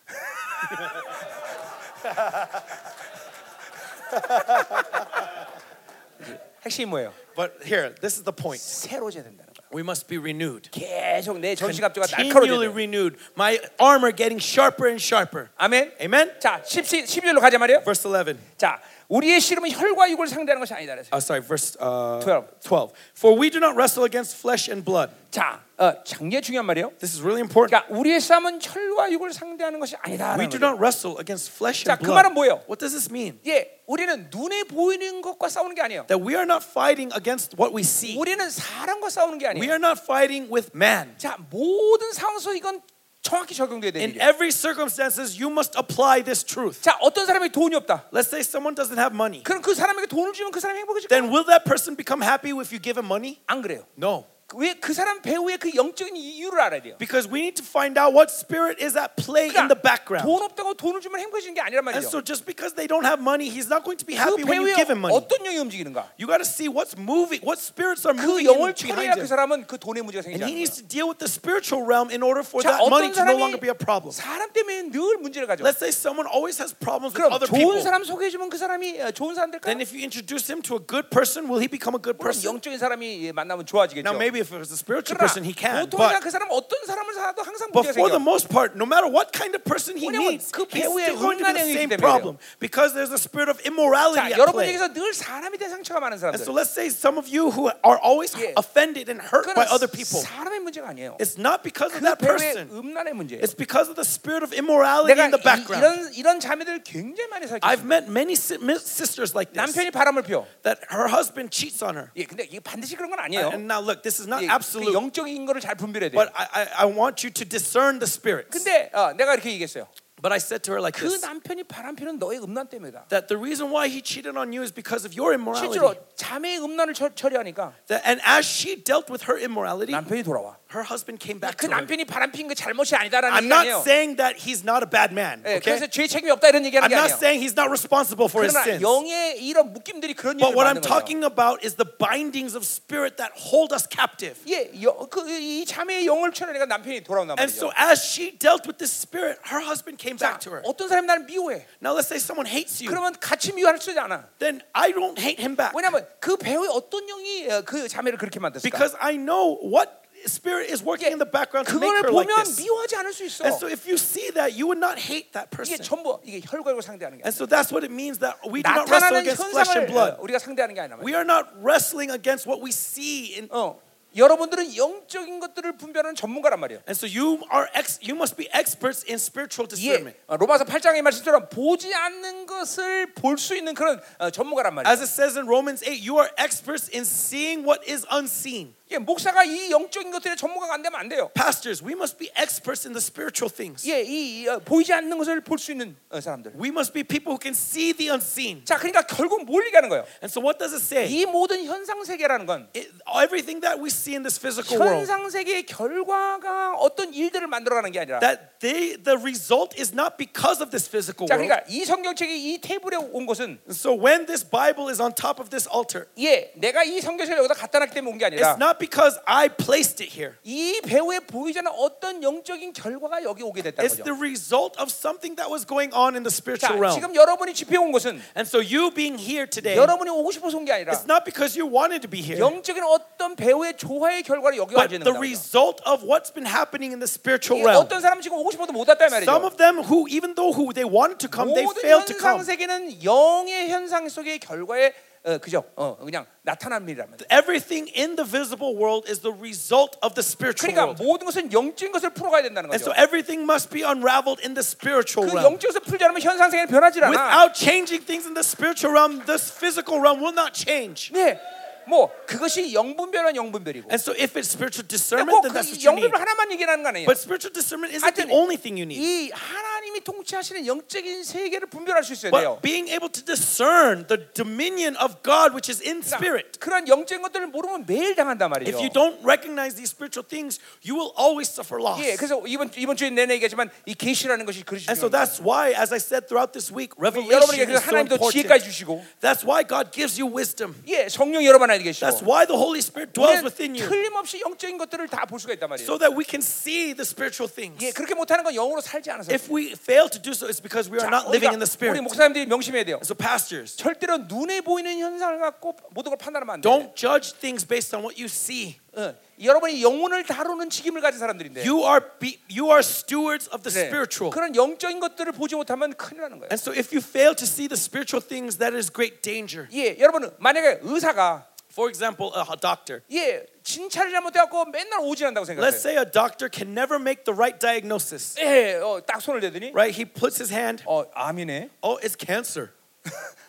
A: 핵심이 뭐예요?
B: But here, this is the point.
A: 새로워져야 된다는 거예요.
B: We must be renewed.
A: 계속 내 전시갑주가
B: Continually
A: 날카로워져야 돼.
B: renewed. My armor getting sharper and sharper.
A: 아멘.
B: Amen.
A: 자, 10, 11절로 가자 말이에요.
B: Verse 11.
A: 자, 우리의 씨름은 혈과 육을 상대하는 것이 아니다 그랬어요.
B: Uh, sorry, verse uh,
A: 12.
B: 12. For we do not wrestle against flesh and blood.
A: 자, 어, 굉장히 중요한 말이에요.
B: This is really important.
A: 그러니까 우리의 싸움은 혈과 육을 상대하는 것이 아니다.
B: We do not wrestle against flesh
A: 자,
B: and
A: 그 말은 뭐예요?
B: blood. What does this mean?
A: 예, 우리는 눈에 보이는 것과 싸우는 게 아니에요.
B: That we are not fighting against what we see.
A: 우리는 사람과 싸우는 게
B: We
A: 아니에요.
B: are not fighting with man.
A: 자, 모든 상황에서 이건 정확히 적용돼야 되는
B: In
A: 일이에요.
B: every circumstances, you must apply this truth.
A: 자, 어떤 사람이 돈이 없다.
B: Let's say someone doesn't have money.
A: 그럼 그 사람에게 돈을 주면 그 사람이 행복해질까?
B: Then will that person become happy if you give him money?
A: 안 그래요.
B: No.
A: 왜 그 사람 배우의 그 영적인 이유를 알아야 돼요.
B: Because we need to find out what spirit is at play in the
A: 그러니까
B: background.
A: 돈 없다고 돈을 주면 행복해지는 게 아니란
B: And
A: 말이죠.
B: so just because they don't have money, he's not going to be
A: 그
B: happy when
A: 배우의
B: you give him money.
A: 어떤 영이 움직이는가?
B: You got to see what's moving, what spirits are
A: 그
B: moving in
A: 영을 처리해야
B: behind
A: 그
B: him.
A: 사람은 그 돈의 문제가 생기지
B: And
A: 않는
B: he
A: 거예요.
B: needs to deal with the spiritual realm in order for
A: 자,
B: that money
A: 어떤
B: to no
A: 사람이
B: longer be a problem.
A: 사람 때문에 늘 문제를 가져.
B: Let's say someone always has problems with
A: 그럼
B: other
A: 좋은
B: people.
A: 사람 소개해주면 그 사람이 어, 좋은 사람 될까?
B: Then if you introduce him to a good person, will he become a good
A: 물론
B: person?
A: 영적인 사람이 예, 만나면
B: Now
A: 좋아지겠죠.
B: maybe if it was a spiritual
A: 그러나
B: person, he can.
A: 보통이나
B: But,
A: 그 사람 어떤 사람을 사도 항상
B: but
A: 문제가
B: for the
A: 생겨.
B: most part, no matter what kind of person he
A: 왜냐면
B: needs,
A: 그
B: he's
A: 배우의
B: still going to be
A: 음란의
B: the same
A: 영이기 때문에요.
B: problem because there's a spirit of immorality
A: 자,
B: at play.
A: 여러분에게서 늘 사람에 대한 상처가 많은 사람들.
B: And so let's say some of you who are always
A: Yeah.
B: offended and hurt by
A: 그건
B: other people,
A: 사람의 문제가 아니에요.
B: it's not because of
A: 그
B: that
A: 배우의
B: person.
A: 음란의 문제예요.
B: It's because of the spirit of immorality
A: 내가
B: in the
A: 이,
B: background.
A: 이런 이런 자매들 굉장히 많이 살게.
B: I've met many si- mi- sisters like this
A: 남편이 바람을 피워.
B: that her husband cheats on her.
A: 예, 근데 이게 반드시 그런 건 아니에요.
B: And now look, this is not
A: 예, 그
B: 음, absolute,
A: 영적인 거를 잘 분별해야 돼요.
B: but I, I, I want you to discern the spirits.
A: 근데 어, 내가 이렇게 얘기했어요.
B: But I said to her like
A: 그
B: this
A: 남편이 바람 피는 너의 음란 때문이다.
B: that the reason why he cheated on you is because of your immorality.
A: 실제로 자매의 음란을 처, 처리하니까
B: That, and as she dealt with her immorality,
A: 남편이 돌아와.
B: her husband came back
A: 그
B: to her.
A: 남편이 바람 피는 게 잘못이 아니다라는 얘기
B: I'm
A: 아니에요.
B: not saying that he's not a bad man,
A: 예,
B: okay?
A: 그래서 죄 책임이 없다 이런 얘기하는
B: I'm
A: 게
B: not
A: 아니에요.
B: saying he's not responsible for his
A: 그러나
B: sins.
A: 영의 이런 묶임들이 그런 일을
B: But what
A: 만드는 거예요.
B: I'm talking about is the bindings of spirit that hold us captive.
A: 예, 여, 그, 이 자매의 영을 쳐내니까 남편이 돌아온단
B: And
A: 말이죠.
B: so as she dealt with this spirit, her husband came
A: 자,
B: back to her.
A: 어떤 사람이 나를 미워해.
B: Now let's say someone hates you.
A: 그러면 같이 미워할 수 있지 않아.
B: Then I don't hate him back
A: 왜냐하면 그 배우의 어떤 영이 어, 그 자매를 그렇게 만들었을까?
B: because I know what spirit is working in the background to make
A: 그걸
B: her like
A: 보면
B: this.
A: 미워하지 않을 수 있어.
B: And so if you see that, you would not hate that
A: 이게
B: person.
A: 전부 이게 혈관으로 상대하는 게
B: And
A: 아니야.
B: so that's what it means that we do not wrestle
A: 나타나는
B: against flesh
A: 현상을
B: and
A: 어,
B: blood.
A: 우리가 상대하는 게 아니야.
B: We are not wrestling against what we see in
A: 어, 여러분들은 영적인 것들을 분별하는 전문가란 말이에요.
B: and so you are ex, you must be experts in spiritual discernment.
A: 예, 어, 로마서 8장의 말씀처럼 보지 않는 것을 볼 수 있는 그런 어, 전문가란 말이에요.
B: As it says in Romans 8, you are experts in seeing what is unseen.
A: 예, 목사가 이 영적인 것들의 전문가가 안 되면 안 돼요.
B: Pastors, we must be experts in the spiritual things.
A: 예, 이, 이, 어, 보이지 않는 것을 볼 수 있는 어, 사람들.
B: We must be people who can see the unseen.
A: 자, 그러니까 결국 뭘 얘기하는 거예요?
B: And so, what does it say?
A: 이 모든 현상 세계라는 건
B: It- everything that we see in this physical world,
A: 현상 세계의 결과가 어떤 일들을 만들어가는 게 아니라 자,
B: that they, the result is not because of this physical world.
A: 그러니까 이 성경책이 이 테이블에 온 것은
B: And so, when this Bible is on top of this altar,
A: 예, 내가 이 성경책을 여기다 갖다 놨기 때문에 온 게 아니라
B: it's not because I placed it here.
A: 이 배우의 보이지 않는 어떤 영적인 결과가 여기 오게 됐다는
B: It's
A: 거죠.
B: the result of something that was going on in the spiritual
A: 자,
B: realm.
A: 지금 여러분이 집회에 온 것은
B: And so, you being here today,
A: 여러분이 오고 싶어서 온 게 아니라
B: it's not because you wanted to be here,
A: 영적인 어떤 배우의 조화의 결과를 여기 와야
B: but
A: 되는
B: the
A: 거죠.
B: result of what's been happening in the spiritual
A: 이
B: realm.
A: 어떤 사람 지금 오고 싶어도 못 왔다 이
B: Some
A: 말이죠.
B: of them who, even though who they wanted to come, they
A: 모든
B: failed to
A: 현상
B: come.
A: 세계는 영의 현상 속의 결과에 어, 그죠? 어, 그냥 나타나는 일이라면.
B: Everything in the visible world is the result of the spiritual
A: 그러니까
B: world.
A: 모든 것은 영적인 것을 풀어가야 된다는
B: And so
A: 거죠.
B: everything must be unraveled in the spiritual
A: 그
B: realm.
A: 영적인 것을 풀지 않으면 현상 세계는 변하지 않아.
B: Without changing things in the spiritual realm, this physical realm will not change.
A: 네, 뭐 그것이 영분별은 영분별이고. 그러니까
B: And so if it's spiritual discernment, then that's
A: 꼭그
B: what you need.
A: 영분별 하나만 얘기하는 거 아니에요.
B: But spiritual discernment isn't the
A: 하여튼
B: only thing you need.
A: 이 하나님이 통치하시는 영적인 세계를 분별할 수 있어야 돼요.
B: But being able to discern the dominion of God which is in spirit.
A: 그러니까 그런 영적인 것들을 모르면 매일 당한단 말이에요.
B: If you don't recognize these spiritual things, you will always suffer loss.
A: 예, 그래서 이번 이번 주에 내내 얘기하지만 이 계시라는 것이 그리
B: And so
A: 중요합니다.
B: that's why, as I said throughout this week,
A: 여러분에게
B: revelation
A: 그
B: is so
A: 하나님도 지혜까지
B: important.
A: 주시고,
B: That's why God gives you wisdom.
A: 예, 성령 여러분에게 계시고,
B: That's why the Holy Spirit dwells within
A: 우리는
B: you,
A: 틀림없이 영적인 것들을 다 볼 수가 있단 말이에요.
B: so that we can see the spiritual things.
A: 예, 그렇게 못하는 건 영으로 살지 않아서.
B: If we fail to do so, it's because we are
A: 자,
B: not living
A: 우리가-
B: in the
A: 우리
B: Spirit.
A: 목사님들이 명심해야 돼요.
B: So, pastors,
A: 절대로 눈에 보이는 현상을 갖고 모든 걸 판단하면 안 돼.
B: don't judge things based on what you see.
A: 어, 여러분이 영혼을 다루는 책임을 가진 사람들인데
B: You are be, you are stewards of the
A: 네.
B: spiritual.
A: 그런 영적인 것들을 보지 못하면 큰일 나는 거예요.
B: And so if you fail to see the spiritual things, that is great danger.
A: 예, 여러분 만약에 의사가
B: For example, a doctor.
A: 예 진찰을 잘못해갖고 맨날 오진한다고
B: Let's
A: 생각해요.
B: say a doctor can never make the right diagnosis.
A: 예, 어, 딱 손을 대더니
B: Right? He puts his hand,
A: 어 암이네.
B: oh, it's cancer.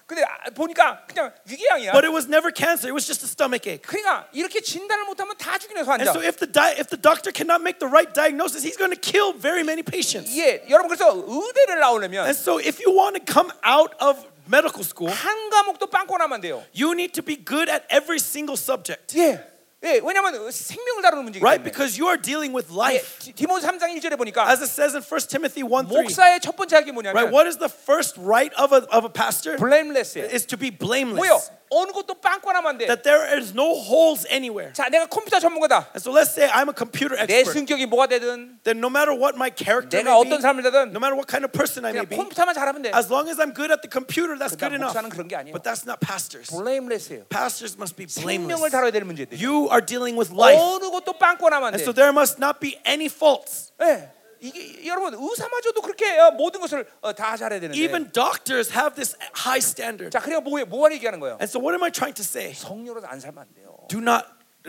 A: 근데 아, 보니까 그냥 유기양이야.
B: But it was never cancer, it was just a stomach ache.
A: 그러니까 이렇게 진단을 못하면 다 죽이면서
B: And
A: 환자.
B: so if the di- if the doctor cannot make the right diagnosis, he's going to kill very many patients.
A: 예, 여러분 그래서 의대를 나오려면
B: And so if you want to come out of medical school,
A: 한 과목도 빵꾸 나면 안 돼요.
B: you need to be good at every single subject.
A: 예. 예, 왜냐면 생명을 다루는 문제이기
B: Right?
A: 때문에.
B: Because you are dealing with
A: 예,
B: life.
A: 디- 디모데 3장 1절에 보니까
B: As it says in 1 Timothy 1 3.
A: 목사의 첫 번째 학이
B: Right?
A: 뭐냐면
B: What is the first right of a, of a pastor?
A: blameless예요.
B: Is to be
A: 뭐요?
B: blameless.
A: 어느 것도 빵꾸 나면 안 돼.
B: That there is no holes anywhere.
A: 자, 내가 컴퓨터 전문가다.
B: And so let's say I'm a computer
A: 내
B: expert.
A: 성격이 뭐가 되든
B: Then no matter what my character
A: 내가
B: may
A: 어떤
B: be,
A: 사람을 되든
B: no matter what kind of person I may
A: 그냥
B: be,
A: 컴퓨터만 잘하면 돼.
B: as long as I'm good at the computer, that's
A: 그러니까
B: good enough.
A: 목사는 그런 게 아니에요.
B: But that's not pastors.
A: blameless예요.
B: Pastors must be
A: 생명을
B: blameless.
A: 다뤄야 될 문제들.
B: You are dealing with life.
A: 어느 것도 빵꾸 나면 안
B: And
A: 돼.
B: so there must not be any faults.
A: 예. 이게 여러분 의사마저도 그렇게 어, 모든 것을 어, 다 잘해야 되는데.
B: Even doctors have this high standard.
A: 자, 그래서 뭐에 뭐하러 얘기하는 거예요?
B: And so what am I trying to say?
A: 성령으로 안 살면 안 돼요.
B: Do not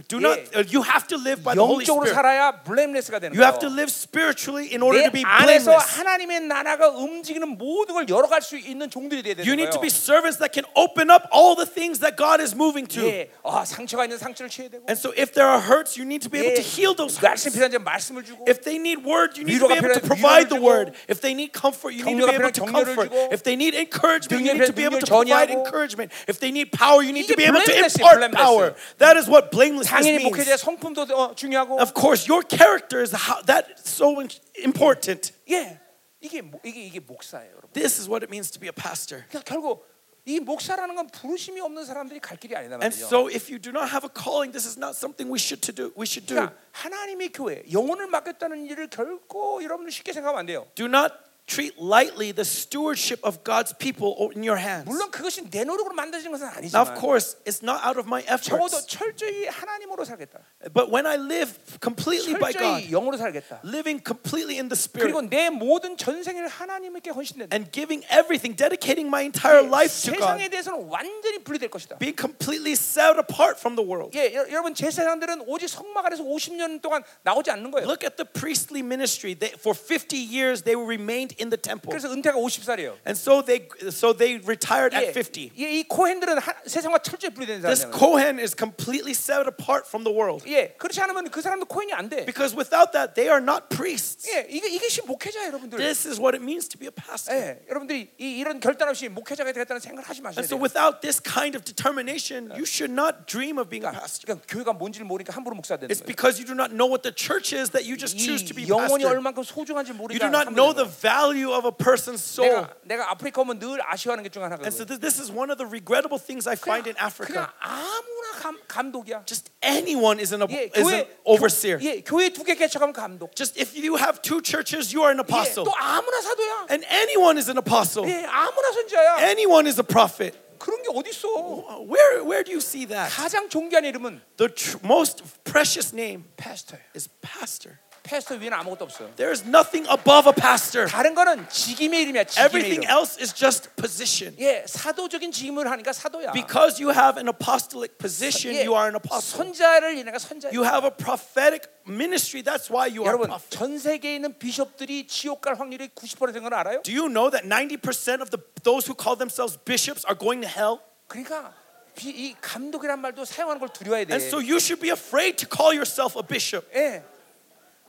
B: do
A: Yeah.
B: not uh, you have to live by the Holy
A: 영적으로
B: Spirit.
A: 살아야 blameless가 되는
B: You have to
A: 거예요.
B: live spiritually in order
A: 내
B: to be
A: 안에서
B: blameless.
A: 하나님의 나라가 움직이는 모든 걸 열어갈 수 있는 종들이 돼야
B: You
A: 되는
B: need to
A: 거예요.
B: be servants that can open up all the things that God is moving to.
A: 예, 아, 상처가 있는 상처를 치유해야 되고
B: And so if there are hurts, you need to be
A: 예,
B: able to heal those
A: 말씀
B: hurts.
A: 필요한 자 말씀을 주고
B: If they need word, you need to
A: 위로가
B: be able to
A: 필요한-
B: provide the
A: 위로를
B: word.
A: 주고,
B: If they need comfort, you need
A: 격려가
B: to be able to
A: 필요한 격려를
B: comfort.
A: 주고,
B: if they need encouragement, you
A: 능력이
B: need to
A: 필요한
B: be able to
A: 능력을
B: provide
A: 전이하고.
B: encouragement. If they need power, you need to
A: 이게
B: be able to
A: blameless예요,
B: impart power.
A: blameless.
B: That is what blamelessness
A: 당연히 목회자의
B: means.
A: 성품도 어, 중요하고
B: Of course, your character is how, that so in- important.
A: 예, 이게 모- 이게 이게 목사예요, 여러분.
B: This is what it means to be a pastor.
A: 그러니까 결국 이 목사라는 건 부르심이 없는 사람들이 갈 길이 아니다
B: And
A: 말이죠.
B: so, if you do not have a calling, this is not something we should to do. We should do.
A: 그러니까 하나님의 교회 영혼을 맡겼다는 일을 결코 여러분들 쉽게 생각하면 안 돼요.
B: Do not treat lightly the stewardship of God's people o- in your hands.
A: 물론 그것이 내 노력으로 만들어진 것은
B: Now, of
A: 아니지만
B: course, it's not out of my
A: 적어도
B: efforts.
A: 철저히 하나님으로 살겠다.
B: But when I live completely by God,
A: 철저히 영으로 살겠다.
B: living completely in the Spirit,
A: 그리고 내 모든 전생을 하나님께 헌신된다.
B: and giving everything, dedicating my entire life to
A: 세상에
B: God,
A: 대해서는 완전히 분리될 것이다.
B: being completely set apart from the world.
A: 예, 여- 여러분 제 세상들은 오직 성막 안에서 50년 동안 나오지 않는 거예요.
B: Look at the priestly ministry. They, for 50 years, they remained in the temple.
A: 그래서 은퇴가 50살이에요.
B: And so they, so they retired at 50.
A: 예, 이 코헨들은 하, 세상과 철저히 분리된
B: This
A: 사람이에요.
B: Kohen is completely set apart from the world.
A: 예, 그렇지 않으면 그 사람도 코헨이 안 돼.
B: Because without that, they are not priests.
A: 예, 이게 이게 시 목회자 여러분들.
B: This is what it means to be a pastor.
A: 예, 여러분들이 이, 이런 결단 없이 목회자가 되겠다는 생각을 하지 마셔야
B: And
A: 돼요.
B: so, without this kind of determination, you should not dream of being a pastor.
A: 그러니까 교회가 뭔지를 모르니까 함부로 목사 되는
B: It's
A: 거예요.
B: because you do not know what the church is that you just choose to
A: 이
B: be
A: 영혼이
B: pastor.
A: 얼만큼 소중한지
B: You
A: 모르니까
B: do not
A: 함부로
B: know
A: 되는
B: the
A: 거예요.
B: value of a person's soul.
A: 내가 내가 아프리카 오면 늘 아쉬워하는 게 중 하나가
B: And so,
A: 그거예요.
B: th- this is one of the regrettable things I find in
A: 그냥,
B: Africa.
A: 그냥 아무나 감, 감독이야.
B: Just anyone is an, ab-
A: 예,
B: is
A: 교회
B: an overseer.
A: 교, 예, 교회 두 개 개척하면 감독.
B: Just if you have two churches, you are
A: 예,
B: an apostle.
A: 또 아무나 사도야.
B: And anyone is an apostle.
A: 예, 아무나 선지자야.
B: Anyone is a prophet.
A: 그런 게 어디 있어?
B: Where, where do you see that?
A: 가장 존귀한 이름은
B: The tr- most precious name
A: 패스터예요.
B: is pastor.
A: 패스터 위에는 아무것도 없어요.
B: There is nothing above a pastor.
A: 다른 거는 직임의 이름이야. 직임의 이름.
B: Everything else is just position.
A: 예, 사도적인 직임을 하니까 사도야.
B: Because you have an apostolic position,
A: 예,
B: you are an apostle.
A: 선자를 얘네가 선자.
B: You have a prophetic ministry. That's why you are a
A: 여러분,
B: prophet.
A: 전 세계에 있는 비숍들이 지옥 갈 확률이 90%인 건 알아요?
B: Do you know that 90% of the those who call themselves bishops are going to hell?
A: 그러니까 비, 이 감독이란 말도 사용하는 걸 두려워야 돼.
B: And so you should be afraid to call yourself a bishop.
A: 예.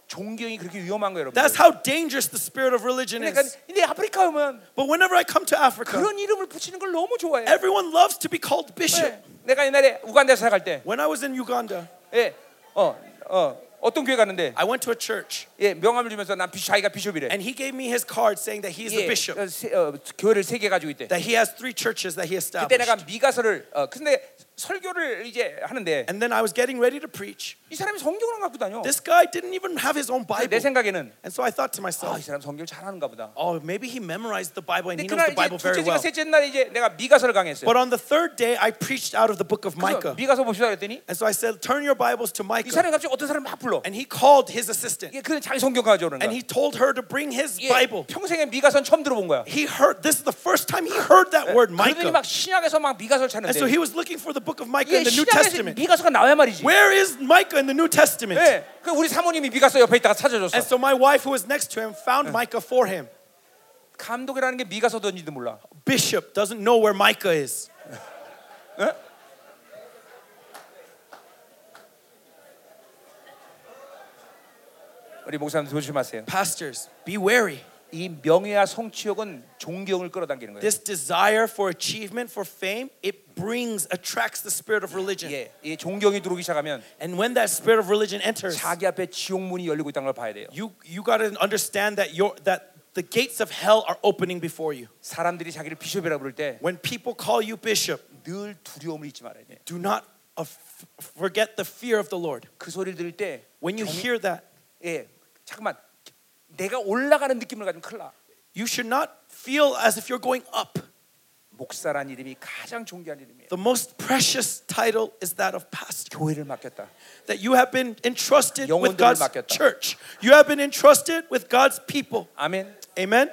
A: 존경이 그렇게 위험한 거예요,
B: That's
A: 여러분.
B: how dangerous the spirit of religion
A: 그러니까
B: is.
A: 근데 아프리카 오면
B: But whenever I come to Africa,
A: 그런 이름을 붙이는 걸 너무 좋아해요.
B: everyone loves to be called bishop.
A: 예, 내가 옛날에 우간다에서 살아갈 때,
B: When I was in Uganda,
A: 예, 어, 어, 어떤 교회 갔는데,
B: I went to a church
A: 예, 명함을 주면서 난 비숍, 자기가 비숍이래.
B: and he gave me his card saying that he's
A: 예,
B: the bishop,
A: 어, 세- 어, 교회를 세 개 가지고 있대.
B: that he has three churches that he
A: 그때
B: established.
A: 내가 미가서를, 어, 근데 설교를 이제 하는데
B: And then I was getting ready to preach.
A: 이 사람이 성경을 안 갖고 다녀.
B: This guy didn't even have his own
A: 내
B: Bible.
A: 생각에는
B: And so I thought
A: 아,
B: to
A: 이
B: myself,
A: 사람 성경을 잘하는가 보다.
B: oh, maybe he memorized the Bible and
A: 근데
B: he knows
A: 그날
B: the
A: 이제
B: Bible very
A: 둘째 날
B: well.
A: 셋째 날 이제 내가 미가서를 강했어요.
B: But on the third day, I preached out of the book of
A: 그래서
B: Micah.
A: 미가서 봅시다 그랬더니
B: And so I said, turn your Bibles
A: 이
B: to Micah.
A: 사람이 갑자기 어떤 사람 막 불러.
B: And he called his assistant
A: 이게 그냥 자기 성경 가져오는 거야.
B: and he told her to bring his
A: 이게
B: Bible.
A: 평생에 미가선 처음 들어본 거야.
B: He heard, this is the first time he heard that word,
A: 그러더니
B: Micah.
A: 막 신약에서 막 미가서를
B: And
A: 찾는데
B: so he was looking for the book of Micah in
A: 이게
B: the New
A: 신약에서
B: Testament.
A: 미가서가 나와야 말이지.
B: Where is Micah in the New Testament?
A: 예, 그 우리 사모님이 미가서 옆에 있다가 찾아줬어.
B: And so my wife, who was next to him, found Micah for him.
A: 감독이라는 게 미가서던지도 몰라.
B: Bishop doesn't know where Micah is.
A: 우리 목사님 조심하세요.
B: Pastors, be wary.
A: 이 명예와 성취욕은 존경을 끌어당기는 거예요.
B: This desire for achievement, for fame, it brings, attracts the spirit of religion.
A: 예, 이 존경이 들어오기 시작하면
B: And when that spirit of religion enters,
A: 자기 앞에 지옥 문이 열리고 있다는 걸 봐야 돼요.
B: you you got to understand that your that the gates of hell are opening before you.
A: 사람들이 자기를 비숍이라 부를 때
B: When people call you bishop,
A: 늘 두려움을 잊지 말아야 돼.
B: do not af- forget the fear of the Lord.
A: 그 소리를 들을 때
B: When you hear that,
A: 예, 잠깐만 내가 올라가는 느낌을 가지면 큰일 나.
B: you should not feel as if you're going up.
A: 목사란 이름이 가장 존귀한 이름이에요.
B: The most precious title is that of pastor.
A: 교회를 맡겼다.
B: That you have been entrusted
A: 영혼들을
B: with God's
A: 맡겼다.
B: church. You have been entrusted with God's people.
A: 아멘.
B: Amen.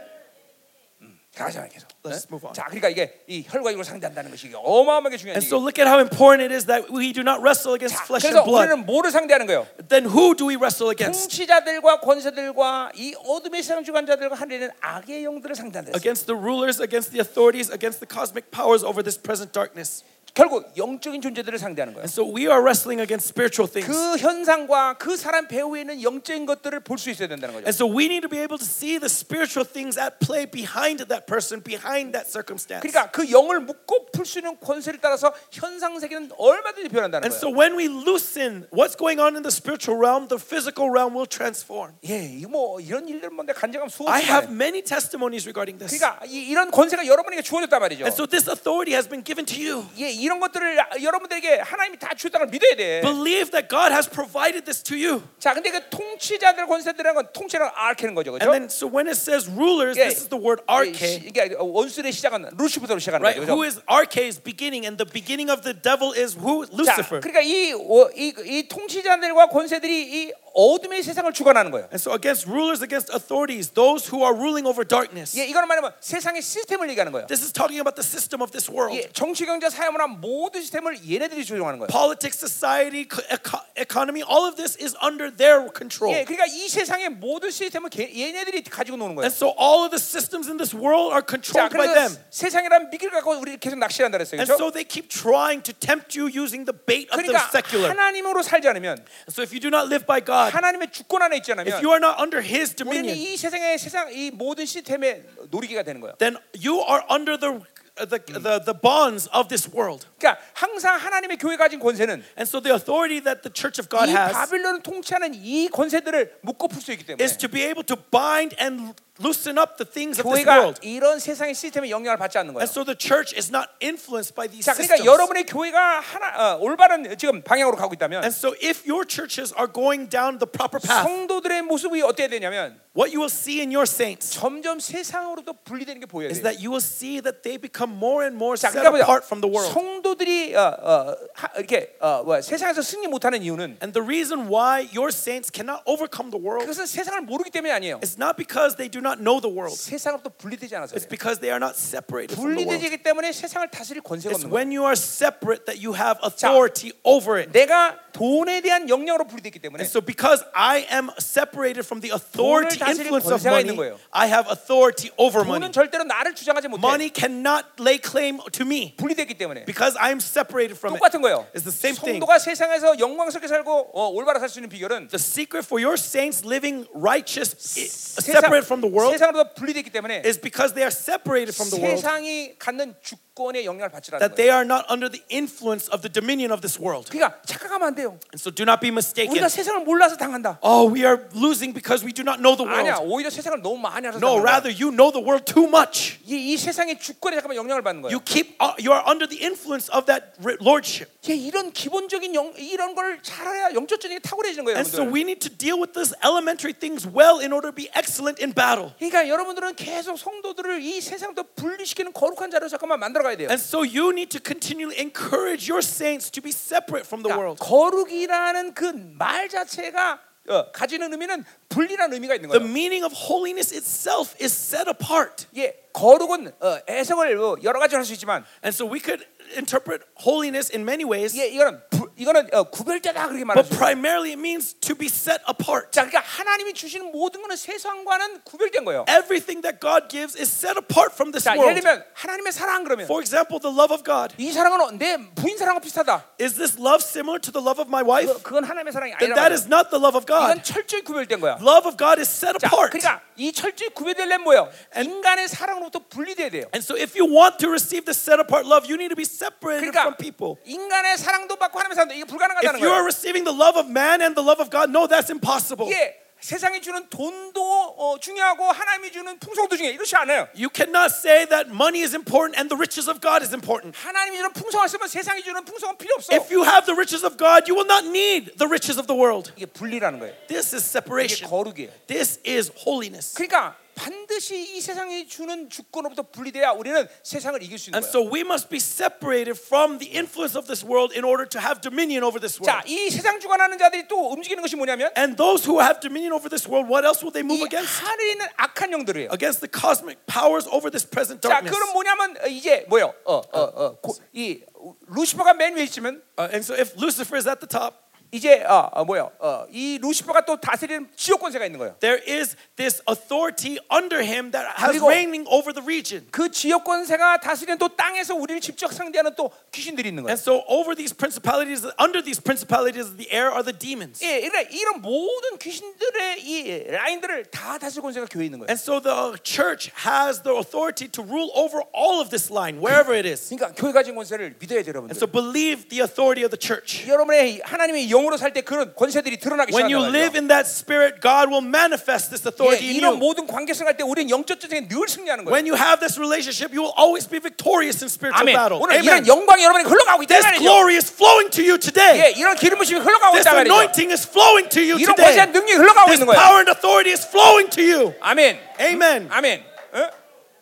A: 가자 계속.
B: Let's
A: 네?
B: move on.
A: 자, 그러니까 이게 이 혈과육을 상대한다는 것이 이게 어마어마하게 중요한
B: And so
A: 얘기예요.
B: look at how important it is that we do not wrestle against
A: 자,
B: flesh
A: 그래서
B: and blood.
A: 우리는 뭐를 상대하는 거예요?
B: Then who do we wrestle against?
A: 통치자들과 권세들과 이 어둠의 세상 주관자들과 하늘에는 악의 영들을 상대한다. 했어요.
B: Against the rulers, against the authorities, against the cosmic powers over this present darkness.
A: 결국 영적인 존재들을 상대하는 거예요.
B: And so we are wrestling against spiritual things.
A: 그 현상과 그 사람 배후에 있는 영적인 것들을 볼 수 있어야 된다는 거죠.
B: And so we need to be able to see the spiritual things at play behind that person, behind that circumstance.
A: 그러니까 그 영을 묶고 풀 수 있는 권세를 따라서 현상 세계는 얼마든지 변한다는
B: And so
A: 거예요.
B: when we loosen what's going on in the spiritual realm, the physical realm will transform.
A: 예, 이거 뭐 이런 일들 뭔데 간증하면 수없이
B: I have
A: 많아요.
B: many testimonies regarding this.
A: 그러니까 이, 이런 권세가 여러분에게 주어졌단 말이죠.
B: And so this authority has been given to you.
A: 예, 이런 것들을 여러분들에게 하나님이 다 주었다는 걸 믿어야 돼.
B: Believe that God has provided this to you.
A: 자, 근데 그 통치자들 권세들이라는 건 통치라는 알케는 거죠,
B: And
A: 그렇죠?
B: then, so when it says rulers,
A: Yeah.
B: this is the word
A: 시-
B: arche,
A: 이게 원수의 시작은 루시퍼로 시작하는
B: right?
A: 거죠. 그죠?
B: Who is arche's beginning, and the beginning of the devil is who?
A: 자,
B: Lucifer.
A: 그러니까 이, 어, 이, 이 통치자들과 권세들이 이 어둠의 세상을 주관하는 거예요.
B: And so against rulers, against authorities, those who are ruling over darkness.
A: 예, 이거는 말하면 세상의 시스템을 얘기하는 거예요.
B: This is talking about the system of this world.
A: 예, 정치, 경제, 사회문화 모든 시스템을 얘네들이 조종하는 거예요.
B: Politics, society, co- eco- economy, all of this is under their control.
A: 예, 그러니까 이 세상의 모든 시스템을 걔- 얘네들이 가지고 노는 거예요.
B: And so all of the systems in this world are
A: 자,
B: controlled by them.
A: 그래서 세상이란 미끼를 갖고 우리 계속 낚시한다 그랬어요.
B: And
A: 그렇죠?
B: so they keep trying to tempt you using the bait of the
A: 그러니까
B: secular.
A: 하나님으로 살지 않으면
B: And so if you do not live by God,
A: 하나님의 주권 안에 있지
B: if
A: 않으면
B: you are not under His
A: 우리는
B: dominion,
A: 이 세상의 세상 이 모든 시스템의 놀이기가 되는 거예요.
B: then you are under the the, the the bonds of this world.
A: 그러니까 항상 하나님의 교회가 가진 권세는
B: And so the authority that the Church of God
A: 이
B: has
A: 바빌론을 통치하는 이 권세들을 묶고 풀 수 있기 때문에
B: is to be able to bind and loosen up the things of this
A: 교회가
B: world.
A: 이런 세상의 시스템에 영향을 받지 않는 거예요.
B: And so the church is not influenced by these
A: 자, 그러니까
B: systems.
A: 여러분의 교회가 하나 어, 올바른 지금 방향으로 가고 있다면
B: And so if your churches are going down the proper path,
A: 성도들의 모습이 어때야 되냐면
B: what you will see in your saints
A: 점점 세상으로도 분리되는 게 보여야
B: is
A: 돼요.
B: that you will see that they become more and more
A: 자,
B: set
A: 그러니까
B: apart from the
A: 보세요.
B: world.
A: 성도들이 어, 어, 하, 이렇게 어, 뭐야, 세상에서 승리 못하는 이유는
B: And the reason why your saints cannot overcome the world
A: 그것은 세상을 모르기 때문이 아니에요.
B: is not because they do not know the world.
A: 세상으로부터 분리되지 않아서
B: It's
A: 그래요.
B: because they are not separated from the world.
A: 분리되기 때문에 세상을 다스릴 권세가
B: It's
A: 없는 거예요.
B: when you are separate that you have authority over it.
A: 내가 돈에 대한 영향으로 분리됐기 때문에
B: And so because I am separated from the authority
A: 돈을 다스릴
B: influence of
A: 권세가
B: money,
A: 있는 거예요.
B: I have authority over
A: 돈은
B: money.
A: 절대로 나를 주장하지 못해.
B: Money cannot lay claim to me
A: 분리됐기 때문에
B: because I am separated from it.
A: 똑같은 거예요.
B: It's the same thing.
A: 성도가 세상에서 영광스럽게 살고 어, 올바로 살 수 있는 비결은
B: The secret for your saints living righteous i-
A: 세상-
B: separate from the world
A: 세상으로부터 분리됐기 때문에
B: is because they are separated from the world
A: 세상이 갖는 주권의 영향을 받지 않는
B: that
A: 거예요.
B: they are not under the influence of the dominion of this world.
A: 그러니까 착각하면 안 돼요.
B: And so do not be mistaken.
A: 우리가 세상을 몰라서 당한다.
B: Oh, we are losing because we do not know the
A: 아니야,
B: world.
A: 오히려 세상을 너무 많이 알아서
B: No,
A: 당한다.
B: rather you know the world too much.
A: 이, 이 세상의 주권에 잠깐만 영향을 받는 거예요.
B: You keep uh, you are under the influence of that ri- lordship.
A: 예, 이런 기본적인 영, 이런 걸 잘해야 영적 전쟁이 탁월해지는 거예요,
B: And so
A: 여러분들.
B: we need to deal with these elementary things well in order to be excellent in battle.
A: 그러니까 여러분들은 계속 성도들을 이 세상도 분리시키는 거룩한 자로 잠깐만 만들어 가야 돼요.
B: And so you need to continually encourage your saints to be separate from the
A: 그러니까
B: world.
A: 거룩이라는 그 말 자체가 어, 가지는 의미는 분리라는 의미가 있는
B: The
A: 거예요.
B: meaning of holiness itself is set apart.
A: 예, 거룩은 어, 해석을 어, 여러 가지 할 수 있지만
B: And so we could interpret holiness in many ways,
A: 예, 이거는 부, 이거는 어, 구별되다 그렇게 말할
B: but
A: 수 있어요.
B: primarily it means to be set apart.
A: 자, 그러니까 하나님이 주시는 모든 것은 세상과는 구별된 거예요.
B: Everything that God gives is set apart from this
A: 자, 예를
B: world.
A: 들면 하나님의 사랑 그러면
B: For example, the love of God.
A: 이 사랑은 어, 내 부인 사랑과 비슷하다.
B: Is this love similar to the love of my wife?
A: 그- 그건 하나님의 사랑이
B: Then
A: 아니라
B: that is not the love of
A: 이건
B: God.
A: 철저히 구별된 거야.
B: Love of God is set
A: 자,
B: apart.
A: 그러니까 이 철저히 구별되려면 뭐예요? 인간의 사랑으로부터 분리돼야 돼요.
B: And so if you want to receive the set apart love, you need to be separated
A: 그러니까
B: from people.
A: 인간의 사랑도 받고 하나님의 사랑도 이게 불가능하다는
B: Oh. If you are oh.
A: 거예요.
B: receiving the love of man and the love of God, no, that's impossible.
A: 이게 세상이 주는 돈도 어, 중요하고 하나님이 주는 풍성도 중요해. 이렇지 않아요.
B: You cannot say that money is important and the riches of God is important.
A: 하나님이 주는 풍성을 쓰면 세상이 주는 풍성은 필요 없어.
B: If you have the riches of God, you will not need the riches of the world.
A: 이게 분리라는 거예요.
B: This is
A: 이게
B: separation.
A: 거룩이에요.
B: This is holiness.
A: 그러니까 반드시 이 세상이 주는 주권으로부터 분리돼야 우리는 세상을 이길 수 있는
B: And
A: 거예요.
B: so we must be separated from the influence of this world in order to have dominion over this world.
A: 자, 이 세상 주관하는 자들이 또 움직이는 것이 뭐냐면
B: And those who have dominion over this world, what else will they
A: 이
B: move against?
A: 하늘에 있는 악한 영들이에요.
B: Against the cosmic powers over this present
A: 자,
B: darkness.
A: 그럼 뭐냐면 어, 이제 뭐요? 어, 어, 어, 고, 이 루시퍼가 맨 위에 있으면
B: Uh, and so if Lucifer is at the top,
A: 이제 어, 어 뭐요? 어, 이 루시퍼가 또 다스리는 지옥 권세가 있는 거예요.
B: there is this authority under him that has
A: 그리고-
B: reigning over the region.
A: 그 지옥 권세가 다스리는 또 땅에서 우리를 직접 상대하는 또 귀신들이 있는 거예요.
B: And so over these principalities, under these principalities of the air are the demons.
A: 예, 그러니까 이런 모든 귀신들의 이 라인들을 다 다스릴 권세가 교회에 있는 거예요.
B: And so the church has the authority to rule over all of this line, wherever it is.
A: 그러니까 교회 가진 권세를 믿어야 돼요,
B: And
A: 여러분들.
B: so believe the authority of the church.
A: 여러분의 하나님의 영으로 살 때 그런 권세들이 드러나기 시작한다.
B: When you
A: 말이에요.
B: live in that spirit, God will manifest this
A: 예,
B: authority in
A: 이런
B: you.
A: 모든 관계성 할때 우리는 영적 전쟁에 늘 승리하는 거예요.
B: When you have this relationship, you will always be victorious in spiritual
A: 아멘.
B: battle.
A: 오늘 이런
B: Amen.
A: 영광이 여러분에게 흘러가고 있다
B: This
A: 말이죠.
B: glory is flowing to
A: 예,
B: you today.
A: 이런 기름 부심이 흘러가고
B: This
A: 있다 말이죠.
B: anointing is flowing to you
A: 이런 권세한
B: today.
A: 능력이 흘러가고
B: This
A: 있는 거예요.
B: power and authority is flowing to you.
A: 아멘.
B: Amen.
A: 아멘. 어?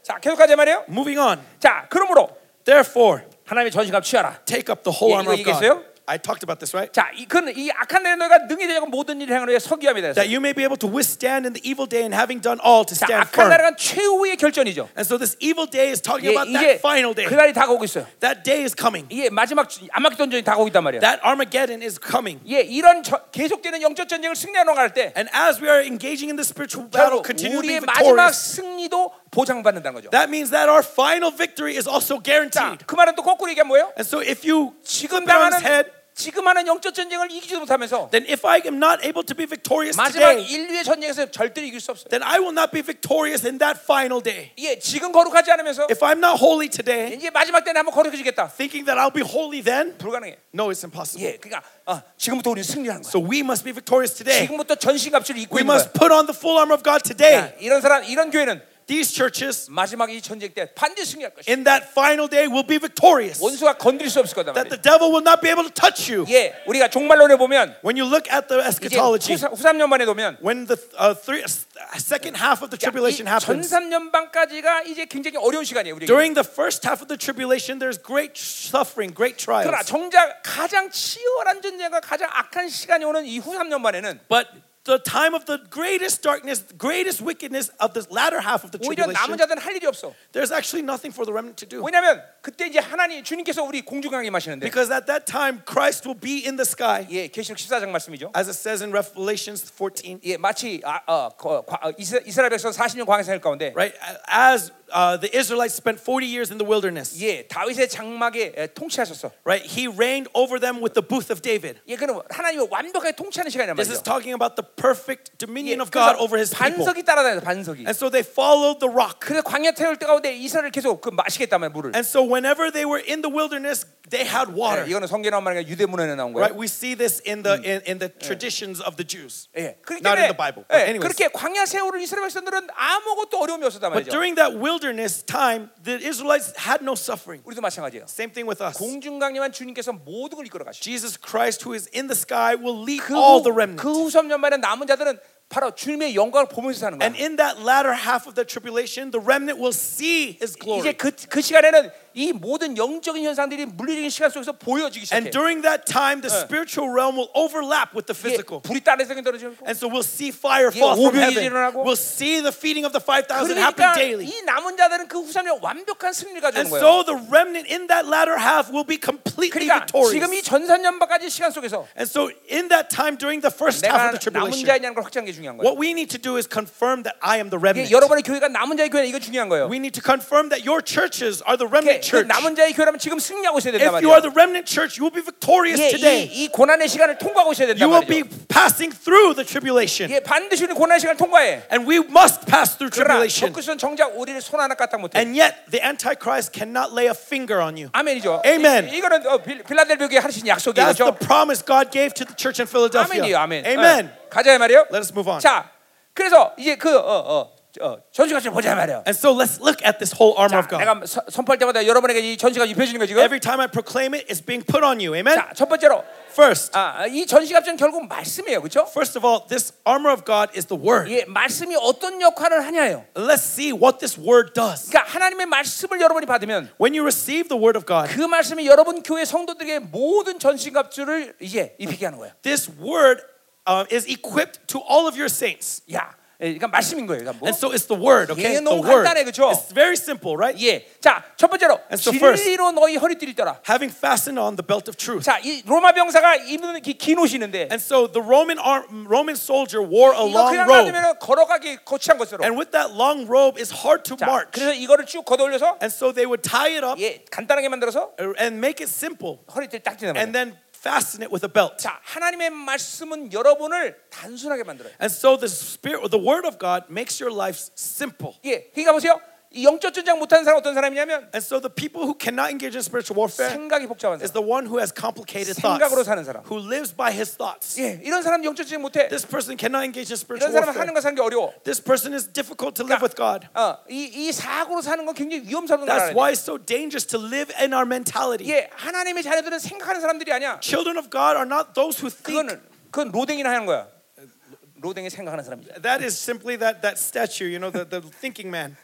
A: 자, 계속하자 말이에요.
B: Moving on.
A: 자, 그러므로
B: Therefore,
A: 하나님의 전신갑 취하라.
B: take up the whole
A: Yeah,
B: armor of
A: 이거 얘기했어요?
B: God. I talked about this, right?
A: 자, 이그이 악한 내 너희가 능히 되려고 모든 일을 행하는 데 서기함이 되서.
B: That you may be able to withstand in the evil day and having done all to
A: 자,
B: stand
A: 악한
B: firm.
A: 날은 최후의 결전이죠.
B: And so this evil day is
A: 예,
B: talking about
A: 이제
B: that final day.
A: 그 날이 다가오고 있어요.
B: That day is coming.
A: 이게 마지막 암마기돈 전이 다가오고 있단 말이야.
B: That Armageddon is coming.
A: 예, 이런 저- 계속되는 영적 전쟁을 승리하러 갈 때,
B: And as we are engaging in the spiritual battle,
A: 결국
B: continue to be
A: 우리의 마지막
B: victorious.
A: 승리도 보장받는다는 거죠.
B: That means that our final victory is also
A: 자,
B: guaranteed.
A: 그 말은 또 거꾸로 얘기하면 뭐예요?
B: And so if you
A: 지금
B: put on
A: 당하는
B: his head,
A: 지금 하는 영적 전쟁을 이기지 못하면서
B: then if I am not able to be victorious
A: 마지막
B: today,
A: 인류의 전쟁에서 절대로 이길 수 없어요.
B: then I will not be victorious in that final day.
A: 예, 지금 거룩하지 않으면서
B: If I'm not holy today,
A: 이제 마지막 때는 한번 거룩해지겠다.
B: thinking that I'll be holy then,
A: 불가능해.
B: no, it's impossible.
A: 예, 그러니까 어, 지금부터 우리는 승리하는 거야. 예.
B: So we must be victorious today.
A: 지금부터 전신갑주를 입고
B: We
A: 있는 거야.
B: must put on the full armor of
A: 야,
B: God today.
A: 이런 사람, 이런 교회는
B: These churches
A: 마지막 이 전쟁 때 반드시 승리할 것이야.
B: in that final day will be victorious.
A: 원수가 건드릴 수 없을 거다
B: That the
A: 말이야.
B: devil will not be able to touch you.
A: 예, 우리가 종말론에 보면
B: When you look at
A: 이제
B: the eschatology,
A: 후, 후 3년만에 보면
B: when the uh, three, second half of the tribulation
A: 전
B: happens,
A: 3년반까지가 이제 굉장히 어려운 시간이에요. 우리
B: during the first half of the tribulation, there's great suffering, great
A: 그러나
B: trials.
A: 정작 가장 치열한 전쟁과 가장 악한 시간이 오는 이 후 3년반에는
B: But the time of the greatest darkness, greatest wickedness of the latter half of the
A: 오히려 남은
B: tribulation,
A: 자들은 할 일이 없어.
B: there's actually nothing for the remnant to do.
A: 왜냐하면 그때 이제 하나님 주님께서 우리 공중강에 마시는데
B: Because at that time, Christ will be in the sky,
A: 예 계시록 14장 말씀이죠.
B: as it says in Revelations 14,
A: 예 마치 아, 어, 거- 과- 어, 이스라- 이스라엘 백성 40년 광야 생활 가운데
B: right? As uh, the Israelites spent 40 years in the wilderness,
A: 예 다윗의 장막에 예, 통치하셨어.
B: right? He reigned over them with the booth of David.
A: 예 그럼 하나님이 완벽하게 통치하는 시간이란
B: This
A: 말이죠.
B: is talking about the perfect
A: 예,
B: dominion of God
A: 그래서
B: over his people.
A: 반석이 따라다녀 반석이.
B: And so they followed the rock.
A: 그래서 광야 태울 때 가운데 이스라엘 계속 그 마시겠다면 물을.
B: And so whenever they were in the wilderness, they had
A: 예,
B: water.
A: 이거는 성경에 나온 말이 아니라 유대 문헌에 나온 거예요.
B: Right? We see this in the in, in the traditions of the Jews.
A: 예, 그렇기
B: Not in
A: 때문에
B: the Bible.
A: 예,
B: But anyways.
A: 그렇게 광야 세월을 이스라엘 백성들은 아무것도 어려움이 없었단
B: But
A: 말이죠.
B: during that wilderness time, the Israelites had no suffering.
A: 우리도 마찬가지예요.
B: Same thing with us.
A: 공중강림한 주님께서 모든 걸 이끌어 가시고
B: Jesus Christ, who is in the sky, will lead
A: 그,
B: all
A: 후-
B: the
A: 그
B: remnant.
A: 후 3년만에 남은 자들은 바로 주님의 영광을 보면서 사는 거예요.
B: And in that latter half of the tribulation, the remnant will see his
A: 이제
B: glory.
A: 그, 그 시간에는 이 모든 영적인 현상들이 물리적인 시간 속에서 보여지기 시작해요.
B: And during that time, the spiritual realm will overlap with the
A: 이게
B: physical.
A: 불이 땅에서 떨어지고
B: And so we'll see fire
A: Yeah,
B: fall from
A: 오병이
B: heaven.
A: 일어나고.
B: We'll see the feeding of the 5,000 happen
A: 그러니까
B: daily.
A: 이 남은 자들은 그 후삼년 완벽한 승리를 가져는
B: And
A: 거예요.
B: so the remnant in that latter half will be completely
A: 그러니까 지금 이
B: victorious.
A: 전산년밖까지 시간 속에서
B: And so in that time, during the first half
A: 내가
B: of the
A: 남은
B: tribulation,
A: 자이냐는 걸 확장한 게 중요한 거예요.
B: what we need to do is confirm that I am the
A: 이게
B: remnant.
A: 여러분의 교회가 남은 자의 교회는 이거 중요한 거예요.
B: We need to confirm that your churches are the
A: 이게
B: remnant
A: 그
B: church.
A: 남은 자의 교회라면 지금 승리하고 있어야 된단
B: If you are
A: 말이에요.
B: the remnant church, you will be victorious
A: 예,
B: today.
A: 이, 이 고난의 시간을 통과하고 있어야
B: You
A: 된단
B: will be
A: 말이에요.
B: passing through the tribulation.
A: 예, 반드시 우리 고난의 시간을 통과해.
B: And we must pass through
A: 그러나
B: tribulation.
A: 적그리스도는 정작 우리를 손 하나 까딱 못해.
B: And yet, the Antichrist cannot lay a finger on you.
A: 아멘이죠.
B: Amen.
A: 이, 이거는 어, 빌- 빌라델비아에 하신 약속이죠.
B: That's the
A: 그렇죠?
B: promise God gave to the church in Philadelphia.
A: 아멘이에요. 아멘.
B: Amen.
A: 어, 가자 이 말이에요.
B: Let us move on.
A: 자, 그래서 이제 그 어, 어, 어, 전시가 좀 보자 이 말이에요.
B: And so let's look at this whole armor
A: 자,
B: of God.
A: 내가 서- 선포할 때마다 여러분에게 이 전시가 입혀지는 거 지금.
B: Every time I proclaim it, it's being put on you. Amen.
A: 자, 첫 번째로
B: First, uh,
A: 아, 이 전시갑은 결국 말씀이에요, 그렇죠?
B: first of all, this armor of God is the word.
A: 예, 말씀이 어떤 역할을 하냐요.
B: Let's see what this word does.
A: 그러니까 하나님의 말씀을 여러분이 받으면
B: When you receive the word of God,
A: 그 말씀이 여러분 교회 성도들에게 모든 전신갑주를 이제 입히게 하는 거예요.
B: this word uh, is equipped to all of your saints.
A: 야, 예, 그러니까 말씀인 거예요. 그러니까 뭐?
B: And so it's the word, okay?
A: 예,
B: It's the
A: 너무
B: word.
A: 간단해, 그죠?
B: It's very simple, right?
A: 예, 자, 첫 번째로
B: And so first-
A: 진리로 너희 허리띠를 떠라.
B: Having fastened on the belt of truth.
A: 자, 이 로마 병사가 입는 기- 긴 옷이 있는데
B: And so the Roman arm, Roman soldier wore a
A: 이거
B: long
A: 그냥
B: robe.
A: 놔두면 걸어가기 거치한 것으로.
B: And with that long robe, it's hard to
A: 자,
B: march.
A: 그래서 이거를 쭉 걷어 올려서
B: And so they would tie it up
A: 예, 간단하게 만들어서
B: and make it simple
A: 허리띠를 딱 지는 거예요.
B: and then fasten it with a belt.
A: 자, 하나님의 말씀은 여러분을 단순하게 만들어요.
B: And so the spirit the word of God makes your life simple.
A: 예, 그러니까 보세요. 이 영적 전쟁 못하는 사람 어떤 사람이냐면
B: And so the people who cannot engage in spiritual warfare
A: 생각이 복잡한
B: is
A: 사람.
B: the one who has complicated
A: 생각으로 사는 사람.
B: thoughts, who lives by his thoughts.
A: 예, 이런 사람 영적 전쟁 못해.
B: This person cannot engage
A: 이런
B: in spiritual
A: 사람은 하는
B: warfare.
A: 거 사는 게 어려워.
B: This person is difficult to live with God.
A: 어, 이, 이 사고로 사는 건 굉장히 위험스러운 거야.
B: That's why it's so dangerous to live in our mentality.
A: 예, 하나님의 자녀들은 생각하는 사람들이 아니야.
B: Children of God are not those who think.
A: 그거는 그건 로댕이나 하는 거야. 로댕이 생각하는 사람이죠.
B: That is simply that that statue, you know, the, the thinking man.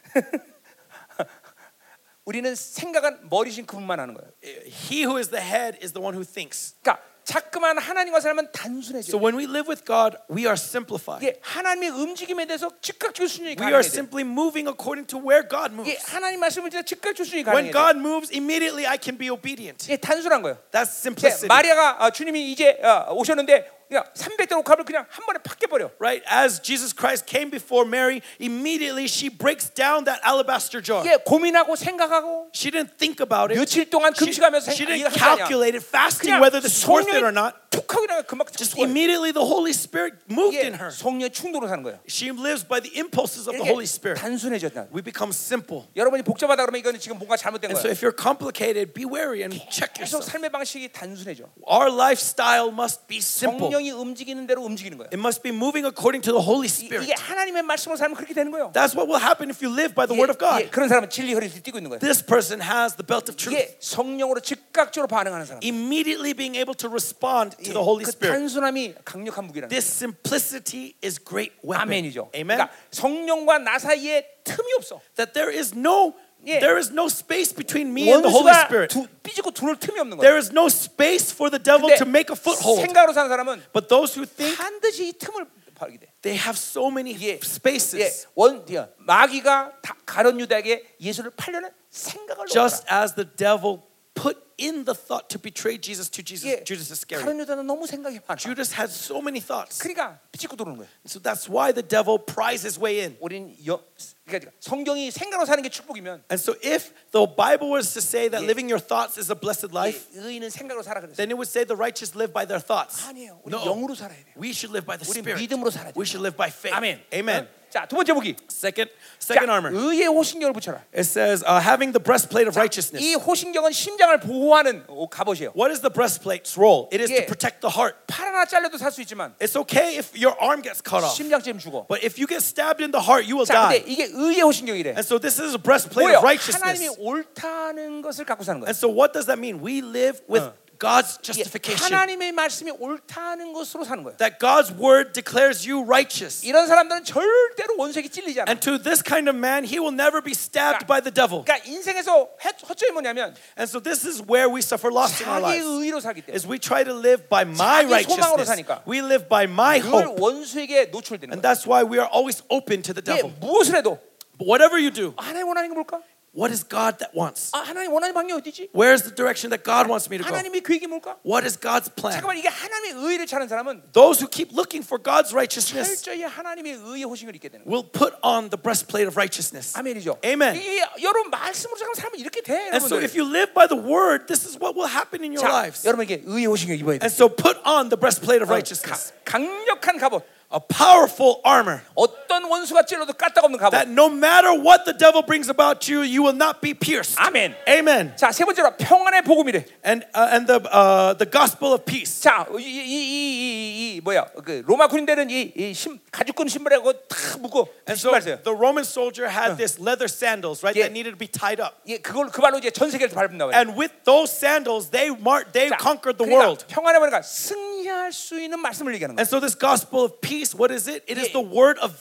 A: 우리는 생각은 머리신 그분만 하는 거야.
B: He who is the head is the one who thinks.
A: 그러니까 자꾸만 하나님과 살면 단순해져.
B: So when we live with God, we are simplified.
A: 이게 하나님의 움직임에 대해서 즉각적 순종이
B: We
A: 가능해.
B: are simply moving according to where God
A: 이게
B: moves.
A: 하나님 말씀을 진짜 즉각적 순종이
B: When
A: 가능해.
B: God moves, immediately I can be obedient.
A: 이게 단순한 거예요.
B: That's
A: 이제
B: simplicity.
A: 마리아가 아, 주님이 이제 어, 오셨는데 그냥 300대 옥합을 그냥 한 번에 팍 깨버려.
B: Right? As Jesus Christ came before Mary, immediately she breaks down that alabaster jar.
A: 이게 예, 고민하고 생각하고
B: She didn't think about it.
A: 며칠 동안
B: She,
A: 금식하면서
B: she
A: 생각-
B: didn't
A: 이거 한 거냐.
B: calculate it, fasting whether
A: 그냥
B: this is worth it or
A: 성령이
B: not.
A: 툭 하고 그냥 금방
B: Just
A: 죽어요.
B: immediately the Holy Spirit moved
A: 이게
B: in her.
A: 성령의 충돌로 사는 거예요.
B: She lives by the impulses of the
A: 이게
B: Holy Spirit.
A: 단순해졌다.
B: We become simple.
A: 여러분이 복잡하다 그러면 이거는 지금 뭔가 잘못된
B: And so
A: 거예요.
B: if you're complicated, be wary and check
A: 계속
B: yourself.
A: 삶의 방식이 단순해져.
B: Our lifestyle must be simple.
A: 성령이 움직이는 대로 움직이는 거예요.
B: It must be moving according to the
A: 이-
B: Holy Spirit.
A: 이게 하나님의 말씀으로 살면 그렇게 되는 거예요.
B: That's what will happen if you live by the
A: 이게-
B: word of God.
A: 이게 그런 사람은 진리 허리를 뛰고 있는 거예요.
B: This person has the belt of truth.
A: 이게 성령으로 즉각적으로 반응하는 사람.
B: Immediately being able to respond to the Holy
A: 그
B: Spirit.
A: 단순함이 강력한 무기라는 거예요.
B: This simplicity is great weapon.
A: 아멘이죠.
B: Amen.
A: 그러니까 성령과 나 사이에 틈이 없어.
B: That there is no
A: Yeah.
B: there is no space between me and the Holy
A: 원수가
B: Spirit.
A: 두- 삐지고 두를 틈이 없는 거예요.
B: There is no space for the devil
A: 근데
B: to make a foothold.
A: 생각으로 사는 사람은
B: But those who think
A: 반드시 이 틈을 파게 돼.
B: they have so many
A: Yeah.
B: spaces.
A: 예, 원 예, 마귀가 다- 가론 유다에게 예수를 팔려는 생각을
B: Just as the devil put in the thought to betray Jesus to Jesus,
A: 예,
B: Judas Iscariot.
A: 가론 유다는 너무 생각이 많아.
B: Judas had so many thoughts.
A: 그러니까 삐지고 들어오는 거예요.
B: So that's why the devil pries his way in.
A: 우린 여, 그러니까 성경이 생각으로 사는 게 축복이면
B: And so if the Bible was to say that
A: Yeah.
B: living your thoughts is a
A: 이
B: blessed life,
A: 의인은 생각으로 살아 그랬어.
B: then it would say the righteous live by their thoughts.
A: 아니에요. 우리
B: No.
A: 영으로 살아야 돼요.
B: We should live by the
A: 우리
B: spirit.
A: 믿음으로 살아야 돼.
B: We should live by faith.
A: 아멘.
B: Amen.
A: 어? 자, 두 번째 무기.
B: Second
A: 자,
B: second armor.
A: 의의 호신경을 붙여라.
B: It says uh, having the breastplate of righteousness.
A: 이 호신경은 심장을 보호하는 옷, 갑옷이에요.
B: What is the breastplate's role? It is
A: Yeah.
B: to protect the heart.
A: 팔 하나 잘려도 살 수 있지만
B: It's okay if your arm gets cut off,
A: 심장쯤 죽어.
B: but if you get stabbed in the heart, you will
A: 자,
B: die.
A: 근데 이게 의의 호신경이래.
B: And so this is a breastplate
A: 뭐예요?
B: of
A: 하나님이
B: righteousness.
A: 옳다는 것을 갖고 사는 거예요. 예,
B: And so what does that mean? We live with God's justification.
A: 하나님의 말씀이 옳다는 것으로 사는 거예요.
B: That God's word declares you righteous.
A: 이런 사람들은 절대로 원색이 찔리지 않아.
B: And to this kind of man, he will never be stabbed by the devil.
A: 그러니까 인생에서 허- 허점이 뭐냐면
B: And so this is where we suffer loss in our
A: 자기
B: lives.
A: 의로 살기 때문에
B: Is we try to live by my
A: 자기 소망으로
B: righteousness.
A: 사니까.
B: We live by my
A: 늘
B: hope.
A: 원수에게 노출되는
B: And
A: 거예요.
B: that's why we are always open to the
A: 이게
B: devil.
A: 무엇을 해도
B: But whatever you do,
A: 하나님 원하는 게 뭘까?
B: what is God that wants?
A: 아, 하나님 원하는 방향이 어디지?
B: Where is the direction that God wants me to go?
A: 하나님의 계획이 그 뭘까?
B: What is God's plan?
A: 잠깐만 이게 하나님의 의를 찾는 사람은
B: Those who keep looking for God's righteousness
A: 철저히 하나님의 의의 호신을 입게 되는 거예요.
B: will put on the breastplate of righteousness.
A: 아멘이죠.
B: Amen.
A: 이게 여러분 말씀으로 잠깐 사람은 이렇게 돼.
B: And so
A: 여러분들.
B: if you live by the word, this is what will happen in your
A: 자,
B: lives.
A: 여러분에게 의의 호신을 입어야 돼.
B: And so put on the breastplate of righteousness,
A: 가- 강력한 갑옷.
B: a powerful armor
A: 어떤 원수가 찔러도 까딱없는 갑옷.
B: that no matter what the devil brings about you, you will not be pierced.
A: 아멘.
B: Amen.
A: 자, 세 번째로 평안의 복음이래.
B: And uh, and the uh, the gospel of peace.
A: 자, 이 이 이 이 이 뭐야? 그 로마 군인들은 이이심 가죽끈 신발하고 탁 묶고
B: And so
A: 신발 써요.
B: the Roman soldier had this leather sandals, right,
A: Yeah.
B: that needed to be tied up.
A: 예, 그걸 그 발로 이제 전 세계를 밟는다 말이야.
B: And with those sandals, they mar- they
A: 자,
B: conquered the
A: 그러니까
B: world.
A: 평안의 보니까 승리할 수 있는 말씀을 얘기하는 거야.
B: And so this gospel of peace, what is it? It is
A: Yeah.
B: the word of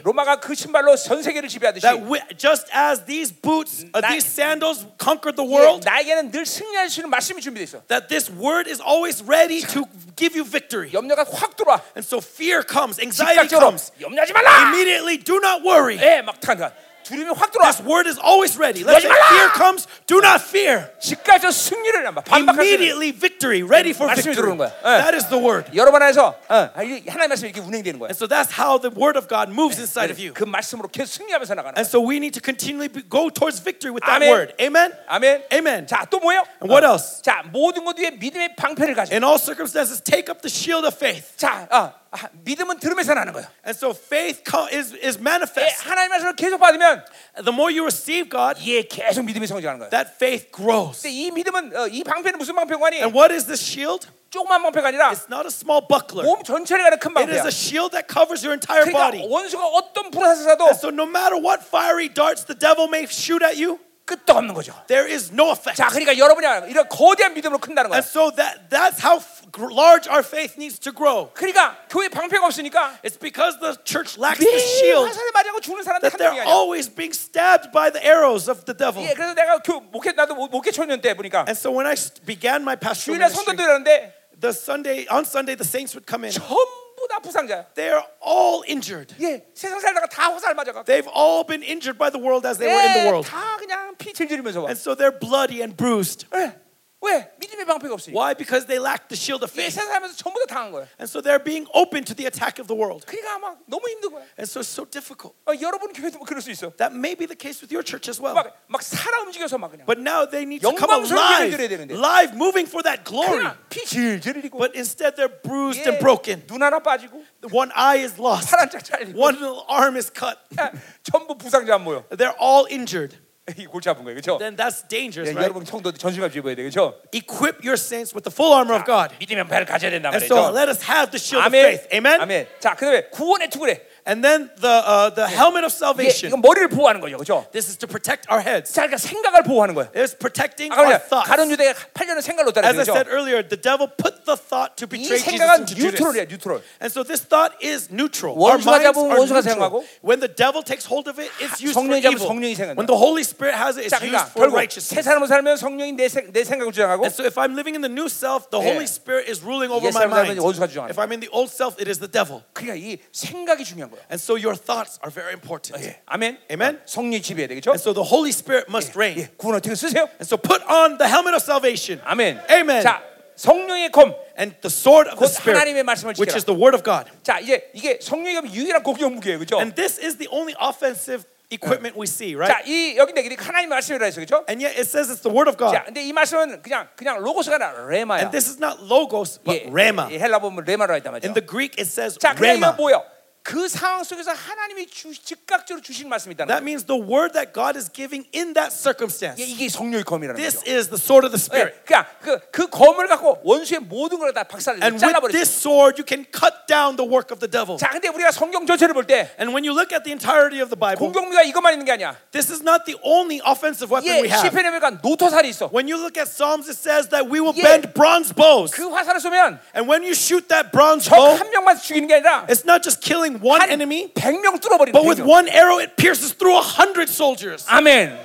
A: 예, 로마가 그 신발로 전 세계를 지배하듯이
B: That wi- just as these boots, uh,
A: Na-
B: these sandals conquered the
A: 예,
B: world,
A: 나에게는 늘 승리할 수 있는 말씀이 준비돼 있어.
B: that this word is always ready to give you victory.
A: 염려가 확 들어와.
B: And so fear comes, anxiety
A: 즉각적으로
B: comes.
A: 염려하지 말라.
B: Immediately, do not worry.
A: 예, 막 타는 두려움이 확 들어와.
B: This word is always ready. Let's say
A: ah! Yes, ma-
B: fear comes, do not fear.
A: 즉각적 승리를 한다. 반박할 수 있는.
B: Immediately, victory, ready for
A: 말씀이
B: victory.
A: 들어오는 거야. 예.
B: That is the word.
A: 여러분 안에서 어, 하나님 말씀이 이렇게 운행되는 거야.
B: And so that's how the word of God moves inside of you.
A: 그 말씀으로 계속 승리하면서 나가는
B: And so we need to continually be- go towards victory with that
A: Amen.
B: word. Amen?
A: 아멘.
B: Amen.
A: 자, 또 뭐예요? 어.
B: And what else?
A: 자, 모든 것 위에 믿음의 방패를 가져.
B: In all circumstances, take up the shield of faith.
A: 자, 어, 아, 믿음은 들음에서 나는 거예요.
B: And so faith co- is, is
A: 예,
B: manifest.
A: 하나님 말씀을 계속 받으면
B: The more you receive God,
A: 예, 계속 믿음이 성장하는 거예요.
B: that faith grows.
A: 근데 이 믿음은 어, 이 방패는 무슨 방패가 아니?
B: And what is this shield?
A: 조그만 방패가 아니라
B: It's not a small buckler.
A: 몸 전체를 가는 큰
B: It
A: 방패야.
B: is a shield that covers your entire
A: 그러니까
B: body.
A: 원수가 어떤 불화사사도
B: So no matter what fiery darts the devil may shoot at you,
A: 끄떡없는 거죠.
B: there is no effect.
A: 자, 그러니까 여러분이 이런 거대한 믿음으로 큰다는 거야.
B: And so that that's how f- gr- large our faith needs to grow.
A: 그러니까 교회 방패가 없으니까
B: It's because the church lacks the
A: 매일 예,
B: shield
A: 화살을 맞이하고 죽는 사람들 한 명이
B: that they're
A: 아니야.
B: always being stabbed by the arrows of the devil.
A: 예, 그래서 내가 교, 목회 나도 목- 목회 초년 때 보니까
B: And so when I s- began my pastoral
A: 주일날
B: ministry,
A: 선도들하는데
B: the Sunday on Sunday the saints would come in.
A: 전부 다 부상자야.
B: They're all injured.
A: 예, 세상 살다가 다 화살 맞아가.
B: They've all been injured by the world as they were in the
A: 예,
B: world.
A: 다 그냥 피 질질이면서 와.
B: And so they're bloody and bruised.
A: 예, 왜 믿음의 방패가 없으니까.
B: Why? Because they lack the shield
A: 예,
B: of faith.
A: 세상 살면서 전부 다 당한 거야.
B: And so they're being open to the attack of the world.
A: 그러니까 막 너무 힘든 거야.
B: And so it's so difficult.
A: 어, 여러분 교회도 그럴 수 있어.
B: That may be the case with your church as well.
A: 막, 막 살아 움직여서 막 그냥.
B: But now they need to come
A: 영광스러운
B: alive,
A: 예배를 드려야 되는데.
B: live, moving for that glory.
A: 그냥 피 질질이고.
B: But instead they're bruised
A: 예,
B: and broken.
A: 눈 하나 빠지고
B: One eye is lost.
A: 팔 한짝 잘리고.
B: One little arm is cut.
A: 야, 전부 부상자 안 모여.
B: They're all injured.
A: 이 골치 아픈 거예요, 그렇죠?
B: Then that's dangerous, right?
A: 여러분 성도 전심을 입어야 돼, 그렇죠?
B: Equip your saints with the full armor of God.
A: 아, 믿음의 배를 가져야 된다
B: And
A: 말이죠.
B: so let us have the shield
A: 아멘.
B: of faith. Amen?
A: 아멘. 자, 그다음에 구원의 투구래.
B: And then the uh, the
A: 이게 이건
B: helmet of salvation.
A: 머리를 보호하는 거죠, 그렇죠?
B: This is to protect our heads.
A: 자, 그러니까 생각을 보호하는 거예요.
B: It's protecting
A: 아까
B: our
A: 우리가 가론
B: thoughts.
A: 유대가 8년을 생각을 놓다
B: As I
A: 그랬죠.
B: said earlier, the devil put the thought to
A: 이
B: betray Jesus
A: 생각은
B: into
A: 뉴트럴이야,
B: Judas.
A: 뉴트럴.
B: And so this thought is neutral. Our
A: 원수가
B: minds
A: 잡으면
B: are
A: 원수가
B: neutral.
A: 사용하고,
B: When the devil takes hold of it, it's used for
A: 성령이 잡으면
B: evil.
A: 성령이 사용한다.
B: When the Holy Spirit has it,
A: 자,
B: it's used
A: 그러니까
B: for
A: 결국 새
B: righteousness.
A: 사람으로 살면 성령이 내, 생- 내 생각을 주장하고
B: And so if I'm living in the new self, the
A: 예.
B: Holy Spirit is ruling
A: 옛
B: over my
A: 사람은
B: mind.
A: 원수가 주장하는
B: If I'm in the old self, it is the devil.
A: 그러니까 이 생각이 중요한 거예요.
B: And so your thoughts are very important.
A: 예. 아멘.
B: Amen.
A: 성령이 지배해야 되겠죠?
B: And so the Holy Spirit must reign.
A: 예. 구원 어떻게 쓰세요?
B: And so put on the helmet of salvation.
A: 아멘.
B: Amen.
A: 자, 성령의 검.
B: And the sword of the
A: 곧 하나님의
B: Spirit,
A: 말씀을
B: which
A: 지켜라.
B: is the word of God.
A: 자, 이제 이게 성령의 검이 유일한 공격 무기예요. 그렇죠?
B: And this is the only offensive equipment we see,
A: 자,
B: right?
A: 이 여기 내게 하나님의 말씀이라 해서 그렇죠?
B: And yet it says it's the word of God.
A: 자, 근데 이 말씀은 그냥 그냥 로고스가 아니라 레마야.
B: And this is not logos, but
A: 예,
B: rhema.
A: 예, 헬라 보면 레마로 했단 말이죠.
B: In the Greek, it says
A: 자, 그냥 이거
B: rhema.
A: 뭐요? 그 상황 속에서 하나님이 주, 즉각적으로 주실 말씀이 있다는 거예요.
B: That means the word that God is giving in that circumstance.
A: 예, 이게 성령의 검이라는 거죠.
B: This is the sword of the
A: 예,
B: Spirit.
A: 그러니까 그, 그 검을 갖고 원수의 모든 걸 다 박살을
B: And with
A: 잘라버리죠.
B: this sword, you can cut down the work of the devil.
A: 자, 근데 우리가 성경 전체를 볼 때
B: And when you look at the entirety of the Bible,
A: 공격미가 이것만 있는 게 아니야.
B: this is not the only offensive weapon
A: 예,
B: we have.
A: 시편에 보니까 노토살이 있어.
B: When you look at Psalms, it says that we will
A: Yeah.
B: bend bronze bows.
A: 그 화살을 쏘면
B: And when you shoot that bronze
A: 적
B: bow,
A: 한 명만 죽이는 게 아니라
B: it's not just killing one
A: 한
B: enemy,
A: 100명 뚫어버리는
B: but with
A: 거예요.
B: one arrow, it pierces through a hundred soldiers.
A: 아멘.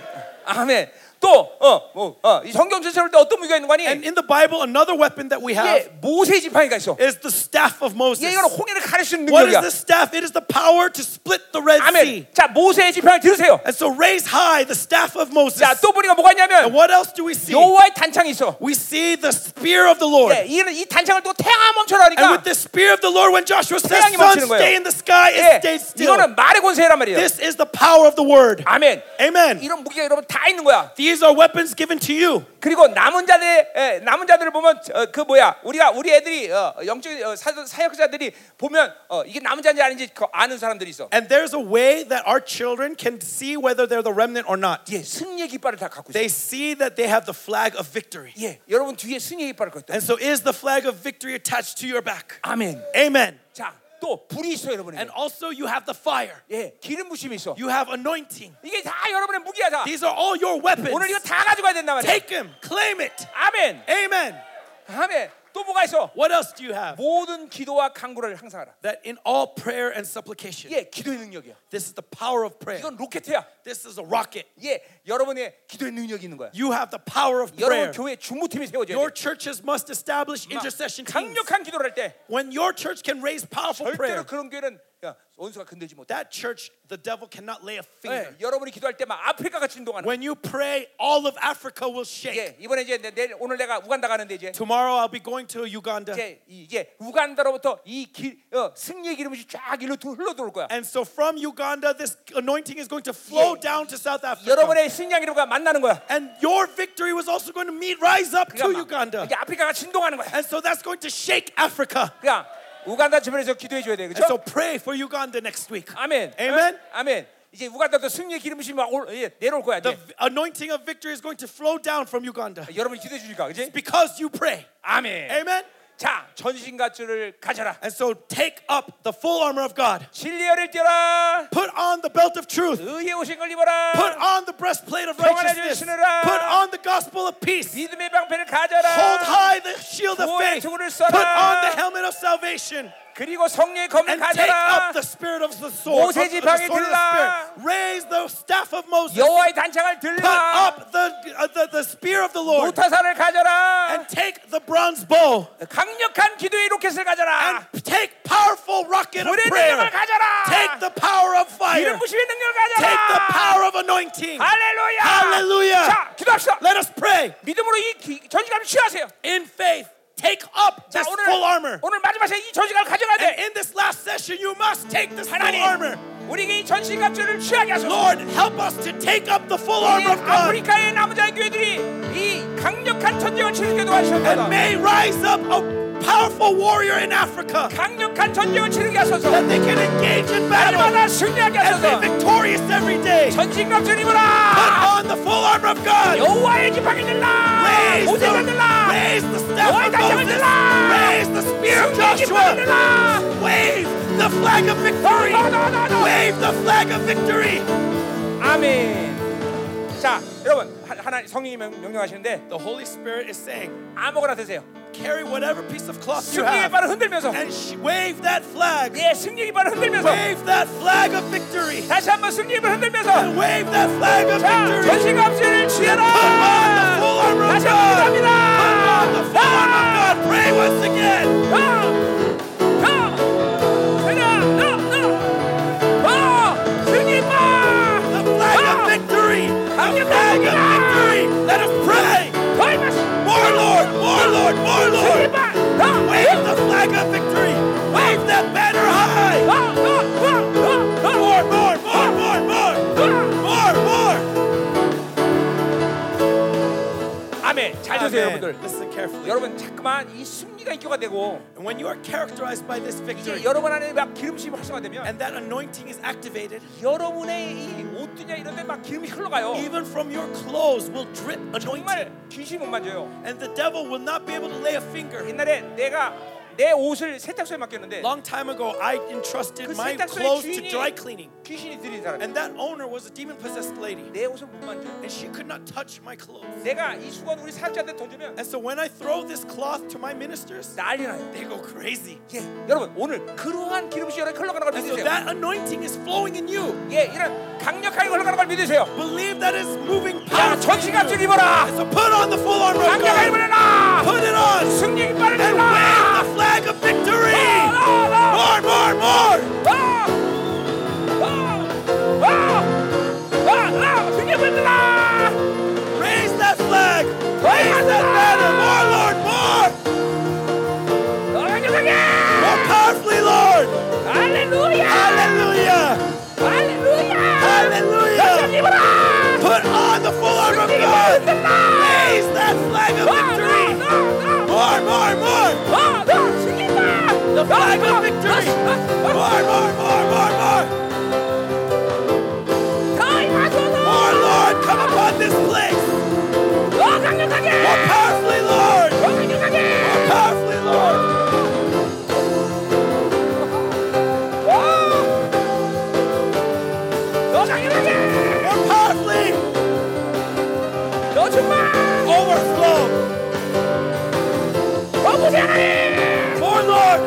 A: 아멘. 또 어, 뭐, 어, 이 성경 전체를 볼 때 어떤 무기가 있는 거니?
B: And in the Bible, another weapon that we
A: 이게
B: have
A: 모세 지팡이가 있어.
B: is the staff
A: 예,
B: of Moses.
A: 이건 홍해를 가릴 수 있는
B: What is
A: 능력이야.
B: the staff? It is the power to split the Red Sea.
A: 아멘. 자, 모세의 지팡이 들으세요.
B: And so raise high the staff of Moses.
A: 자, 또 보니까 뭐가
B: And
A: 있냐면
B: what else do we see?
A: 여호와의 단창이 있어.
B: We see the spear of the Lord.
A: 예, 이는 이 단창을 두고 태양아
B: And
A: 멈춰라니까.
B: with the spear of the Lord, when Joshua says,
A: 태양이
B: Sun,
A: 멈추는 거예요.
B: stay in the sky,
A: 예,
B: it stayed still.
A: 이거는 말의 권세란 말이에요.
B: This is the power of the word.
A: 아멘.
B: Amen.
A: 이런 무기가 여러분 다 있는 거야.
B: These are weapons given to you.
A: 그리고 남은 자들 예, 남은 자들을 보면 어, 그 뭐야 우리가 우리 애들이 어, 영적 어, 사- 사역자들이 보면 어, 이게 남은 자인지 아닌지 그 아는 사람들이 있어.
B: And there's a way that our children can see whether they're the remnant or not.
A: 예, 승리의 깃발을 다 갖고 있어.
B: They see that they have the flag of victory.
A: 예, 여러분 뒤에 승리의 깃발을 갖고 있다.
B: And so is the flag of victory attached to your back?
A: 아멘.
B: Amen.
A: 자, 또 불이 있어 여러분.
B: And also you have the fire.
A: 예, 기름 부심이 있어.
B: You have anointing.
A: 이게 다 여러분의 무기야 다.
B: These are all your weapons.
A: 오늘 이거 다 가져가야 된단 말이야.
B: Take them. Claim it.
A: 아멘.
B: Amen.
A: 아멘. 또 뭐가 있어?
B: What else do you have?
A: 모든 기도와 간구를 항상 하라.
B: That in all prayer and supplication.
A: 예, 기도의 능력이야.
B: This is the power of prayer.
A: 이건 로켓이야.
B: This is a rocket.
A: 예, 여러분의 기도의 능력이 있는 거야.
B: You have the power of
A: 여러분
B: prayer.
A: 교회 중무팀이 세워져야
B: Your
A: 돼.
B: churches must establish
A: 막
B: intercession teams.
A: 강력한 기도를 할 때
B: When your church can raise powerful
A: 절대로
B: prayer,
A: 그런 교회는 야, 원수가 건들지 못해.
B: that church, the devil cannot lay a
A: 예,
B: finger.
A: 여러분이 기도할 때 막 아프리카가 진동하는.
B: When you pray, all of Africa will shake.
A: 예, 이번에 이제 내- 내일 오늘 내가 우간다 가는데 이제
B: Tomorrow I'll be going to Uganda.
A: 이제 이제 우간다로부터 이 길, 어, 승리의 기름이 쫙 일로 두- 흘러 들어올 거야.
B: And so from Uganda, this anointing is going to flow
A: Yeah.
B: down to South Africa.
A: 여러분의 승리의 기름과 만나는 거야.
B: And your victory was also going to meet, rise up to
A: 그러니까 막
B: Uganda.
A: 이게 아프리카가 진동하는 거야.
B: And so that's going to shake Africa.
A: 그러니까 우간다 주변에서 기도해 줘야 돼.
B: And so
A: 그렇죠?
B: pray for Uganda next week.
A: 아멘.
B: Amen.
A: 어? 아멘. 이제 우간다도 승리의 기름이 막 올, 예, 내려올 거야.
B: The
A: 이제.
B: v- anointing of victory is going to flow down from Uganda
A: 여러분 기도해 주니까. 그지
B: because you pray.
A: 아멘.
B: Amen.
A: 자, 전신갑주를 가져라.
B: And so take up the full armor of God.
A: 진리를 띠라.
B: Put on the belt of truth.
A: 의의 옷을
B: Put
A: 입어라.
B: on the breastplate of
A: 평안의
B: righteousness.
A: 주신을 신으라.
B: Put on the gospel of peace.
A: 믿음의 방패를 가져라.
B: Hold high the shield of
A: 구원의
B: faith.
A: 투구를
B: Put
A: 써라.
B: on the helmet of salvation.
A: 그리고 성령의 검을
B: And take
A: 가져라.
B: up the spirit of the sword.
A: 모세
B: of- of the
A: 지팡이
B: sword of the
A: 들라.
B: spirit. Raise the staff of Moses.
A: 여호와의 단창을
B: Put
A: 들라.
B: up the, uh, the, the spear of the Lord.
A: 노타산을 가져라.
B: And take the bronze bow.
A: 강력한 기도의 로켓을 가져라.
B: And take powerful rocket of
A: 불의
B: prayer.
A: 능력을 가져라.
B: Take the power of fire.
A: 이름 부심의 능력을
B: Take the
A: 가져라.
B: power of anointing.
A: 할렐루야.
B: Hallelujah.
A: 자, 기도합시다.
B: Let us pray
A: 믿음으로 이 기- 전지감을 취하세요.
B: in faith. Take up
A: 자,
B: this
A: 오늘
B: full armor.
A: 오늘 마지막 시간 이 전지감을 가져가야
B: And
A: 돼.
B: in this last session, you must take this full
A: 하나님,
B: armor.
A: 우리에게 이 전신갑주를 취하게 하소서.
B: Lord, help us to take up the full
A: 이
B: armor of God.
A: 아프리카의 남자 교회들이 이 강력한 전쟁을 치르게도하셨다다
B: And may rise up a powerful warrior in Africa
A: 강력한 전쟁을 치르게 하소서.
B: that they can engage in battle
A: 날마다 승리하게
B: and be
A: 하소서.
B: victorious every day.
A: 전신갑주
B: Put
A: 입어라.
B: on the full armor of God.
A: 여호와의 지팡이 들라.
B: Raise the,
A: 모세를 들라.
B: raise the
A: 너의
B: staff of
A: 단장을
B: Moses.
A: 들라.
B: Raise the spear of
A: 승리의 지팡이
B: Joshua.
A: 들라.
B: Wave the flag of victory.
A: No, no, no, no.
B: Wave the flag of victory.
A: 아멘. 자, 여러분 하- 하나 성령이 명- 명령하시는데
B: The Holy Spirit is saying,
A: 아무거나 드세요.
B: carry whatever piece of cloth you
A: 승리의
B: have
A: 발을 흔들면서
B: and sh- wave that flag.
A: 예, 승리의 발을 흔들면서
B: Wave that flag of victory.
A: 다시 한번 승리의 발을 흔들면서
B: And wave that flag of
A: 자,
B: victory.
A: 전신갑주를
B: Put on the
A: 취해라.
B: full armor of
A: 다시
B: God.
A: 한번
B: Put on the
A: 기도합니다.
B: full armor of God. Pray once again.
A: 가! 가! 세라! 나! 나! 가! 어, 승리의 발! 어,
B: The flag of victory. The flag of victory. Let us pray.
A: 더이 마시-
B: More Lord, more Lord, more
A: 승리의
B: Lord.
A: 발! 가!
B: Wave the flag of victory. Wave that banner high.
A: 가! 가! 가! 가! 가!
B: More, more, more, more, more.
A: 가!
B: More, more.
A: 아멘. 잘 들으세요,
B: Amen.
A: 여러분들.
B: Listen carefully.
A: 여러분 자꾸만 이 승리가 인격화 되고
B: And when you are characterized by this
A: 이제
B: victory
A: 여러분 안에 막 기름심이 활성화되면
B: and that anointing is activated,
A: 여러분의 이 옷들이나 이런 데 막 기름이 흘러가요.
B: even from your clothes will drip anointing.
A: 정말 귀신이 못 만져요.
B: And the devil will not be able to lay a finger.
A: 옛날에 내가 내 옷을 세탁소에 맡겼는데
B: Long time ago, I entrusted
A: 그
B: my
A: 세탁소의
B: clothes to
A: 주인이
B: dry cleaning.
A: 귀신이 들인 사람.
B: And that owner was a demon possessed lady.
A: 내 옷을 못 만져요.
B: And she could not touch my clothes.
A: 내가 이 수건 우리 사업자한테 던지면
B: And so when I throw this cloth to my ministers,
A: 난리 나요.
B: they go crazy.
A: 예, 여러분 오늘 그러한 기름이 여러분 흘러가는 걸
B: And so
A: 믿으세요.
B: that anointing is flowing in you.
A: 예, 이런 강력하게 흘러가는 걸 믿으세요.
B: Believe that it's moving
A: 야,
B: power.
A: 전신 갑질 입어라.
B: So put on the full armor of
A: 강력하게
B: God.
A: 입으라.
B: Put it on.
A: 승리 깃발을
B: and
A: 들라.
B: wave the flag of victory!
A: 아, 아, 아.
B: More, more, more!
A: 아! 아! 아! 아! 아! 승리 만들라.
B: Raise that flag! Raise that banner! More, Lord, more!
A: 강력하게.
B: More powerfully, Lord!
A: 할렐루야.
B: Hallelujah!
A: 할렐루야. 승리
B: Hallelujah!
A: 입어라.
B: Put on the full armor of God! Raise that flag of
A: 아, 아,
B: victory!
A: 아, 아.
B: More, more, more!
A: 아, 아, 승리 입어라.
B: The flag of victory!
A: 아, 아, 아.
B: More, more, more, more, more!
A: 더 임하소서.
B: More, Lord, come upon this place!
A: 더 어, 강력하게.
B: More powerfully, Lord!
A: 더 강력하게.
B: More
A: 더
B: powerfully, Lord!
A: 강력하게.
B: More powerfully!
A: 더 정말.
B: Overflow!
A: 더 무지하게.
B: More, Lord!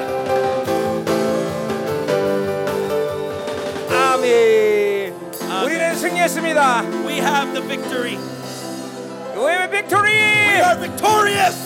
A: 아멘. 우리는 승리했습니다.
B: We have the victory.
A: 교회의
B: We
A: 빅토리.
B: are victorious.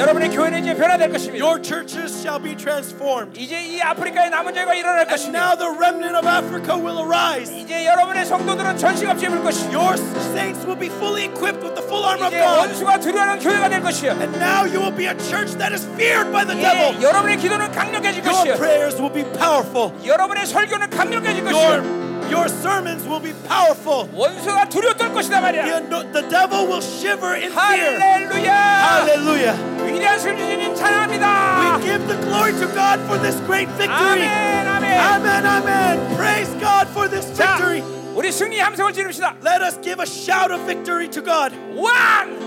A: 여러분의 교회는 이제 변화될 것입니다.
B: Your churches shall be transformed.
A: 이제 이 아프리카의 남은 자가 일어날
B: And now
A: 것입니다.
B: the remnant of Africa will arise.
A: 이제 여러분의 성도들은 전시갑지 입을 것이요.
B: Your saints will be fully equipped with the full armor of
A: 이제
B: God.
A: 원수가 두려워하는 교회가 될 것이요.
B: And now you will be a church that is feared by the
A: 이제
B: devil.
A: 여러분의 기도는 강력해질
B: Your
A: 것이요.
B: prayers will be powerful.
A: 여러분의 설교는 강력해질
B: Your
A: 것이요.
B: your sermons will be powerful.
A: 원수가 두려웠던 것이다
B: The,
A: 말이야.
B: ano- the devil will shiver in fear.
A: 할렐루야.
B: Hallelujah.
A: 위대한 승리님 찬양합니다.
B: We give the glory to God for this great victory.
A: 아멘 아멘.
B: Ah. Amen, amen. Praise God for this
A: 자,
B: victory.
A: 우리 승리 함성을 지릅시다.
B: Let us give a shout of victory to God.
A: One,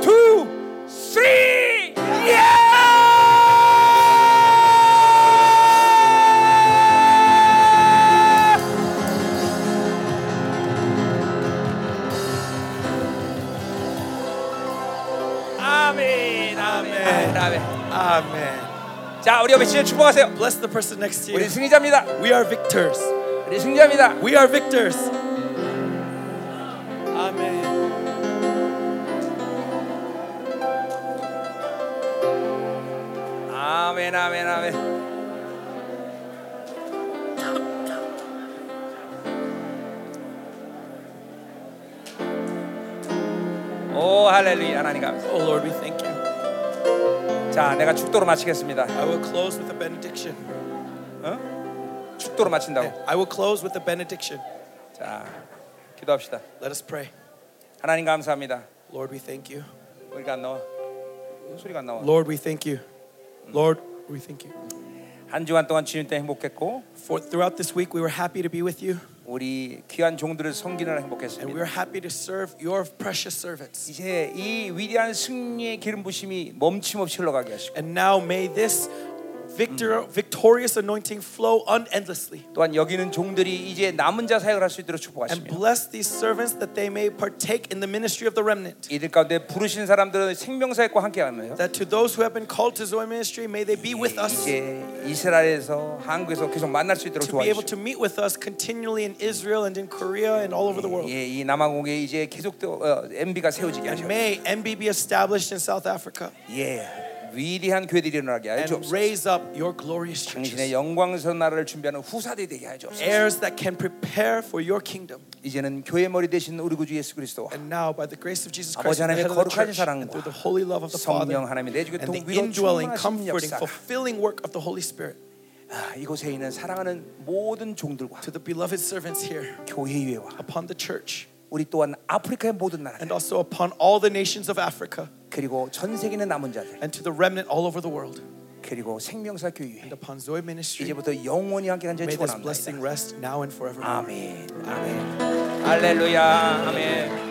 A: two, three. 아멘, 아멘, 아멘.
B: Amen.
A: 자, 우리 옆에 진짜 축복하세요.
B: Bless the person next to
A: 우리
B: you.
A: 승리자입니다.
B: We are victors.
A: 우리 승리자입니다.
B: We are victors. Amen.
A: 아멘 아멘 아멘 오 할렐루야 하나님 감사
B: Oh Lord, we thank you.
A: 자 내가 축도로 마치겠습니다
B: I will close with a benediction.
A: 축도로 마친다고
B: I will close with a benediction.
A: 자 기도합시다
B: Let us pray.
A: 하나님 감사합니다
B: Lord, we thank you.
A: 우리가 안 나와 무슨 소리가 안 나와
B: Lord, we thank you. Lord, we thank you.
A: 한 주간 동안 주님 때 행복했고
B: For throughout this week, we were happy to be with you,
A: 우리 귀한 종들을 섬기느라
B: and we
A: 행복했습니다
B: were happy to serve your precious servants.
A: 이제 이 위대한 승리의 기름 부심이 멈춤없이 흘러가게 하시고
B: And now may this victor, victorious anointing flow unendlessly.
A: 또한 여기는 종들이 이제 남은 자 사역을 할 수 있도록
B: and
A: 축복하십니다.
B: bless these servants that they may partake in the ministry of the remnant.
A: 이들 가운데 부르신 사람들은 생명 사역과 함께하며요.
B: That to those who have been called to Zoe ministry, may they be with us to
A: 이제 이스라엘에서 한국에서 계속 만날 수 있도록
B: be able
A: 도와주시고
B: to meet with us continually in Israel and in Korea and all over the world.
A: 예, 이 남아공에 이제 계속 또 어, MB가 세워지게
B: And
A: 하시고
B: may MB be established in South Africa
A: 예, 위대한 교회들이 일어나게 하여
B: and
A: 주옵소서.
B: raise up your glorious
A: 당신의
B: churches,
A: 영광스러운 나라를 준비하는 후사들이 되게 하여 주옵소서.
B: heirs that can prepare for your kingdom.
A: 이제는 교회 머리 되신 우리 구주 예수 그리스도와
B: And now, by the grace of Jesus
A: 아버지
B: Christ, and the
A: 하나님의
B: head of the
A: 거룩하신
B: church, and
A: 사랑과
B: through the holy love of the Father,
A: 성령
B: and
A: 하나님의 내주의 통
B: the
A: 위로
B: indwelling,
A: 충만하신
B: comforting,
A: 역사가
B: fulfilling work of the Holy Spirit,
A: 아, 이곳에 있는 사랑하는 모든 종들과
B: to the beloved servants here
A: 교회 위에와
B: upon the church
A: 우리 또한 아프리카의 모든 나라
B: and also upon all the nations of Africa
A: 그리고 전 세계 있는 남은 자들
B: and to the remnant all over the world.
A: 그리고 생명사 교회
B: And upon Zoe Ministry,
A: 이제부터 영원히 함께 간절
B: may this
A: 축원합니다.
B: blessing rest now and forevermore.
A: 아멘. 아멘. 할렐루야. 아멘.